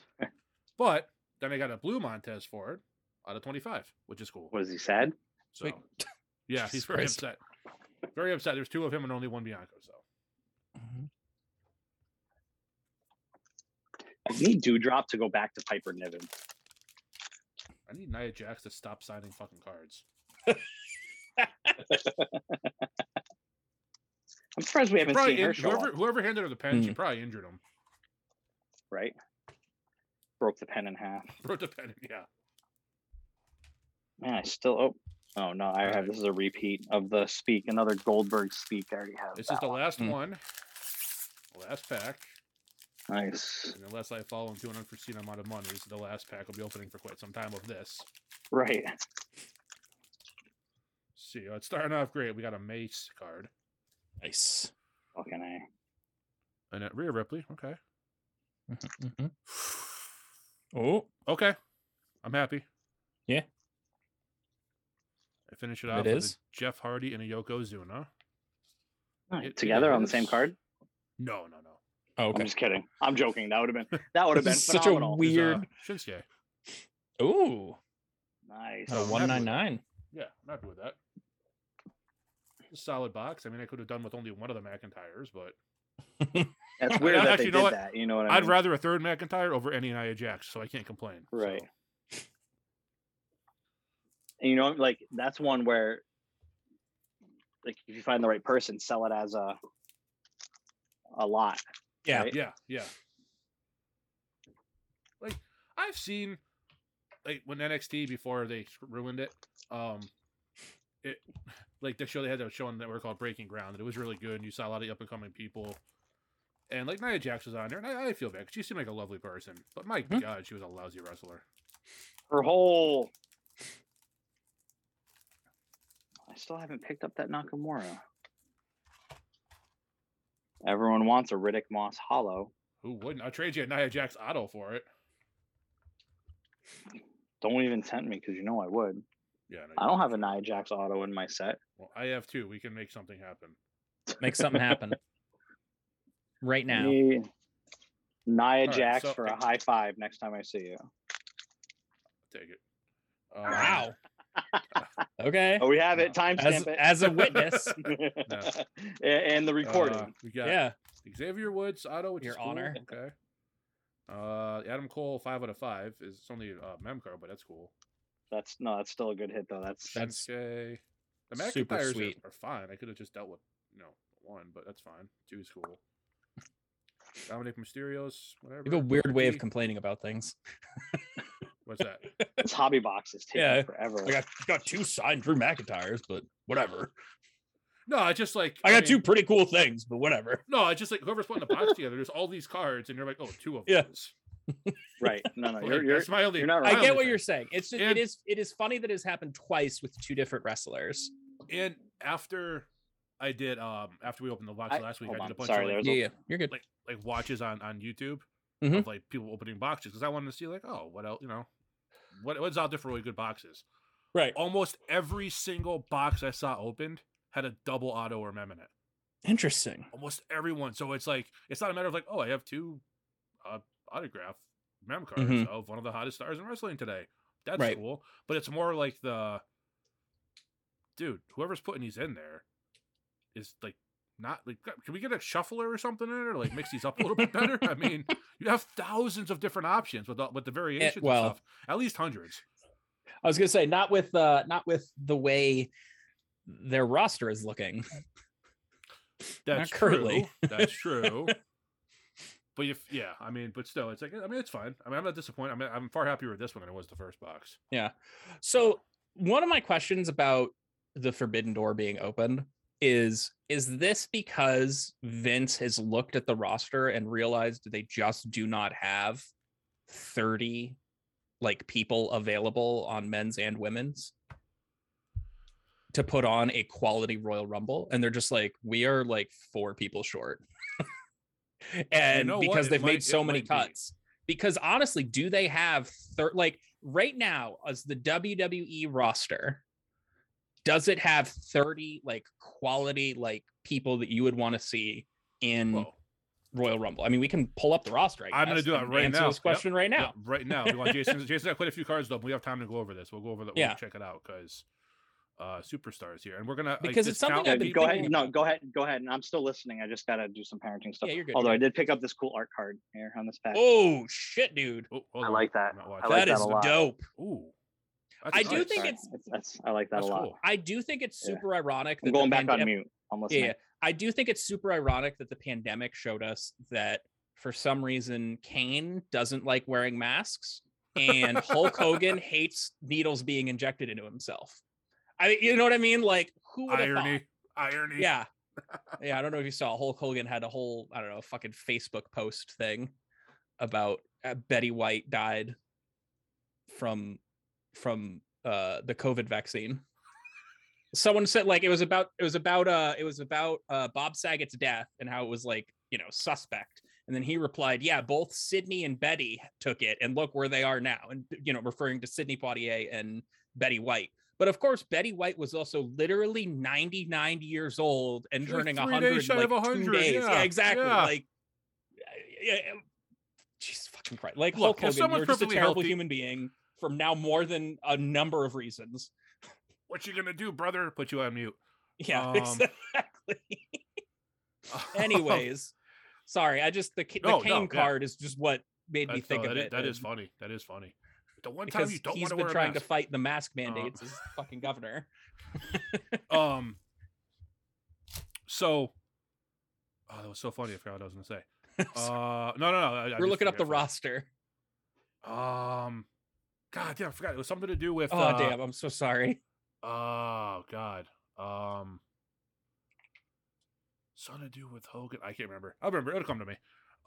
Speaker 1: but then I got a blue Montez Ford out of 25, which is cool.
Speaker 3: What is he sad?
Speaker 1: So, yeah, he's
Speaker 2: Jesus
Speaker 1: very
Speaker 2: Christ.
Speaker 1: upset. Very upset. There's two of him and only one Bianca. So,
Speaker 2: Mm-hmm.
Speaker 3: I need Dewdrop to go back to Piper Niven.
Speaker 1: I need Nia Jax to stop signing fucking cards.
Speaker 3: I'm surprised we haven't
Speaker 1: Probably
Speaker 3: seen her
Speaker 1: in-
Speaker 3: show
Speaker 1: whoever
Speaker 3: up,
Speaker 1: whoever handed her the pen, she
Speaker 2: Mm.
Speaker 1: probably injured him.
Speaker 3: right? Broke the pen in half.
Speaker 1: Wrote the pen. Yeah.
Speaker 3: Man, I still oh oh no, I have this is a repeat of the speak, another Goldberg speak. I already have.
Speaker 1: This
Speaker 3: that
Speaker 1: is the last
Speaker 2: Mm.
Speaker 1: one. Last pack.
Speaker 3: one. nice.
Speaker 1: And unless I fall into an unforeseen amount of money, this is the last pack I'll be opening for quite some time of this.
Speaker 3: Right.
Speaker 1: See, uh, it's starting off great. We got a Mace card.
Speaker 2: Nice.
Speaker 3: Fucking A.
Speaker 1: And at Rhea Ripley. Okay.
Speaker 2: Mm-hmm. Oh,
Speaker 1: Okay. I'm happy.
Speaker 2: Yeah.
Speaker 1: I finish it
Speaker 2: It
Speaker 1: off with a
Speaker 2: is.
Speaker 1: Jeff Hardy and a Yokozuna.
Speaker 3: Nice.
Speaker 1: It
Speaker 3: Together on the same
Speaker 1: is-
Speaker 3: card?
Speaker 1: No, no, no.
Speaker 2: oh
Speaker 3: I'm
Speaker 2: okay.
Speaker 3: just kidding. I'm joking. That would have been that would have been
Speaker 2: This is such a
Speaker 3: phenomenal.
Speaker 2: weird-
Speaker 1: There's, Uh, Shinsuke.
Speaker 2: Ooh,
Speaker 3: Nice.
Speaker 1: Oh,
Speaker 2: a
Speaker 1: I'm
Speaker 2: one
Speaker 1: happy
Speaker 2: nine
Speaker 1: with
Speaker 2: nine.
Speaker 1: Yeah, I'm happy with that. A solid box. I mean, I could have done with only one of the McIntyres, but
Speaker 3: That's weird that
Speaker 1: Actually, you
Speaker 3: they did
Speaker 1: know what?
Speaker 3: that. You know what I mean?
Speaker 1: I'd rather a third McIntyre over any Nia Jax, so I can't complain.
Speaker 3: Right.
Speaker 1: So,
Speaker 3: And you know, like that's one where, like, if you find the right person, sell it as a, a lot.
Speaker 2: Yeah.
Speaker 3: Right?
Speaker 1: yeah, yeah. Like I've seen, like when NXT before they s- ruined it, um, it like the show they had a show on the network called Breaking Ground, and it was really good, and you saw a lot of up and coming people. And like Nia Jax was on there, and I, I feel bad 'cause she seemed like a lovely person, but my
Speaker 2: Mhm.
Speaker 1: god, she was a lousy wrestler.
Speaker 3: Her whole. I still haven't picked up that Nakamura. Everyone wants a Riddick Moss Hollow.
Speaker 1: Who wouldn't? I'll trade you a Nia Jax auto for it.
Speaker 3: Don't even tempt me because you know I would.
Speaker 1: Yeah, no, you
Speaker 3: I don't have a Nia Jax auto in my set.
Speaker 1: Well, I have two. We can make something happen.
Speaker 2: Make something happen right now.
Speaker 3: Me- Nia
Speaker 1: right,
Speaker 3: Jax
Speaker 1: so
Speaker 3: for
Speaker 1: I-
Speaker 3: a high five next time I see you.
Speaker 1: Take it. Um,
Speaker 2: Wow. okay.
Speaker 3: Oh, we have it.
Speaker 1: No.
Speaker 2: As
Speaker 3: Timestamp it.
Speaker 2: as a witness.
Speaker 3: A- and the recording.
Speaker 1: uh, we got
Speaker 2: yeah.
Speaker 1: Xavier Woods auto, which
Speaker 2: Your
Speaker 1: is cool.
Speaker 2: honor.
Speaker 1: Okay. Uh, Adam Cole five out of five is it's only uh, mem card, but that's cool.
Speaker 3: that's no, that's still a good hit though. That's
Speaker 2: That's
Speaker 1: Shinsuke. The
Speaker 2: super
Speaker 1: McIntyres
Speaker 2: sweet.
Speaker 1: are, are fine. I could have just dealt with you know one, but that's fine. Two is cool. Dominic Mysterio's whatever.
Speaker 2: You have a weird way
Speaker 1: Booker
Speaker 2: of
Speaker 1: T.
Speaker 2: complaining about things.
Speaker 1: What's that?
Speaker 3: this hobby box is taking
Speaker 2: Yeah.
Speaker 3: forever.
Speaker 2: I got got two signed Drew McIntyres, but whatever.
Speaker 1: No, I just like
Speaker 2: I got
Speaker 1: mean,
Speaker 2: two pretty cool things, but whatever.
Speaker 1: No, I just like whoever's putting the box together. There's all these cards, and you're like, oh, two of
Speaker 2: Yeah.
Speaker 1: those.
Speaker 3: Right. No, no,
Speaker 1: Like,
Speaker 3: you're you're
Speaker 1: that's my only.
Speaker 3: you're not
Speaker 1: my
Speaker 3: wrong.
Speaker 2: I
Speaker 1: only
Speaker 2: get what
Speaker 1: thing.
Speaker 2: you're saying. It's just,
Speaker 1: And-
Speaker 2: it is it is funny that it has happened twice with two different wrestlers.
Speaker 1: And after I did, um, after we opened the box
Speaker 3: I-
Speaker 1: last week,
Speaker 3: hold
Speaker 1: I
Speaker 3: on,
Speaker 1: did a bunch
Speaker 3: sorry,
Speaker 1: of
Speaker 3: there
Speaker 1: like,
Speaker 3: was- Yeah,
Speaker 2: you're good.
Speaker 1: like like watches on on YouTube
Speaker 2: Mhm.
Speaker 1: of like people opening boxes because I wanted to see like, oh, what else, you know, what what's out there for really good boxes.
Speaker 2: right.
Speaker 1: Almost every single box I saw opened had a double auto or mem in it.
Speaker 2: Interesting.
Speaker 1: Almost everyone. So it's like it's not a matter of like, oh, I have two uh, autograph mem cards
Speaker 2: Mhm.
Speaker 1: of one of the hottest stars in wrestling today. That's
Speaker 2: Right.
Speaker 1: cool. But it's more like the dude, whoever's putting these in there is like not like God, can we get a shuffler or something in it or like mix these up a little bit better? I mean, you have thousands of different options with all, with the variations and
Speaker 2: Eh, well-
Speaker 1: stuff. At least hundreds.
Speaker 2: I was gonna say not with uh not with the way their roster is looking.
Speaker 1: That's
Speaker 2: currently.
Speaker 1: true. That's true. But if yeah, I mean, but still, it's like I mean, it's fine. I mean, I'm not disappointed. I mean, I'm far happier with this one than I was the first box.
Speaker 2: So one of my questions about the forbidden door being opened is is this because Vince has looked at the roster and realized they just do not have 30 like people available on men's and women's to put on a quality Royal Rumble and they're just like we are like four people short. and
Speaker 1: know what?
Speaker 2: because
Speaker 1: It
Speaker 2: they've
Speaker 1: might-
Speaker 2: made so
Speaker 1: it
Speaker 2: many
Speaker 1: might be.
Speaker 2: cuts because honestly, do they have thir- like right now as the WWE roster? Does it have 30 like quality like people that you would want to see in
Speaker 1: Well,
Speaker 2: Royal Rumble? I mean, we can pull up the roster. I
Speaker 1: I'm gonna
Speaker 2: guess,
Speaker 1: do that
Speaker 2: and
Speaker 1: right
Speaker 2: answer
Speaker 1: now.
Speaker 2: This
Speaker 1: Yep,
Speaker 2: question right
Speaker 1: yeah,
Speaker 2: now.
Speaker 1: right now, we want Jason. Jason's got quite a few cards though. But we have time to go over this. We'll go over that. We'll
Speaker 2: Yeah.
Speaker 1: check it out because uh, superstars here, and we're gonna like,
Speaker 2: Because it's
Speaker 1: discount
Speaker 2: something I've
Speaker 3: Yeah,
Speaker 2: been
Speaker 1: people.
Speaker 3: go ahead.
Speaker 2: thinking
Speaker 3: No,
Speaker 2: about-
Speaker 3: go ahead. Go ahead. And I'm still listening. I just gotta do some parenting stuff.
Speaker 2: Yeah, you're good,
Speaker 3: Although
Speaker 2: you're
Speaker 3: I did pick up this cool art card here on this pack.
Speaker 2: Oh shit, dude.
Speaker 1: Oh, hold
Speaker 3: I
Speaker 1: on,
Speaker 3: like that.
Speaker 1: I'm not
Speaker 3: I
Speaker 1: watching.
Speaker 3: like
Speaker 2: that
Speaker 3: that
Speaker 2: is
Speaker 3: a lot.
Speaker 2: dope.
Speaker 1: Ooh, That's
Speaker 2: I do
Speaker 1: nice.
Speaker 2: think
Speaker 3: Sorry.
Speaker 2: it's-
Speaker 3: That's- that's- I like that
Speaker 1: That's
Speaker 3: a lot.
Speaker 1: cool.
Speaker 2: I do think it's
Speaker 3: Yeah.
Speaker 2: super ironic.
Speaker 3: I'm
Speaker 2: the
Speaker 3: going back on
Speaker 2: pandem-
Speaker 3: mute. I'm
Speaker 2: Yeah,
Speaker 3: listening.
Speaker 2: yeah. I do think it's super ironic that the pandemic showed us that for some reason Kane doesn't like wearing masks and Hulk Hogan hates needles being injected into himself. I you know what I mean? Like who would have thought?
Speaker 1: Irony. Irony.
Speaker 2: Yeah. Yeah, I don't know if you saw Hulk Hogan had a whole, I don't know, fucking Facebook post thing about uh, Betty White died from from uh the COVID vaccine. Someone said like it was about it was about uh it was about uh Bob Saget's death and how it was like, you know, suspect. And then he replied, "Yeah, both Sydney and Betty took it and look where they are now." And you know, referring to Sydney Poitier and Betty White. But of course, Betty White was also literally 99 years old and
Speaker 1: She was
Speaker 2: turning
Speaker 1: three
Speaker 2: 100
Speaker 1: days shy
Speaker 2: like
Speaker 1: of 100,
Speaker 2: two days. Yeah,
Speaker 1: yeah,
Speaker 2: exactly.
Speaker 1: yeah.
Speaker 2: Like, yeah, yeah, Jesus fucking Christ! Like
Speaker 1: Look,
Speaker 2: Hulk
Speaker 1: if
Speaker 2: Hogan,
Speaker 1: someone's
Speaker 2: you're just a
Speaker 1: perfectly
Speaker 2: terrible
Speaker 1: healthy-
Speaker 2: human being from now more than a number of reasons.
Speaker 1: What you gonna do, brother? Put you on mute.
Speaker 2: Yeah,
Speaker 1: Um,
Speaker 2: exactly. Anyways, sorry. I just the, K- the
Speaker 1: No, no,
Speaker 2: Kane
Speaker 1: yeah.
Speaker 2: card is just what made me
Speaker 1: That's-
Speaker 2: think
Speaker 1: no,
Speaker 2: of
Speaker 1: that is-
Speaker 2: it.
Speaker 1: that is
Speaker 2: and-
Speaker 1: funny. That is funny. The one time
Speaker 2: because
Speaker 1: you don't
Speaker 2: he's
Speaker 1: want to
Speaker 2: been
Speaker 1: wear a
Speaker 2: trying
Speaker 1: mask. Uh,
Speaker 2: to fight the mask mandates as fucking governor.
Speaker 1: Um. So, oh, that was so funny. I forgot what I was gonna say. Uh, no, no, no. I, I
Speaker 2: We're
Speaker 1: just
Speaker 2: looking up the
Speaker 1: figured it
Speaker 2: roster.
Speaker 1: out. Um, God, yeah, I forgot. It was something to do with.
Speaker 2: Oh
Speaker 1: uh,
Speaker 2: damn! I'm so sorry.
Speaker 1: Oh God. Um. Something to do with Hogan. I can't remember. I'll remember. It'll come to me.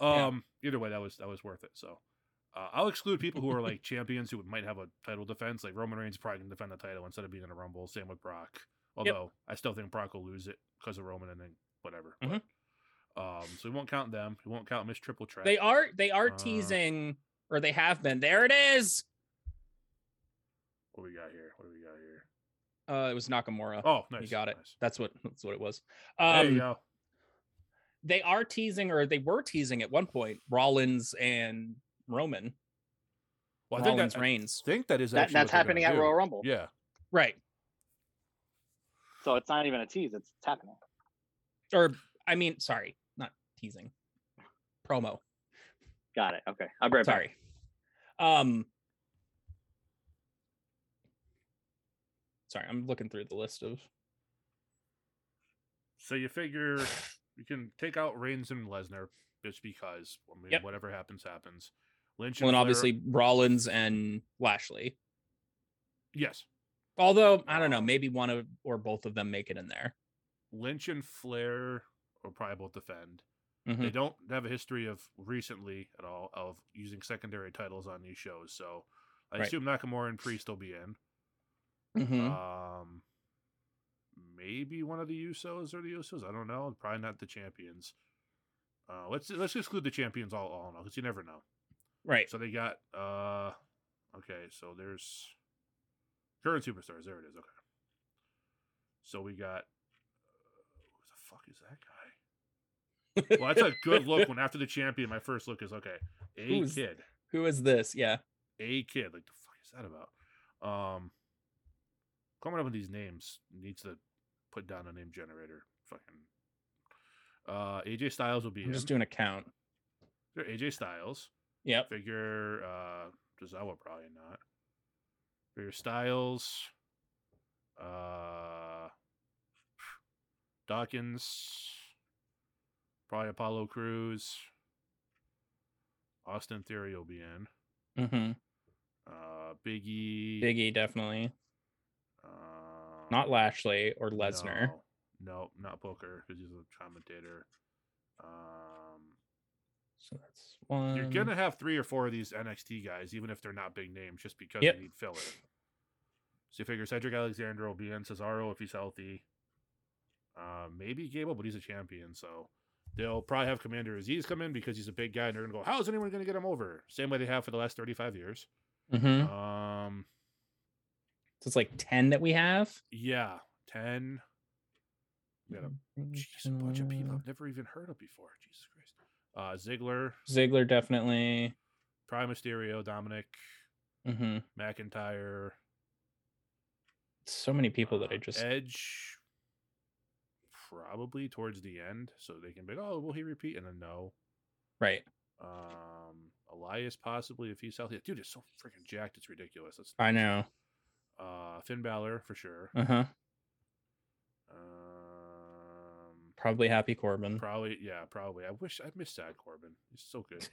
Speaker 2: Yeah.
Speaker 1: Um. Either way, that was that was worth it. So. Uh, I'll exclude people who are like champions who might have a title defense. Like Roman Reigns probably can defend the title instead of being in a Rumble. Same with Brock. Although I still think Brock will lose it because of Roman and then whatever.
Speaker 2: Mhm.
Speaker 1: But, um. So we won't count them. We won't count Miss Triple Threat.
Speaker 2: They are they are
Speaker 1: Uh,
Speaker 2: teasing, or they have been. There it is.
Speaker 1: What we got here? What do we got here?
Speaker 2: Uh, it was Nakamura.
Speaker 1: Oh, nice.
Speaker 2: you got it.
Speaker 1: nice.
Speaker 2: That's what that's what it was.
Speaker 1: there you
Speaker 2: Um,
Speaker 1: go.
Speaker 2: they are teasing, or they were teasing at one point. Rollins and Roman.
Speaker 1: Well, Oh, I think,
Speaker 2: Rollins
Speaker 1: that, uh, I
Speaker 2: Reigns.
Speaker 1: think that is
Speaker 3: That,
Speaker 1: actually what
Speaker 3: that's
Speaker 1: they're gonna
Speaker 3: happening at
Speaker 1: do.
Speaker 3: Royal Rumble.
Speaker 1: Yeah.
Speaker 2: Right.
Speaker 3: So it's not even a tease. It's, it's happening.
Speaker 2: Or I mean, sorry, not teasing. Promo.
Speaker 3: Got it. Okay. I'll be right back.
Speaker 2: sorry. Um. Sorry, I'm looking through the list of
Speaker 1: So you figure you can take out Reigns and Lesnar just because I mean,
Speaker 2: Yep.
Speaker 1: whatever happens, happens. Lynch
Speaker 2: well, and
Speaker 1: Flair-
Speaker 2: obviously Rollins and Lashley.
Speaker 1: yes,
Speaker 2: Although I don't know, maybe one of or both of them make it in there.
Speaker 1: Lynch and Flair will probably both defend. They
Speaker 2: Mhm.
Speaker 1: don't have a history of recently at all of using secondary titles on these shows, so I
Speaker 2: Right.
Speaker 1: assume Nakamura and Priest will be in.
Speaker 2: Mhm.
Speaker 1: Um, maybe one of the Usos or the Usos. I don't know. Probably not the champions. Uh, let's let's exclude the champions all all in all because you never know.
Speaker 2: right.
Speaker 1: So they got uh okay, so there's current superstars. There it is. Okay. So we got uh, who the fuck is that guy? Well, that's a good look when after the champion, my first look is okay. A
Speaker 2: Who's-
Speaker 1: kid.
Speaker 2: Who is this? Yeah.
Speaker 1: A kid. Like the fuck is that about? Um coming up with these names needs to put down a name generator. Fucking uh AJ Styles will be
Speaker 2: I'm
Speaker 1: in.
Speaker 2: just doing a count.
Speaker 1: There- AJ Styles.
Speaker 2: Yep.
Speaker 1: Figure uh Tozawa probably not. Figure Styles. Uh Dawkins. Probably Apollo Cruz. Austin Theory will be in.
Speaker 2: hmm
Speaker 1: Uh Biggie.
Speaker 2: Biggie definitely.
Speaker 1: Uh,
Speaker 2: Not Lashley or Lesnar.
Speaker 1: No, no, not Booker because he's a commentator. Um
Speaker 2: So that's one.
Speaker 1: You're gonna have three or four of these NXT guys, even if they're not big names, just because
Speaker 2: Yep.
Speaker 1: you need filler. So you figure Cedric Alexander will be in Cesaro if he's healthy. Uh, maybe Gable, but he's a champion, so they'll probably have Commander Aziz come in because he's a big guy, and they're gonna go, "How is anyone gonna get him over?" Same way they have for the last thirty-five years.
Speaker 2: Mhm.
Speaker 1: Um,
Speaker 2: So it's like ten that we have.
Speaker 1: yeah, ten. We got a,
Speaker 2: Mm, Mm-hmm.
Speaker 1: jeez, a bunch of
Speaker 2: uh
Speaker 1: people I've never even heard of before. Jesus Christ. Uh, Ziggler,
Speaker 2: Ziggler definitely.
Speaker 1: Prime Mysterio, Dominic
Speaker 2: hmm
Speaker 1: McIntyre.
Speaker 2: so many people that I
Speaker 1: Uh,
Speaker 2: just
Speaker 1: edge probably towards the end, so they can be like, oh, will he repeat? And then no.
Speaker 2: right.
Speaker 1: Um, Elias possibly if he's healthy. Dude, it's so freaking jacked. It's ridiculous. That's
Speaker 2: I know.
Speaker 1: Uh, Finn Balor for sure.
Speaker 2: Uh huh.
Speaker 1: Um,
Speaker 2: Probably Happy Corbin.
Speaker 1: probably yeah, probably. I wish I missed Sad Corbin. He's so good.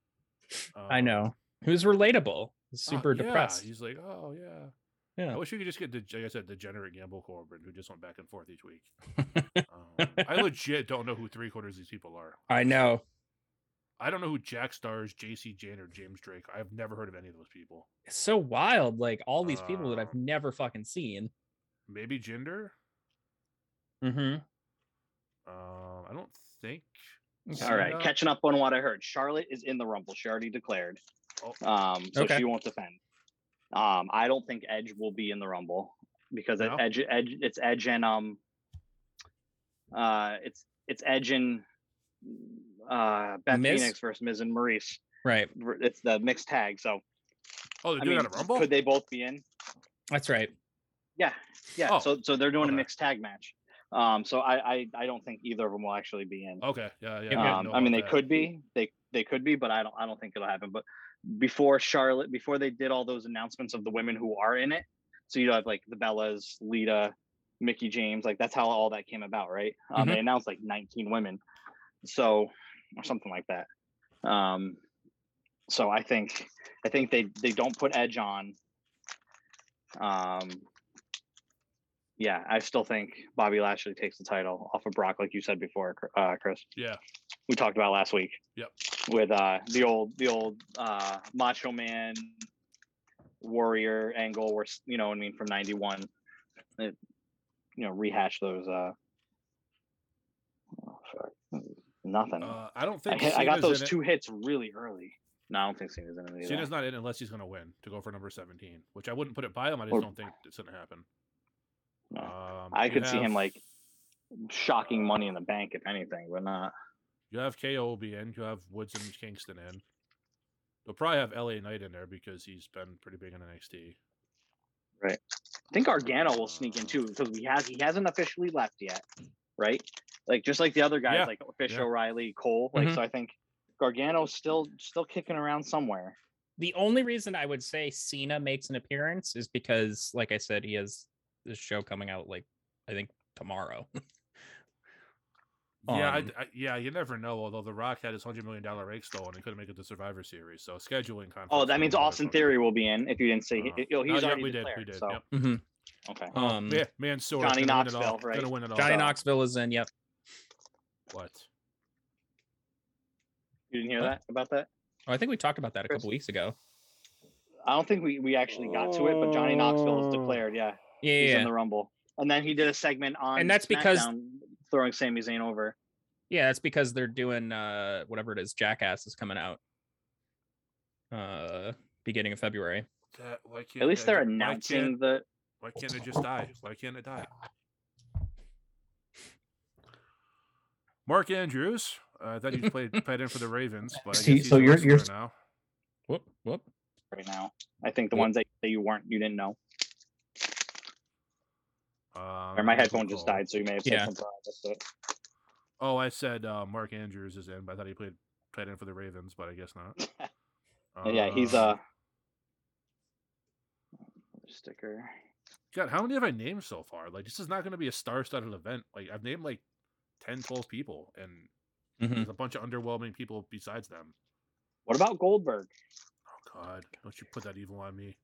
Speaker 2: I
Speaker 1: Um,
Speaker 2: know. Who's relatable. He's
Speaker 1: ah,
Speaker 2: super
Speaker 1: yeah,
Speaker 2: depressed.
Speaker 1: He's like, oh yeah. I
Speaker 2: Yeah.
Speaker 1: wish we could just get the like I said, degenerate Gamble Corbin who just went back and forth each week. Um, I legit don't know who three quarters of these people are.
Speaker 2: I know.
Speaker 1: I don't know who Jack Stars, JC Jane, or James Drake. I've never heard of any of those people.
Speaker 2: It's so wild. Like all these people that
Speaker 1: Uh,
Speaker 2: I've never fucking seen.
Speaker 1: Maybe Jinder.
Speaker 2: Mm-hmm.
Speaker 1: Um, I don't think.
Speaker 3: All right,
Speaker 1: Cena.
Speaker 3: catching up on what I heard. Charlotte is in the Rumble. She already declared,
Speaker 1: Oh.
Speaker 3: um, so
Speaker 2: Okay.
Speaker 3: she won't defend. Um, I don't think Edge will be in the Rumble because it-
Speaker 1: No?
Speaker 3: Edge, Edge, it's Edge and um, uh, it's it's Edge and uh, Beth
Speaker 2: Miz?
Speaker 3: Phoenix versus Miz and Maurice.
Speaker 2: Right.
Speaker 3: It's the mixed tag, so
Speaker 1: Oh, they're
Speaker 3: I
Speaker 1: doing
Speaker 3: mean,
Speaker 1: that at Rumble.
Speaker 3: could they both be in?
Speaker 2: That's right.
Speaker 3: Yeah, yeah.
Speaker 1: Oh,
Speaker 3: So so they're doing
Speaker 1: okay.
Speaker 3: a mixed tag match. Um, so I, I I don't think either of them will actually be in.
Speaker 1: Okay. Yeah. Yeah. didn't
Speaker 3: Um,
Speaker 1: know
Speaker 3: I mean,
Speaker 1: about
Speaker 3: they
Speaker 1: that.
Speaker 3: could be, they they could be, but I don't I don't think it'll happen. But before Charlotte, before they did all those announcements of the women who are in it, so you have like the Bellas, Lita, Mickey James, like that's how all that came about, right? Um,
Speaker 1: Mm-hmm.
Speaker 3: They announced like 19 women, so or something like that. Um, so I think I think they they don't put Edge on. Um, yeah, I still think Bobby Lashley takes the title off of Brock, like you said before, Cr- uh, Chris
Speaker 1: Yeah.
Speaker 3: we talked about last week.
Speaker 1: Yep.
Speaker 3: With uh the old the old uh Macho Man Warrior angle where s- you know what I mean from 91 it you know rehash those uh oh, fuck. nothing.
Speaker 1: Uh, I don't
Speaker 3: I,
Speaker 1: think.
Speaker 3: hit- I got
Speaker 1: Cena's
Speaker 3: those
Speaker 1: in it.
Speaker 3: two hits really early. No, I don't think Cena's in it either.
Speaker 1: Cena's not in unless he's going to win to go for number seventeen, which I wouldn't put it by him. I just
Speaker 3: Or-
Speaker 1: don't think it's going to happen.
Speaker 3: No.
Speaker 1: Um,
Speaker 3: I
Speaker 1: you
Speaker 3: could see him
Speaker 1: have-
Speaker 3: like shocking money in the bank if anything, but not
Speaker 1: You have KO will be in. You have Woods and Kingston in. You'll probably have LA Knight in there because he's been pretty big in NXT.
Speaker 3: I think Argano will sneak in too because he has he hasn't officially left yet, right? Like just like the other guys,
Speaker 1: Yeah,
Speaker 3: like Fish
Speaker 1: yeah. Mm-hmm.
Speaker 3: O'Reilly, Cole. Like
Speaker 2: Mhm.
Speaker 3: so, I think Gargano's still still kicking around somewhere.
Speaker 2: The only reason I would say Cena makes an appearance is because, like I said, he has this show coming out like I think tomorrow.
Speaker 1: Yeah, I,
Speaker 2: Um,
Speaker 1: I- yeah, you never know. Although The Rock had his hundred million dollar rake stolen, he couldn't make it to Survivor Series, so scheduling conflicts.
Speaker 3: Oh, that
Speaker 1: are
Speaker 3: means
Speaker 1: another
Speaker 3: Austin
Speaker 1: fucking-
Speaker 3: Theory will be in. If you didn't see,
Speaker 1: Uh,
Speaker 3: he- oh,
Speaker 1: no,
Speaker 3: he's
Speaker 1: yeah,
Speaker 3: already
Speaker 1: we did,
Speaker 3: declared.
Speaker 1: we did.
Speaker 3: So
Speaker 1: Yep.
Speaker 2: Mhm.
Speaker 3: okay,
Speaker 2: Um,
Speaker 1: Man, Mansoor,
Speaker 3: Johnny
Speaker 1: gonna win it all,
Speaker 3: Knoxville, right?
Speaker 1: Gonna win it all.
Speaker 2: Johnny
Speaker 3: So-
Speaker 2: Knoxville is in. Yep.
Speaker 1: What?
Speaker 3: you didn't hear
Speaker 2: Huh?
Speaker 3: that about that.
Speaker 2: Oh, I think we talked about that a
Speaker 3: Chris.
Speaker 2: couple weeks ago.
Speaker 3: I don't think we we actually got to it, but Johnny Knoxville is
Speaker 1: Oh.
Speaker 3: declared. Yeah,
Speaker 2: Yeah.
Speaker 3: he's
Speaker 2: yeah,
Speaker 3: in
Speaker 2: yeah.
Speaker 3: the Rumble, and then he did a segment on
Speaker 2: And that's because-
Speaker 3: SmackDown throwing Sami Zayn over.
Speaker 2: Yeah, that's because they're doing uh whatever it is, Jackass is coming out uh beginning of February.
Speaker 1: That, why can't
Speaker 3: At least
Speaker 1: that
Speaker 3: they're
Speaker 1: ju- why
Speaker 3: announcing
Speaker 1: can't-
Speaker 3: the
Speaker 1: Why can't it just die? Why can't it die? Mark Andrews. Uh, I thought you played played in for the Ravens, but I guess
Speaker 3: See,
Speaker 1: he's
Speaker 3: so
Speaker 1: a
Speaker 3: you're-
Speaker 1: wrestler
Speaker 3: you're-
Speaker 1: now.
Speaker 2: Whoop whoop.
Speaker 3: right now. I think the
Speaker 2: Yep.
Speaker 3: ones that, that you weren't, you didn't know.
Speaker 1: Um,
Speaker 3: Or my
Speaker 1: Adam
Speaker 3: headphone just
Speaker 1: Cole.
Speaker 3: died, so you may have said
Speaker 2: Yeah.
Speaker 3: something. I missed it.
Speaker 1: Oh, I said uh, Mark Andrews is in, but I thought he played played in for the Ravens, but I guess not.
Speaker 3: yeah, he's
Speaker 1: Um,
Speaker 3: uh sticker.
Speaker 1: God, how many have I named so far? Like, this is not going to be a star-studded event. Like, I've named like 10, 12 people, and
Speaker 2: Mhm.
Speaker 3: Hmm. Mm-hmm.
Speaker 1: there's a bunch of underwhelming people besides them.
Speaker 3: What about Goldberg?
Speaker 1: Oh God, don't you put that evil on me?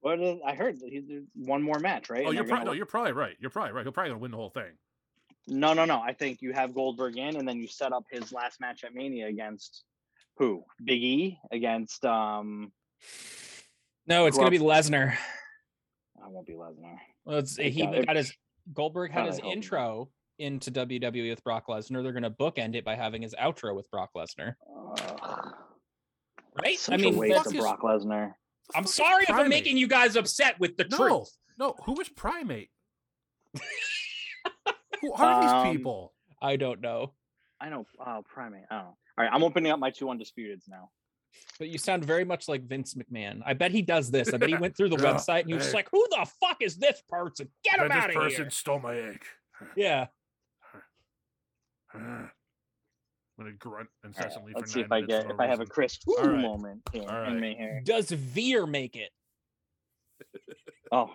Speaker 3: What is, I heard that he's there's one more match, right?
Speaker 1: Oh,
Speaker 3: And
Speaker 1: you're
Speaker 3: they're
Speaker 1: probably
Speaker 3: gonna-
Speaker 1: no, you're probably right. You're probably right. He'll probably gonna win the whole thing.
Speaker 3: no, no, no. I think you have Goldberg in, and then you set up his last match at Mania against who? Big E against um.
Speaker 2: No, it's gonna be
Speaker 3: Corrupt-
Speaker 2: Lesnar.
Speaker 3: I won't be Lesnar.
Speaker 2: Well, it's,
Speaker 3: Thank
Speaker 2: he
Speaker 3: God.
Speaker 2: got his Goldberg had
Speaker 3: God, I
Speaker 2: his
Speaker 3: hope not.
Speaker 2: intro into WWE with Brock Lesnar. They're gonna bookend it by having his outro with Brock Lesnar.
Speaker 3: Ugh.
Speaker 2: Right?
Speaker 3: Such
Speaker 2: I mean
Speaker 3: a
Speaker 1: what
Speaker 3: waste
Speaker 1: the
Speaker 2: that's,
Speaker 3: of
Speaker 1: fuck is-
Speaker 3: Brock Lesnar.
Speaker 1: The
Speaker 2: I'm
Speaker 1: fuck is
Speaker 2: sorry if I'm
Speaker 1: primate?
Speaker 2: making you guys upset with the
Speaker 1: No,
Speaker 2: truth.
Speaker 1: no. Who is primate? Who are
Speaker 3: Um,
Speaker 1: these people?
Speaker 2: I don't know.
Speaker 3: I know. Oh, primate. I don't know. All right, I'm opening up my two undisputeds now.
Speaker 2: But you sound very much like Vince McMahon. I bet he does this. I bet he went through the
Speaker 1: Yeah,
Speaker 2: website and he was just
Speaker 1: Oh, hey.
Speaker 2: like, "Who the fuck is this person? Get him
Speaker 1: That
Speaker 2: out
Speaker 1: this
Speaker 2: of
Speaker 1: person
Speaker 2: here!"
Speaker 1: stole my egg.
Speaker 2: Yeah,
Speaker 1: I'm gonna grunt
Speaker 3: All right,
Speaker 1: incessantly
Speaker 3: let's
Speaker 1: for
Speaker 3: see
Speaker 1: nine
Speaker 3: if I
Speaker 1: minutes
Speaker 3: get
Speaker 1: for no
Speaker 3: if I have a
Speaker 1: reason.
Speaker 3: crisp
Speaker 1: All right.
Speaker 3: moment here
Speaker 1: All
Speaker 3: in
Speaker 1: right.
Speaker 3: me here.
Speaker 2: does Veer make it?
Speaker 3: Oh,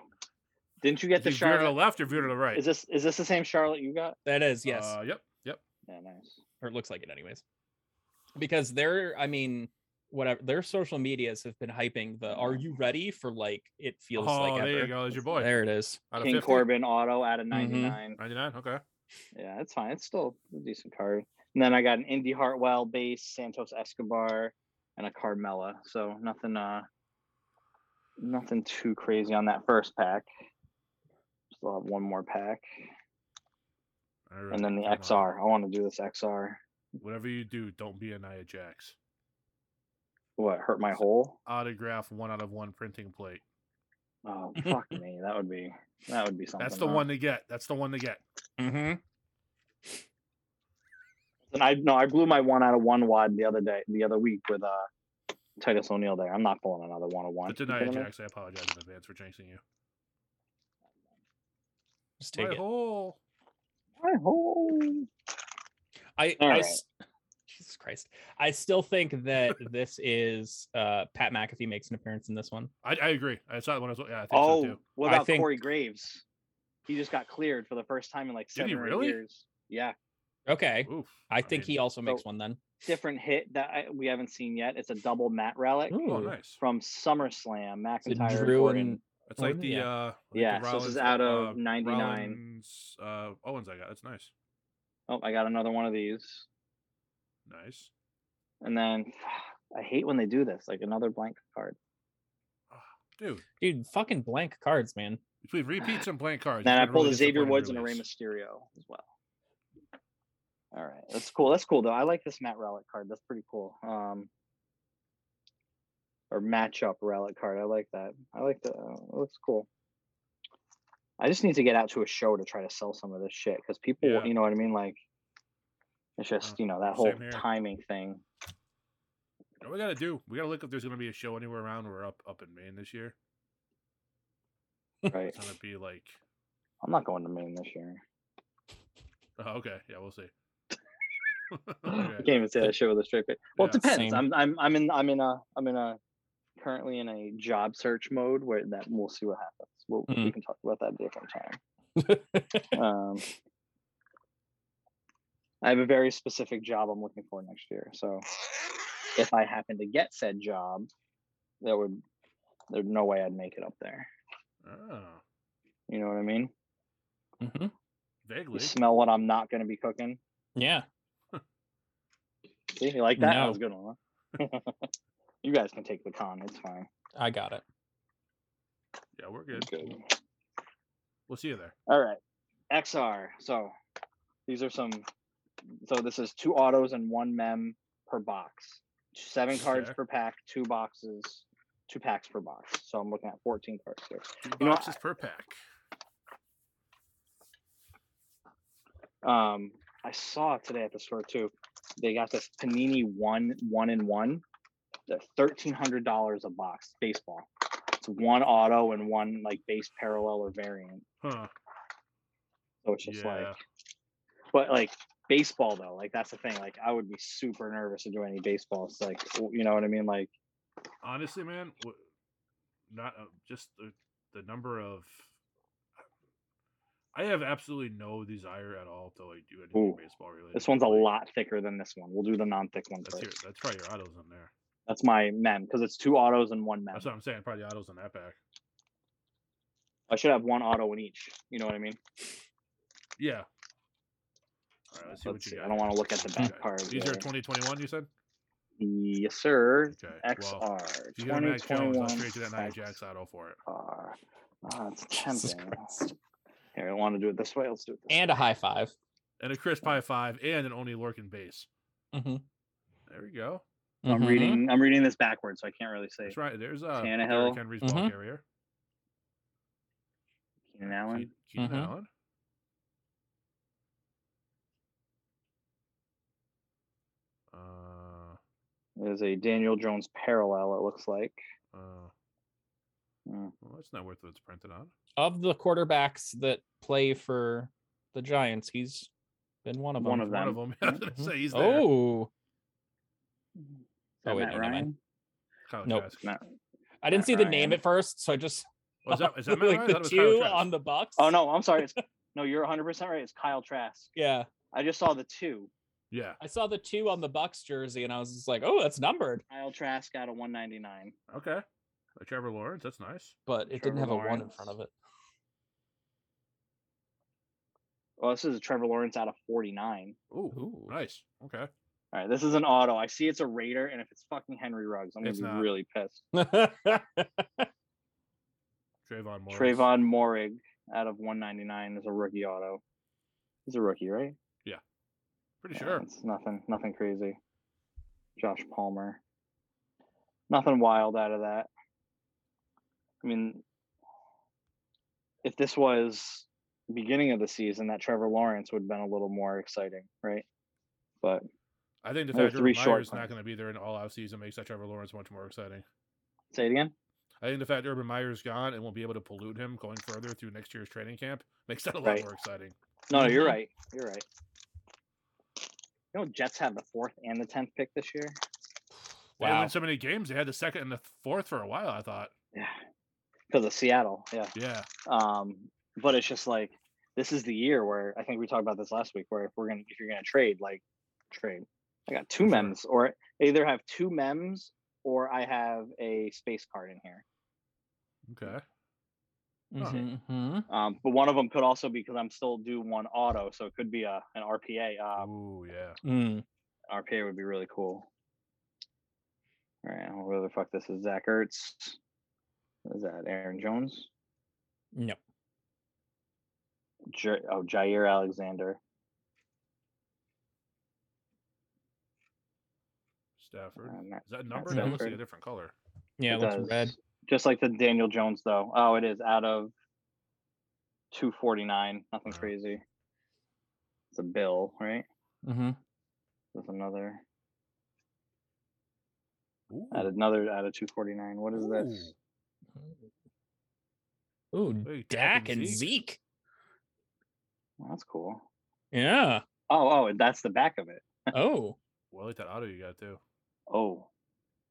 Speaker 3: didn't you get the
Speaker 1: If you veer to the
Speaker 3: Charlotte?
Speaker 1: left or veer to the right?
Speaker 3: Is this is this the same Charlotte you got?
Speaker 2: That is, yes.
Speaker 1: Uh, yep. Yep.
Speaker 3: Yeah, nice.
Speaker 2: or it looks like it anyways because they're i mean whatever their social medias have been hyping the are you ready for like it feels
Speaker 1: oh,
Speaker 2: like
Speaker 1: there
Speaker 2: ever.
Speaker 1: you go. There's your boy.
Speaker 2: there it is
Speaker 1: Out of Mm-hmm.
Speaker 3: King
Speaker 1: 50?
Speaker 3: Corbin auto out of 99.
Speaker 1: 99. Okay.
Speaker 3: Yeah, that's fine. It's still a decent card. And then I got an Indy Hartwell base, Santos Escobar, and a Carmella. So nothing uh nothing too crazy on that first pack. Still have one more pack.
Speaker 1: All right,
Speaker 3: And then the
Speaker 1: come on.
Speaker 3: XR. I want to do this XR.
Speaker 1: Whatever you do, don't be a Nia Jax.
Speaker 3: What hurt my hole?
Speaker 1: Autograph one out of one printing plate.
Speaker 3: Oh fuck me. That would be that would be something.
Speaker 1: That's the
Speaker 3: huh?
Speaker 1: one to get. That's the one to get.
Speaker 2: mm-hmm.
Speaker 3: And I no, I blew my one out of one wad the other day, the other week with uh Titus O'Neil there. I'm not pulling another one of one.
Speaker 1: But to Nia Jax, I apologize in advance for jinxing you.
Speaker 2: just take
Speaker 1: My
Speaker 2: it
Speaker 1: hole.
Speaker 3: My hole.
Speaker 2: I,
Speaker 3: All
Speaker 2: I
Speaker 3: right.
Speaker 2: s- jesus christ i still think that this is uh pat mcafee makes an appearance in this one
Speaker 1: I, I agree. I saw that one as well. Yeah, I think so
Speaker 3: Oh,
Speaker 1: too.
Speaker 3: what
Speaker 2: I
Speaker 3: about
Speaker 2: think-
Speaker 3: Corey Graves? He just got cleared for the first time in like
Speaker 1: Did he
Speaker 3: seven or eight
Speaker 1: really?
Speaker 3: years. Yeah,
Speaker 2: okay
Speaker 1: Oof.
Speaker 2: i think he also makes
Speaker 3: so-
Speaker 2: one then
Speaker 3: different hit that I, we haven't seen yet. It's a double Matt relic
Speaker 1: Oh,
Speaker 2: Ooh.
Speaker 1: nice.
Speaker 3: from SummerSlam.
Speaker 2: So
Speaker 3: McIntyre
Speaker 2: drew
Speaker 3: Gordon.
Speaker 2: and
Speaker 1: It's like
Speaker 2: Orton,
Speaker 1: the
Speaker 2: yeah.
Speaker 1: uh, like the
Speaker 3: Yeah, so this is
Speaker 1: Rollins-
Speaker 3: out of
Speaker 1: uh,
Speaker 3: 99.
Speaker 1: Rollins, uh, Owens, I got. That's nice.
Speaker 3: Oh, I got another one of these.
Speaker 1: Nice.
Speaker 3: And then I hate when they do this. Like another blank card.
Speaker 1: Dude,
Speaker 2: dude fucking blank cards man
Speaker 1: between repeats and blank cards.
Speaker 3: And then
Speaker 1: it's
Speaker 3: I
Speaker 1: been
Speaker 3: pulled
Speaker 1: really
Speaker 3: a Xavier
Speaker 1: disappointing
Speaker 3: Woods and a Rey
Speaker 1: release.
Speaker 3: Mysterio as well. All right, that's cool. That's cool though. I like this Matt relic card. That's pretty cool. Um, or matchup relic card. I like that. I like that. Uh, it looks cool. I just need to get out to a show to try to sell some of this shit because people,
Speaker 1: Yeah. Uh,
Speaker 3: you know what I mean. Like, it's just you know that whole
Speaker 1: same here.
Speaker 3: timing thing.
Speaker 1: You know what we gotta do. We gotta look if there's gonna be a show anywhere around. We're up up in Maine this year.
Speaker 3: Right.
Speaker 1: It's gonna be like.
Speaker 3: I'm not going to Maine this year.
Speaker 1: Oh, okay. Yeah, we'll see.
Speaker 3: I
Speaker 1: Okay.
Speaker 3: can't even say that shit with a straight face. Well, it
Speaker 1: Yeah,
Speaker 2: same.
Speaker 3: depends. I'm I'm I'm in I'm in a I'm in a currently in a job search mode where that we'll see what happens. We'll, We
Speaker 2: Mhm.
Speaker 3: can talk about that a different time. um, I have a very specific job I'm looking for next year. So if I happen to get said job, that would there's no way I'd make it up there.
Speaker 1: Oh,
Speaker 3: You know what I mean?
Speaker 2: hmm
Speaker 1: vaguely.
Speaker 3: You smell what I'm not going to be cooking.
Speaker 2: yeah
Speaker 3: See, you like that? That
Speaker 2: No.
Speaker 3: was a good one. huh? you guys can take the con. It's fine.
Speaker 2: i got it
Speaker 1: Yeah, we're good.
Speaker 3: Good.
Speaker 1: We'll see you there.
Speaker 3: All right. XR. So these are some. So this is two autos and one mem per box. Seven cards
Speaker 1: Okay.
Speaker 3: per pack, two boxes, two packs per box. So I'm looking at 14 cards here.
Speaker 1: Two
Speaker 3: You know,
Speaker 1: boxes per pack.
Speaker 3: Um, I saw today at the store too, they got this Panini one, one and one. They're $1,300 a box, baseball. It's one auto and one like base parallel or variant.
Speaker 1: Huh.
Speaker 3: So it's just
Speaker 1: Yeah.
Speaker 3: like, but like baseball though, like that's the thing. Like I would be super nervous to do any baseball. It's like w- you know what I mean. Like
Speaker 1: Honestly, man, wh- not uh, just the, the number of. I have absolutely no desire at all to like do anything
Speaker 3: Ooh,
Speaker 1: baseball related.
Speaker 3: this one's a
Speaker 1: but, like,
Speaker 3: lot thicker than this one. We'll do the non-thick one
Speaker 1: That's
Speaker 3: first.
Speaker 1: your, that's probably your autos in there.
Speaker 3: That's my mem because it's two autos and one mem.
Speaker 1: That's what I'm saying. Probably autos in that pack.
Speaker 3: I should have one auto in each. You know what I mean?
Speaker 1: Yeah. All right, let's see
Speaker 3: Let's
Speaker 1: what you
Speaker 3: see,
Speaker 1: got.
Speaker 3: I don't want to look at the
Speaker 1: What you
Speaker 3: back
Speaker 1: got.
Speaker 3: cards.
Speaker 1: These are
Speaker 3: there.
Speaker 1: 2021. You said.
Speaker 3: Yes, sir.
Speaker 1: Okay.
Speaker 3: XR
Speaker 1: Well, if you hit a Mac Jones, I'll
Speaker 3: 2021
Speaker 1: trade you that Nia Jax
Speaker 3: XR.
Speaker 1: auto for it.
Speaker 3: Ah, it's
Speaker 2: Jesus
Speaker 3: tempting.
Speaker 2: Christ.
Speaker 3: Here, I want to do it this way. Let's do it. This
Speaker 2: and a high 5
Speaker 1: and a crisp high five and an only Lorcan base.
Speaker 2: mm-hmm.
Speaker 1: There we go.
Speaker 3: way. I'm reading. I'm reading this backwards, so I can't really say.
Speaker 1: That's right. There's uh
Speaker 3: Tannehill.
Speaker 1: Derrick Henry's ball
Speaker 2: Mhm.
Speaker 1: carrier.
Speaker 3: Keenan Allen.
Speaker 1: Ke- Keenan
Speaker 2: Mhm.
Speaker 1: Allen. Uh,
Speaker 3: There's a Daniel Jones parallel, it looks like.
Speaker 1: uh,
Speaker 3: Mm.
Speaker 1: well, that's not worth what it's printed on.
Speaker 2: of the quarterbacks that play for the Giants, he's been one of them.
Speaker 3: One of
Speaker 1: One
Speaker 3: them.
Speaker 1: of them. I was gonna
Speaker 2: Mhm.
Speaker 1: say he's there.
Speaker 2: Oh,
Speaker 3: Is that
Speaker 2: wait,
Speaker 3: Matt
Speaker 2: no, never mind.
Speaker 1: Oh,
Speaker 3: Ryan?
Speaker 1: Kyle
Speaker 2: nope.
Speaker 1: Trask.
Speaker 3: Matt-
Speaker 2: I didn't
Speaker 3: Matt
Speaker 2: see the name
Speaker 3: Ryan.
Speaker 2: at first, so I just
Speaker 1: Oh, is that, is that Matt Ryan?
Speaker 2: like
Speaker 1: I
Speaker 2: the
Speaker 1: thought it was Kyle
Speaker 2: two
Speaker 1: Trask.
Speaker 2: on the Bucks.
Speaker 3: Oh no, I'm sorry. It's, no, you're 100 percent right. It's Kyle Trask.
Speaker 2: Yeah,
Speaker 3: I just saw the two.
Speaker 1: Yeah.
Speaker 2: I saw the two on the Bucks jersey, and I was just like, "Oh, that's numbered,"
Speaker 3: Kyle Trask out of 199.
Speaker 1: Okay. Uh, Trevor Lawrence. That's nice.
Speaker 2: but it didn't
Speaker 3: Trevor
Speaker 2: have a one in
Speaker 3: Lawrence.
Speaker 2: front of it.
Speaker 3: Well, Oh, this is a Trevor Lawrence out of 49.
Speaker 1: Ooh,
Speaker 2: Ooh.
Speaker 1: nice. Okay.
Speaker 3: All right, this is an auto. I see it's a Raider, and if it's fucking Henry Ruggs, I'm gonna
Speaker 1: It's
Speaker 3: be
Speaker 1: not.
Speaker 3: really pissed.
Speaker 1: Trayvon Morris.
Speaker 3: Trayvon Morig out of 199 is a rookie auto. He's a rookie, right?
Speaker 1: Pretty
Speaker 3: Yeah,
Speaker 1: sure.
Speaker 3: It's nothing, nothing crazy. Josh Palmer. Nothing wild out of that. I mean, if this was beginning of the season, that Trevor Lawrence would have been a little more exciting, right? But
Speaker 1: I think the
Speaker 3: There are
Speaker 1: fact that
Speaker 3: three
Speaker 1: Urban
Speaker 3: short
Speaker 1: Meyer is not
Speaker 3: ones.
Speaker 1: going to be there in all out season makes that Trevor Lawrence much more exciting.
Speaker 3: say it again.
Speaker 1: I think the fact that Urban Meyer is gone and won't be able to pollute him going further through next year's training camp makes that a lot
Speaker 3: Right.
Speaker 1: more exciting.
Speaker 3: No, no, you're
Speaker 2: Mhm.
Speaker 3: right. You're right. You know, Jets have the fourth and the tenth pick this year.
Speaker 1: They didn't
Speaker 2: wow.
Speaker 1: win so many games. They had the second and the fourth for a while. I thought.
Speaker 3: Yeah, because of Seattle. Yeah.
Speaker 1: Yeah.
Speaker 3: Um, but it's just like this is the year where I think we talked about this last week. Where if we're gonna, if you're gonna trade, like trade, I got two
Speaker 1: For sure.
Speaker 3: mems, or I either have two mems, or I have a space card in here.
Speaker 1: Okay.
Speaker 2: Mhm.
Speaker 3: Um, but one of them could also be because I'm still do one auto, so it could be a an RPA. Um,
Speaker 1: Ooh, yeah.
Speaker 2: Mm.
Speaker 3: RPA would be really cool. All right, where the fuck this is? Zach Ertz. What is that? Aaron Jones.
Speaker 2: No.
Speaker 3: J- oh, Jair Alexander.
Speaker 1: Stafford.
Speaker 3: Uh, Matt-
Speaker 1: Is that numbered? That
Speaker 2: Stafford.
Speaker 1: looks like a different color.
Speaker 2: Yeah, it
Speaker 3: It
Speaker 2: looks red.
Speaker 3: does. Just like the Daniel Jones, though. Oh, it is out of 249. Nothing
Speaker 1: Wow.
Speaker 3: crazy. It's a bill, right?
Speaker 2: Mm-hmm.
Speaker 3: That's another
Speaker 1: Ooh.
Speaker 2: Hmm.
Speaker 3: at another out of 249. What is this?
Speaker 2: Ooh,
Speaker 1: Hey,
Speaker 2: Dak and Zeke.
Speaker 3: Well, that's cool.
Speaker 2: Yeah.
Speaker 3: Oh, oh, that's the back of it.
Speaker 2: Oh,
Speaker 1: Well, I like that auto you got too.
Speaker 3: Oh,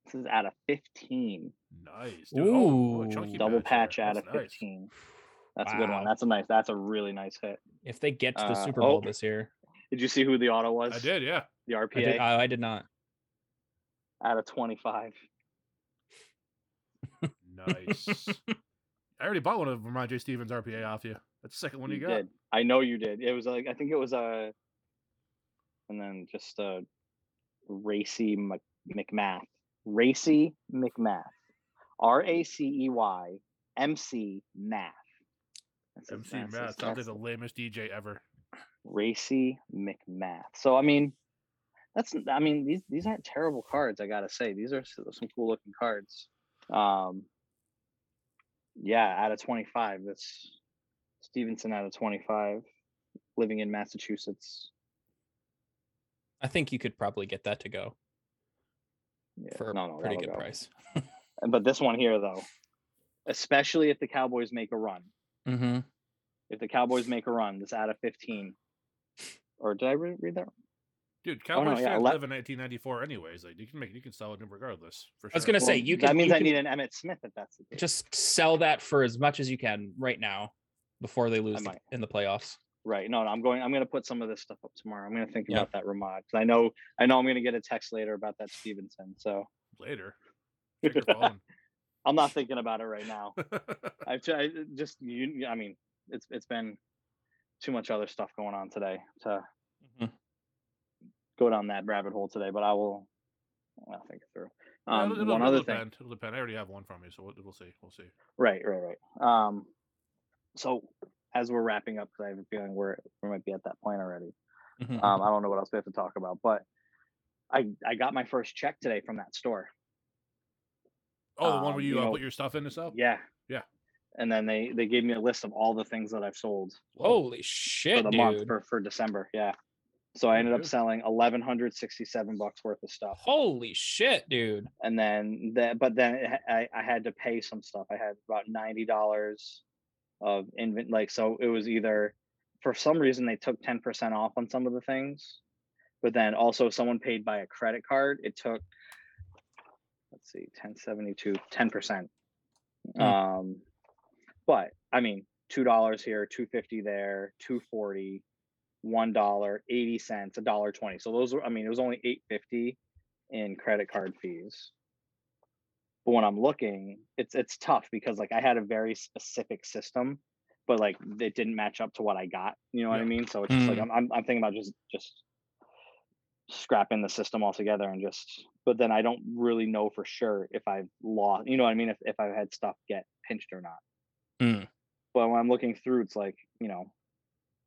Speaker 3: this is out of 15.
Speaker 1: Nice. Dude. Oh, oh, a
Speaker 2: Ooh.
Speaker 1: chunky
Speaker 3: Double patch
Speaker 1: there.
Speaker 3: out
Speaker 1: That's
Speaker 3: of
Speaker 1: nice.
Speaker 3: 15. That's a good one.
Speaker 2: Wow.
Speaker 3: That's a nice. That's a really nice hit.
Speaker 2: if they get to the
Speaker 3: Uh,
Speaker 2: Super
Speaker 3: oh.
Speaker 2: Bowl this year,
Speaker 3: Did you see who the auto was?
Speaker 1: I did. Yeah.
Speaker 3: The RPA
Speaker 2: I did, uh I, I did not.
Speaker 3: out of 25.
Speaker 1: Nice. I already bought one of Vermont J. Stevens RPA off you. That's the second one you, got.
Speaker 3: did. I know you did. It was like I think it was a, and then just a racy Mc, McMath, racy McMath, R A C E Y M C Math. That's his-
Speaker 1: MC
Speaker 3: that's his-
Speaker 1: Matt sounds like
Speaker 3: that's
Speaker 1: the lamest DJ ever.
Speaker 3: racy McMath. So I mean, that's I mean these these aren't terrible cards. I gotta say these are s- some cool looking cards. Um, yeah, out of twenty five, that's Stevenson out of twenty five, living in Massachusetts.
Speaker 2: I think you could probably get that to go
Speaker 3: Yeah,
Speaker 2: for a
Speaker 3: no, no,
Speaker 2: pretty
Speaker 3: that'll
Speaker 2: good
Speaker 3: Oh, go.
Speaker 2: price.
Speaker 3: But this one here though, especially if the Cowboys make a run.
Speaker 2: Mm-hmm.
Speaker 3: If the Cowboys make a run, this out of fifteen. Or did I re- read that?
Speaker 1: Dude,
Speaker 3: Oh,
Speaker 1: Cowboys
Speaker 3: no, yeah,
Speaker 1: fans
Speaker 3: ele-
Speaker 1: live in 1994 anyways. Like you can make you can sell it regardless. For sure.
Speaker 2: I was gonna say
Speaker 3: Well,
Speaker 2: you
Speaker 3: that
Speaker 2: can.
Speaker 3: means
Speaker 2: you
Speaker 3: I
Speaker 2: can
Speaker 3: need an Emmett Smith if that's the case.
Speaker 2: just sell that for as much as you can right now before they lose the-
Speaker 3: might.
Speaker 2: in the playoffs.
Speaker 3: Right. No, no, I'm going. I'm going to put some of this stuff up tomorrow. I'm going to think
Speaker 2: Yeah.
Speaker 3: about that Ramad 'cause I know. I know I'm going to get a text later about that Stevenson. So
Speaker 1: later. Check your phone.
Speaker 3: I'm not thinking about it right now. I've t- I uh, just you. I mean, it's it's been too much other stuff going on today to
Speaker 1: Mm-hmm.
Speaker 2: Mhm.
Speaker 3: go down that rabbit hole today. But I will. I'll think it through.
Speaker 1: Yeah,
Speaker 3: Um,
Speaker 1: it'll-
Speaker 3: one
Speaker 1: it'll
Speaker 3: other thing.
Speaker 1: depend. It'll depend. I already have one from you, so we'll, we'll see. We'll see.
Speaker 3: Right. Right. Right. Um. So as we're wrapping up, because I have a feeling we're we might be at that point already.
Speaker 2: Mhm.
Speaker 1: Mm-hmm.
Speaker 3: Um, I don't know what else we have to talk about, but I I got my first check today from that store.
Speaker 1: Oh, the one
Speaker 3: Um,
Speaker 1: where you,
Speaker 3: you
Speaker 1: uh,
Speaker 3: know-
Speaker 1: put your stuff in and stuff.
Speaker 3: Yeah.
Speaker 1: Yeah.
Speaker 3: And then they they gave me a list of all the things that I've sold
Speaker 2: Holy
Speaker 3: for
Speaker 2: shit,
Speaker 3: the
Speaker 2: dude!
Speaker 3: month for, for December. Yeah. So I
Speaker 1: Oh,
Speaker 3: ended up
Speaker 1: good.
Speaker 3: selling eleven hundred sixty seven bucks worth of stuff,
Speaker 2: Holy shit, dude!
Speaker 3: and then that but then it ha- I I had to pay some stuff. I had about ninety dollars of invent like so it was either for some reason they took ten percent off on some of the things, but then also if someone paid by a credit card, it took let's see 1072 10 percent
Speaker 2: Mm.
Speaker 3: um But I mean, two dollars here, two fifty there, two forty, one dollar, eighty cents, a dollar twenty. So those were I mean, it was only eight fifty in credit card fees. But when I'm looking, it's it's tough because like I had a very specific system, but like it didn't match up to what I got. You know what I
Speaker 1: Yeah.
Speaker 3: mean? So it's just like
Speaker 2: Mm.
Speaker 3: I'm, I'm I'm thinking about just just scrapping the system altogether and just but then I don't really know for sure if I've lost you know what I mean if, if I've had stuff get pinched or not.
Speaker 2: Mm.
Speaker 3: But when I'm looking through it's like, you know,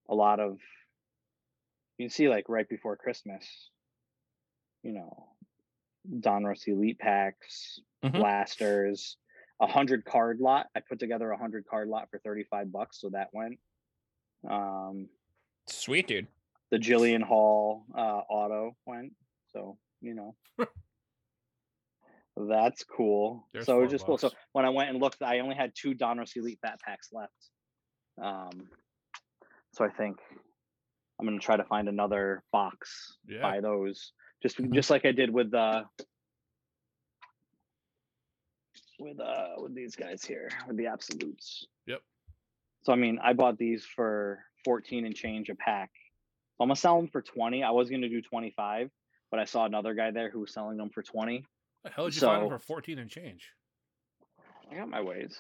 Speaker 3: a lot of you can see like right before Christmas, you know, Donruss Elite packs,
Speaker 2: Mhm.
Speaker 3: blasters, a hundred card lot. I put together a hundred card lot for 35 bucks, so that went. Um
Speaker 2: Sweet, dude.
Speaker 3: the Jillian Hall uh, auto went. So you know, that's cool.
Speaker 1: There's
Speaker 3: so it was
Speaker 1: four
Speaker 3: just cool. So
Speaker 1: bucks.
Speaker 3: when I went and looked, I only had two Donruss Elite Bat Packs left. Um, so I think I'm gonna try to find another box,
Speaker 1: Yeah. Mm-hmm.
Speaker 3: buy those, just just like I did with uh with uh with these guys here with the absolutes.
Speaker 1: Yep.
Speaker 3: So I mean, I bought these for 14 and change a pack. I'm gonna sell them for 20. I was gonna do 25, but I saw another guy there who was selling them for 20.
Speaker 1: The hell did you find them
Speaker 3: So-
Speaker 1: for fourteen and change?
Speaker 3: I got my ways.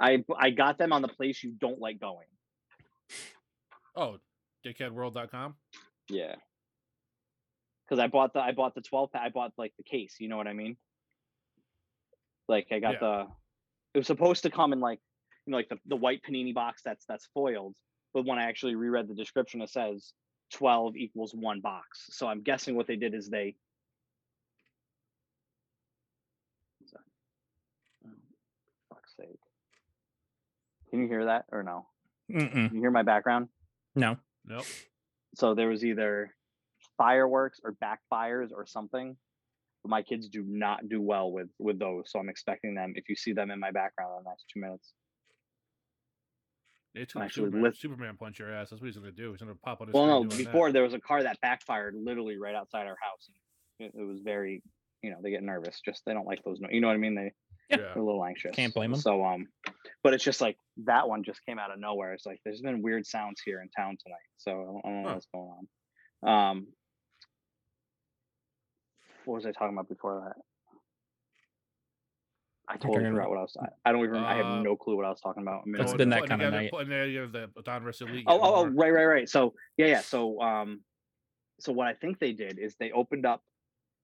Speaker 3: I I got them on the place you don't like going.
Speaker 1: Oh, dickheadworld.com.
Speaker 3: Yeah. Because I bought the I bought the 12 pack. I bought like the case. You know what I mean? Like I got
Speaker 1: Yeah.
Speaker 3: the. It was supposed to come in like you know like the, the white panini box that's that's foiled, but when I actually reread the description, it says 12 equals one box. So I'm guessing what they did is they. oh, Fuck's sake. Can you hear that or no?
Speaker 2: Mm-mm.
Speaker 3: Can you hear my background?
Speaker 2: No.
Speaker 1: Nope.
Speaker 3: so there was either fireworks or backfires or something but my kids do not do well with with those so i'm expecting them if you see them in my background in the next two minutes
Speaker 1: It's gonna
Speaker 3: Actually,
Speaker 1: Superman,
Speaker 3: let's-
Speaker 1: Superman punch your ass. That's what he's gonna do. He's gonna pop on his.
Speaker 3: well no
Speaker 1: screen doing that.
Speaker 3: before there was a car that backfired literally right outside our house it, it was very you know they get nervous just they don't like those no- you know what i mean they
Speaker 1: Yeah.
Speaker 2: Yeah.
Speaker 3: they're a little anxious
Speaker 2: Can't blame 'em.
Speaker 3: so um but it's just like that one just came out of nowhere it's like there's been weird sounds here in town tonight so i don't, I don't know
Speaker 1: Huh.
Speaker 3: what's going on um what was i talking about before that I totally
Speaker 2: talking
Speaker 3: forgot
Speaker 2: about-
Speaker 3: what I was. I don't even. I
Speaker 1: Uh,
Speaker 3: have no clue what I was talking about. a minute
Speaker 2: That's
Speaker 1: Oh,
Speaker 3: ago.
Speaker 2: been that
Speaker 1: and
Speaker 2: kinda
Speaker 1: you gotta
Speaker 2: night.
Speaker 1: put- And then you have the Donruss Elite.
Speaker 3: Oh, oh, oh,
Speaker 1: Mark.
Speaker 3: right, right, right. So yeah, yeah. So um, so what I think they did is they opened up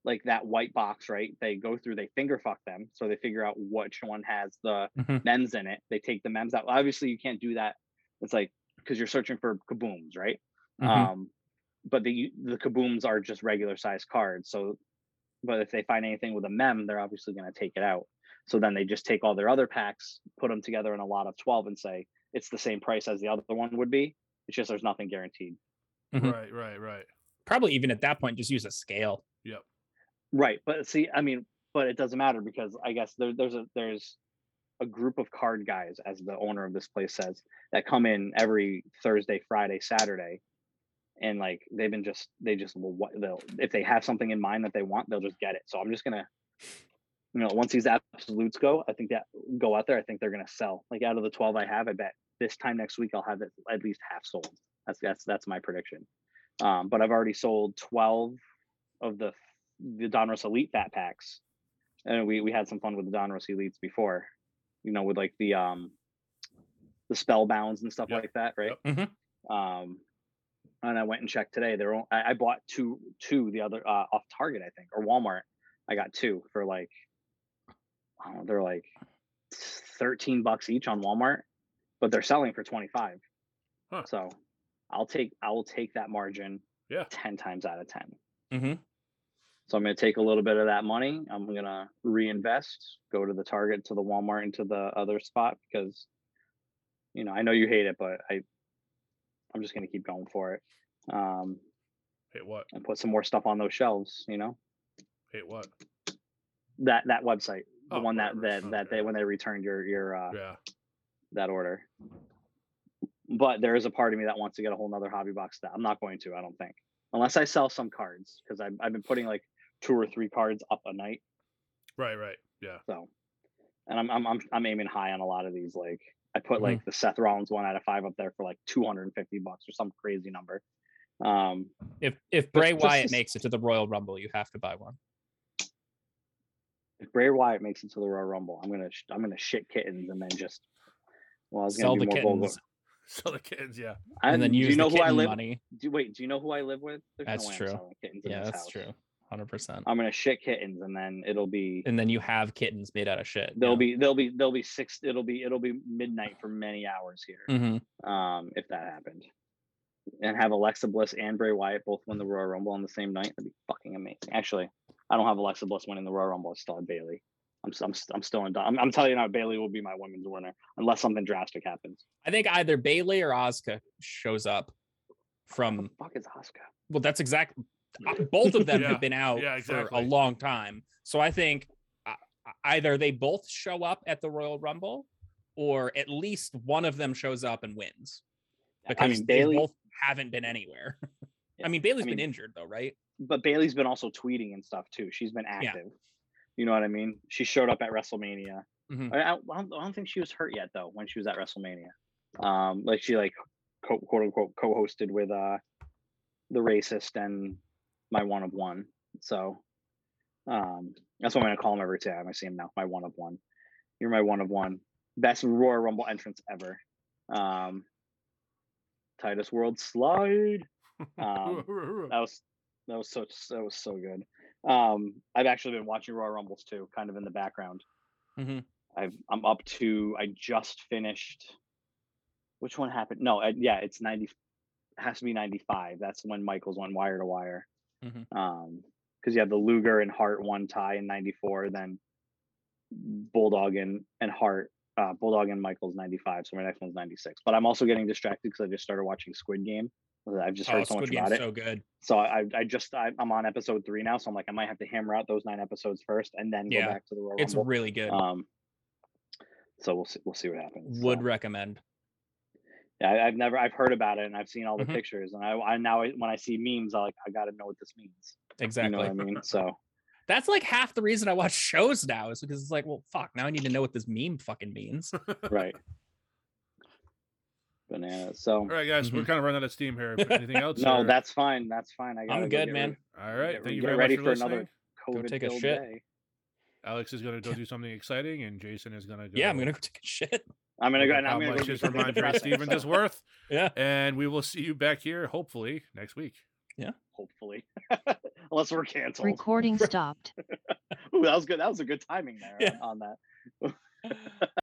Speaker 3: like that white box, right? They go through, they finger fuck them, so they figure out which one has the
Speaker 2: Mhm.
Speaker 3: mems in it. They take the mems out. Obviously, you can't do that. It's like because you're searching for kabooms, right?
Speaker 2: Mhm.
Speaker 3: Um, but the the kabooms are just regular size cards. So, but if they find anything with a mem, they're obviously going to take it out. So then they just take all their other packs, put them together in a lot of twelve, and say it's the same price as the other one would be. It's just there's nothing guaranteed.
Speaker 2: Mhm.
Speaker 1: right, right, right.
Speaker 2: Probably even at that point, just use a scale.
Speaker 3: Right, but see, I mean, but it doesn't matter because I guess there, there's a there's a group of card guys, as the owner of this place says, that come in every Thursday, Friday, Saturday, and like they've been just they just will what they'll if they have something in mind that they want, they'll just get it. So I'm just gonna, you know, once these absolutes go, I think that go out there, I think they're gonna sell. Like out of the twelve I have, I bet this time next week I'll have it at least half sold. That's that's that's my prediction. Um, but I've already sold twelve of the the Donruss Elite fat packs. And we we had some fun with the Donruss Elites before, you know, with like the um the spellbounds and stuff
Speaker 1: Yep, Mm-hmm.
Speaker 3: like that, right?
Speaker 2: yep.
Speaker 3: Um and I went and checked today. They're on- I, I bought two two the other uh, off Target, I think, or Walmart. I got two for like I don't know, they're like thirteen bucks each on Walmart, but they're selling for twenty five.
Speaker 1: Huh.
Speaker 3: So I'll take I will take that margin
Speaker 1: Yeah.
Speaker 3: ten times out of ten.
Speaker 2: Mhm.
Speaker 3: So I'm going to take a little bit of that money. I'm going to reinvest, go to the Target, to the Walmart, and to the other spot because, you know, I know you hate it, but I, I'm just going to keep going for it, um,
Speaker 1: Hit what?
Speaker 3: and put some more stuff on those shelves. You know,
Speaker 1: Hit what?
Speaker 3: that that website, the
Speaker 1: Oh,
Speaker 3: one that
Speaker 1: whatever,
Speaker 3: that
Speaker 1: it's not
Speaker 3: that they
Speaker 1: bad.
Speaker 3: when they returned your your uh,
Speaker 1: Yeah.
Speaker 3: that order. But there is a part of me that wants to get a whole nother hobby box that I'm not going to, I don't think. Unless I sell some cards because I've, I've been putting like two or three cards up a night.
Speaker 1: Right, right. Yeah.
Speaker 3: So and I'm I'm I'm, I'm aiming high on a lot of these. Like I put
Speaker 2: Mm-hmm.
Speaker 3: like the Seth Rollins one out of five up there for like 250 bucks or some crazy number. Um,
Speaker 2: If if Bray
Speaker 3: just
Speaker 2: Wyatt
Speaker 3: as-
Speaker 2: makes it to the Royal Rumble, you have to buy one.
Speaker 3: if Bray Wyatt makes it to the Royal Rumble, I'm gonna sh- I'm gonna shit kittens and then just well, I was gonna
Speaker 2: Sell
Speaker 3: be
Speaker 2: the
Speaker 3: more vulgar.
Speaker 2: kittens
Speaker 1: So the kids, yeah.
Speaker 3: I-
Speaker 2: and then
Speaker 3: do
Speaker 2: use
Speaker 3: you know
Speaker 2: the
Speaker 3: who I
Speaker 2: kitten
Speaker 3: live?
Speaker 2: money.
Speaker 3: Do, wait, do you know who I live with? There's
Speaker 2: That's
Speaker 3: way I'm
Speaker 2: true.
Speaker 3: selling kittens in
Speaker 2: Yeah,
Speaker 3: this
Speaker 2: that's
Speaker 3: house.
Speaker 2: true. Hundred percent.
Speaker 3: I'm gonna shit kittens, and then it'll be
Speaker 2: And then you have kittens made out of shit.
Speaker 3: they'll be they'll be they'll be six. It'll be it'll be midnight for many hours here.
Speaker 2: hmm
Speaker 3: um, if that happened. And have Alexa Bliss and Bray Wyatt both win the Royal Rumble on the same night. That'd be fucking amazing. Actually, I don't have Alexa Bliss winning the Royal Rumble. I still have Bailey. I'm s- I'm, s- I'm still in. I'm, I'm telling you now, Bailey will be my women's winner unless something drastic happens.
Speaker 2: I think either Bailey or Asuka shows up
Speaker 3: What
Speaker 2: from.
Speaker 3: the fuck is Asuka?
Speaker 2: Well, that's exactly. Both of them
Speaker 1: Yeah,
Speaker 2: have been out
Speaker 1: yeah,
Speaker 2: for a
Speaker 1: exactly.
Speaker 2: long time, so I think uh, either they both show up at the Royal Rumble, or at least one of them shows up and wins because
Speaker 3: I mean
Speaker 2: they
Speaker 3: Bailey,
Speaker 2: both haven't been anywhere.
Speaker 3: Yeah,
Speaker 2: I mean, Bailey's
Speaker 3: I
Speaker 2: been
Speaker 3: mean-
Speaker 2: injured though, right?
Speaker 3: but Bailey's been also tweeting and stuff too. She's been active. You know what I mean? She showed up at WrestleMania.
Speaker 2: Mhm.
Speaker 3: I, I, don't, I don't think she was hurt yet though when she was at WrestleMania. Um, like she like co- quote unquote co-hosted with uh the racist and my one of one. So um that's what I'm gonna call him every time I see him now. My one of one. You're my one of one. Best Royal Rumble entrance ever. Um Titus World Slide. Um, That was that was so that was so good. Um, I've actually been watching Royal Rumbles too, kind of in the background.
Speaker 2: Mhm.
Speaker 3: I've I'm up to I just finished. Which one happened? No, uh, yeah, it's ninety. Has to be ninety five. That's when Michaels went wire to wire.
Speaker 2: Mhm.
Speaker 3: Um, because you had the Luger and Hart one tie in ninety four, then Bulldog and and Hart. Uh, Bulldog and Michaels 95, so my next one's 96. But I'm also getting distracted because I just started watching Squid Game. I've just heard
Speaker 2: Oh,
Speaker 3: so much
Speaker 2: Squid
Speaker 3: about
Speaker 2: Game's
Speaker 3: it.
Speaker 2: so good.
Speaker 3: So I, I just I, I'm on episode three now, so I'm like I might have to hammer out those nine episodes first, and then
Speaker 2: Yeah.
Speaker 3: go back to the Royal
Speaker 2: It's
Speaker 3: Rumble.
Speaker 2: really good.
Speaker 3: um, so we'll see we'll see what happens.
Speaker 2: Would
Speaker 3: So,
Speaker 2: recommend.
Speaker 3: yeah, I, I've never I've heard about it, and I've seen all the
Speaker 2: Mhm.
Speaker 3: pictures, and I, I now when I see memes, I like I got to know what this means.
Speaker 2: Exactly.
Speaker 3: You know what I mean? So
Speaker 2: That's like half the reason I watch shows now is because it's like, well, fuck, now I need to know what this meme fucking means.
Speaker 3: right, banana. So
Speaker 1: All right, guys, we're
Speaker 2: Mhm.
Speaker 1: kind of running out of steam here. Anything else?
Speaker 3: mm-hmm. no,
Speaker 1: or-
Speaker 3: that's fine. That's fine. I gotta go
Speaker 2: good,
Speaker 3: get
Speaker 2: man.
Speaker 3: rid-
Speaker 1: all right.
Speaker 3: get-
Speaker 1: Thank you
Speaker 3: get
Speaker 1: very
Speaker 3: ready
Speaker 1: much
Speaker 3: for
Speaker 1: for,
Speaker 3: another
Speaker 1: listening.
Speaker 3: COVID
Speaker 2: take a
Speaker 3: filled
Speaker 2: shit.
Speaker 3: day.
Speaker 1: Alex is going to go do something exciting, and Jason is going to go.
Speaker 2: yeah, I'm gonna go take a shit.
Speaker 3: I'm gonna
Speaker 1: look
Speaker 3: go.
Speaker 1: up
Speaker 3: And I'm
Speaker 1: how
Speaker 3: gonna
Speaker 1: much
Speaker 3: go do
Speaker 1: his
Speaker 3: something
Speaker 1: Ramondre
Speaker 3: depressing,
Speaker 1: Stevens
Speaker 3: so
Speaker 1: is worth.
Speaker 2: Yeah.
Speaker 1: And we will see you back here hopefully next week.
Speaker 3: Hopefully, unless we're canceled.
Speaker 4: Recording stopped.
Speaker 3: Ooh, that was good. That was a good timing there
Speaker 2: Yeah.
Speaker 3: on, on that.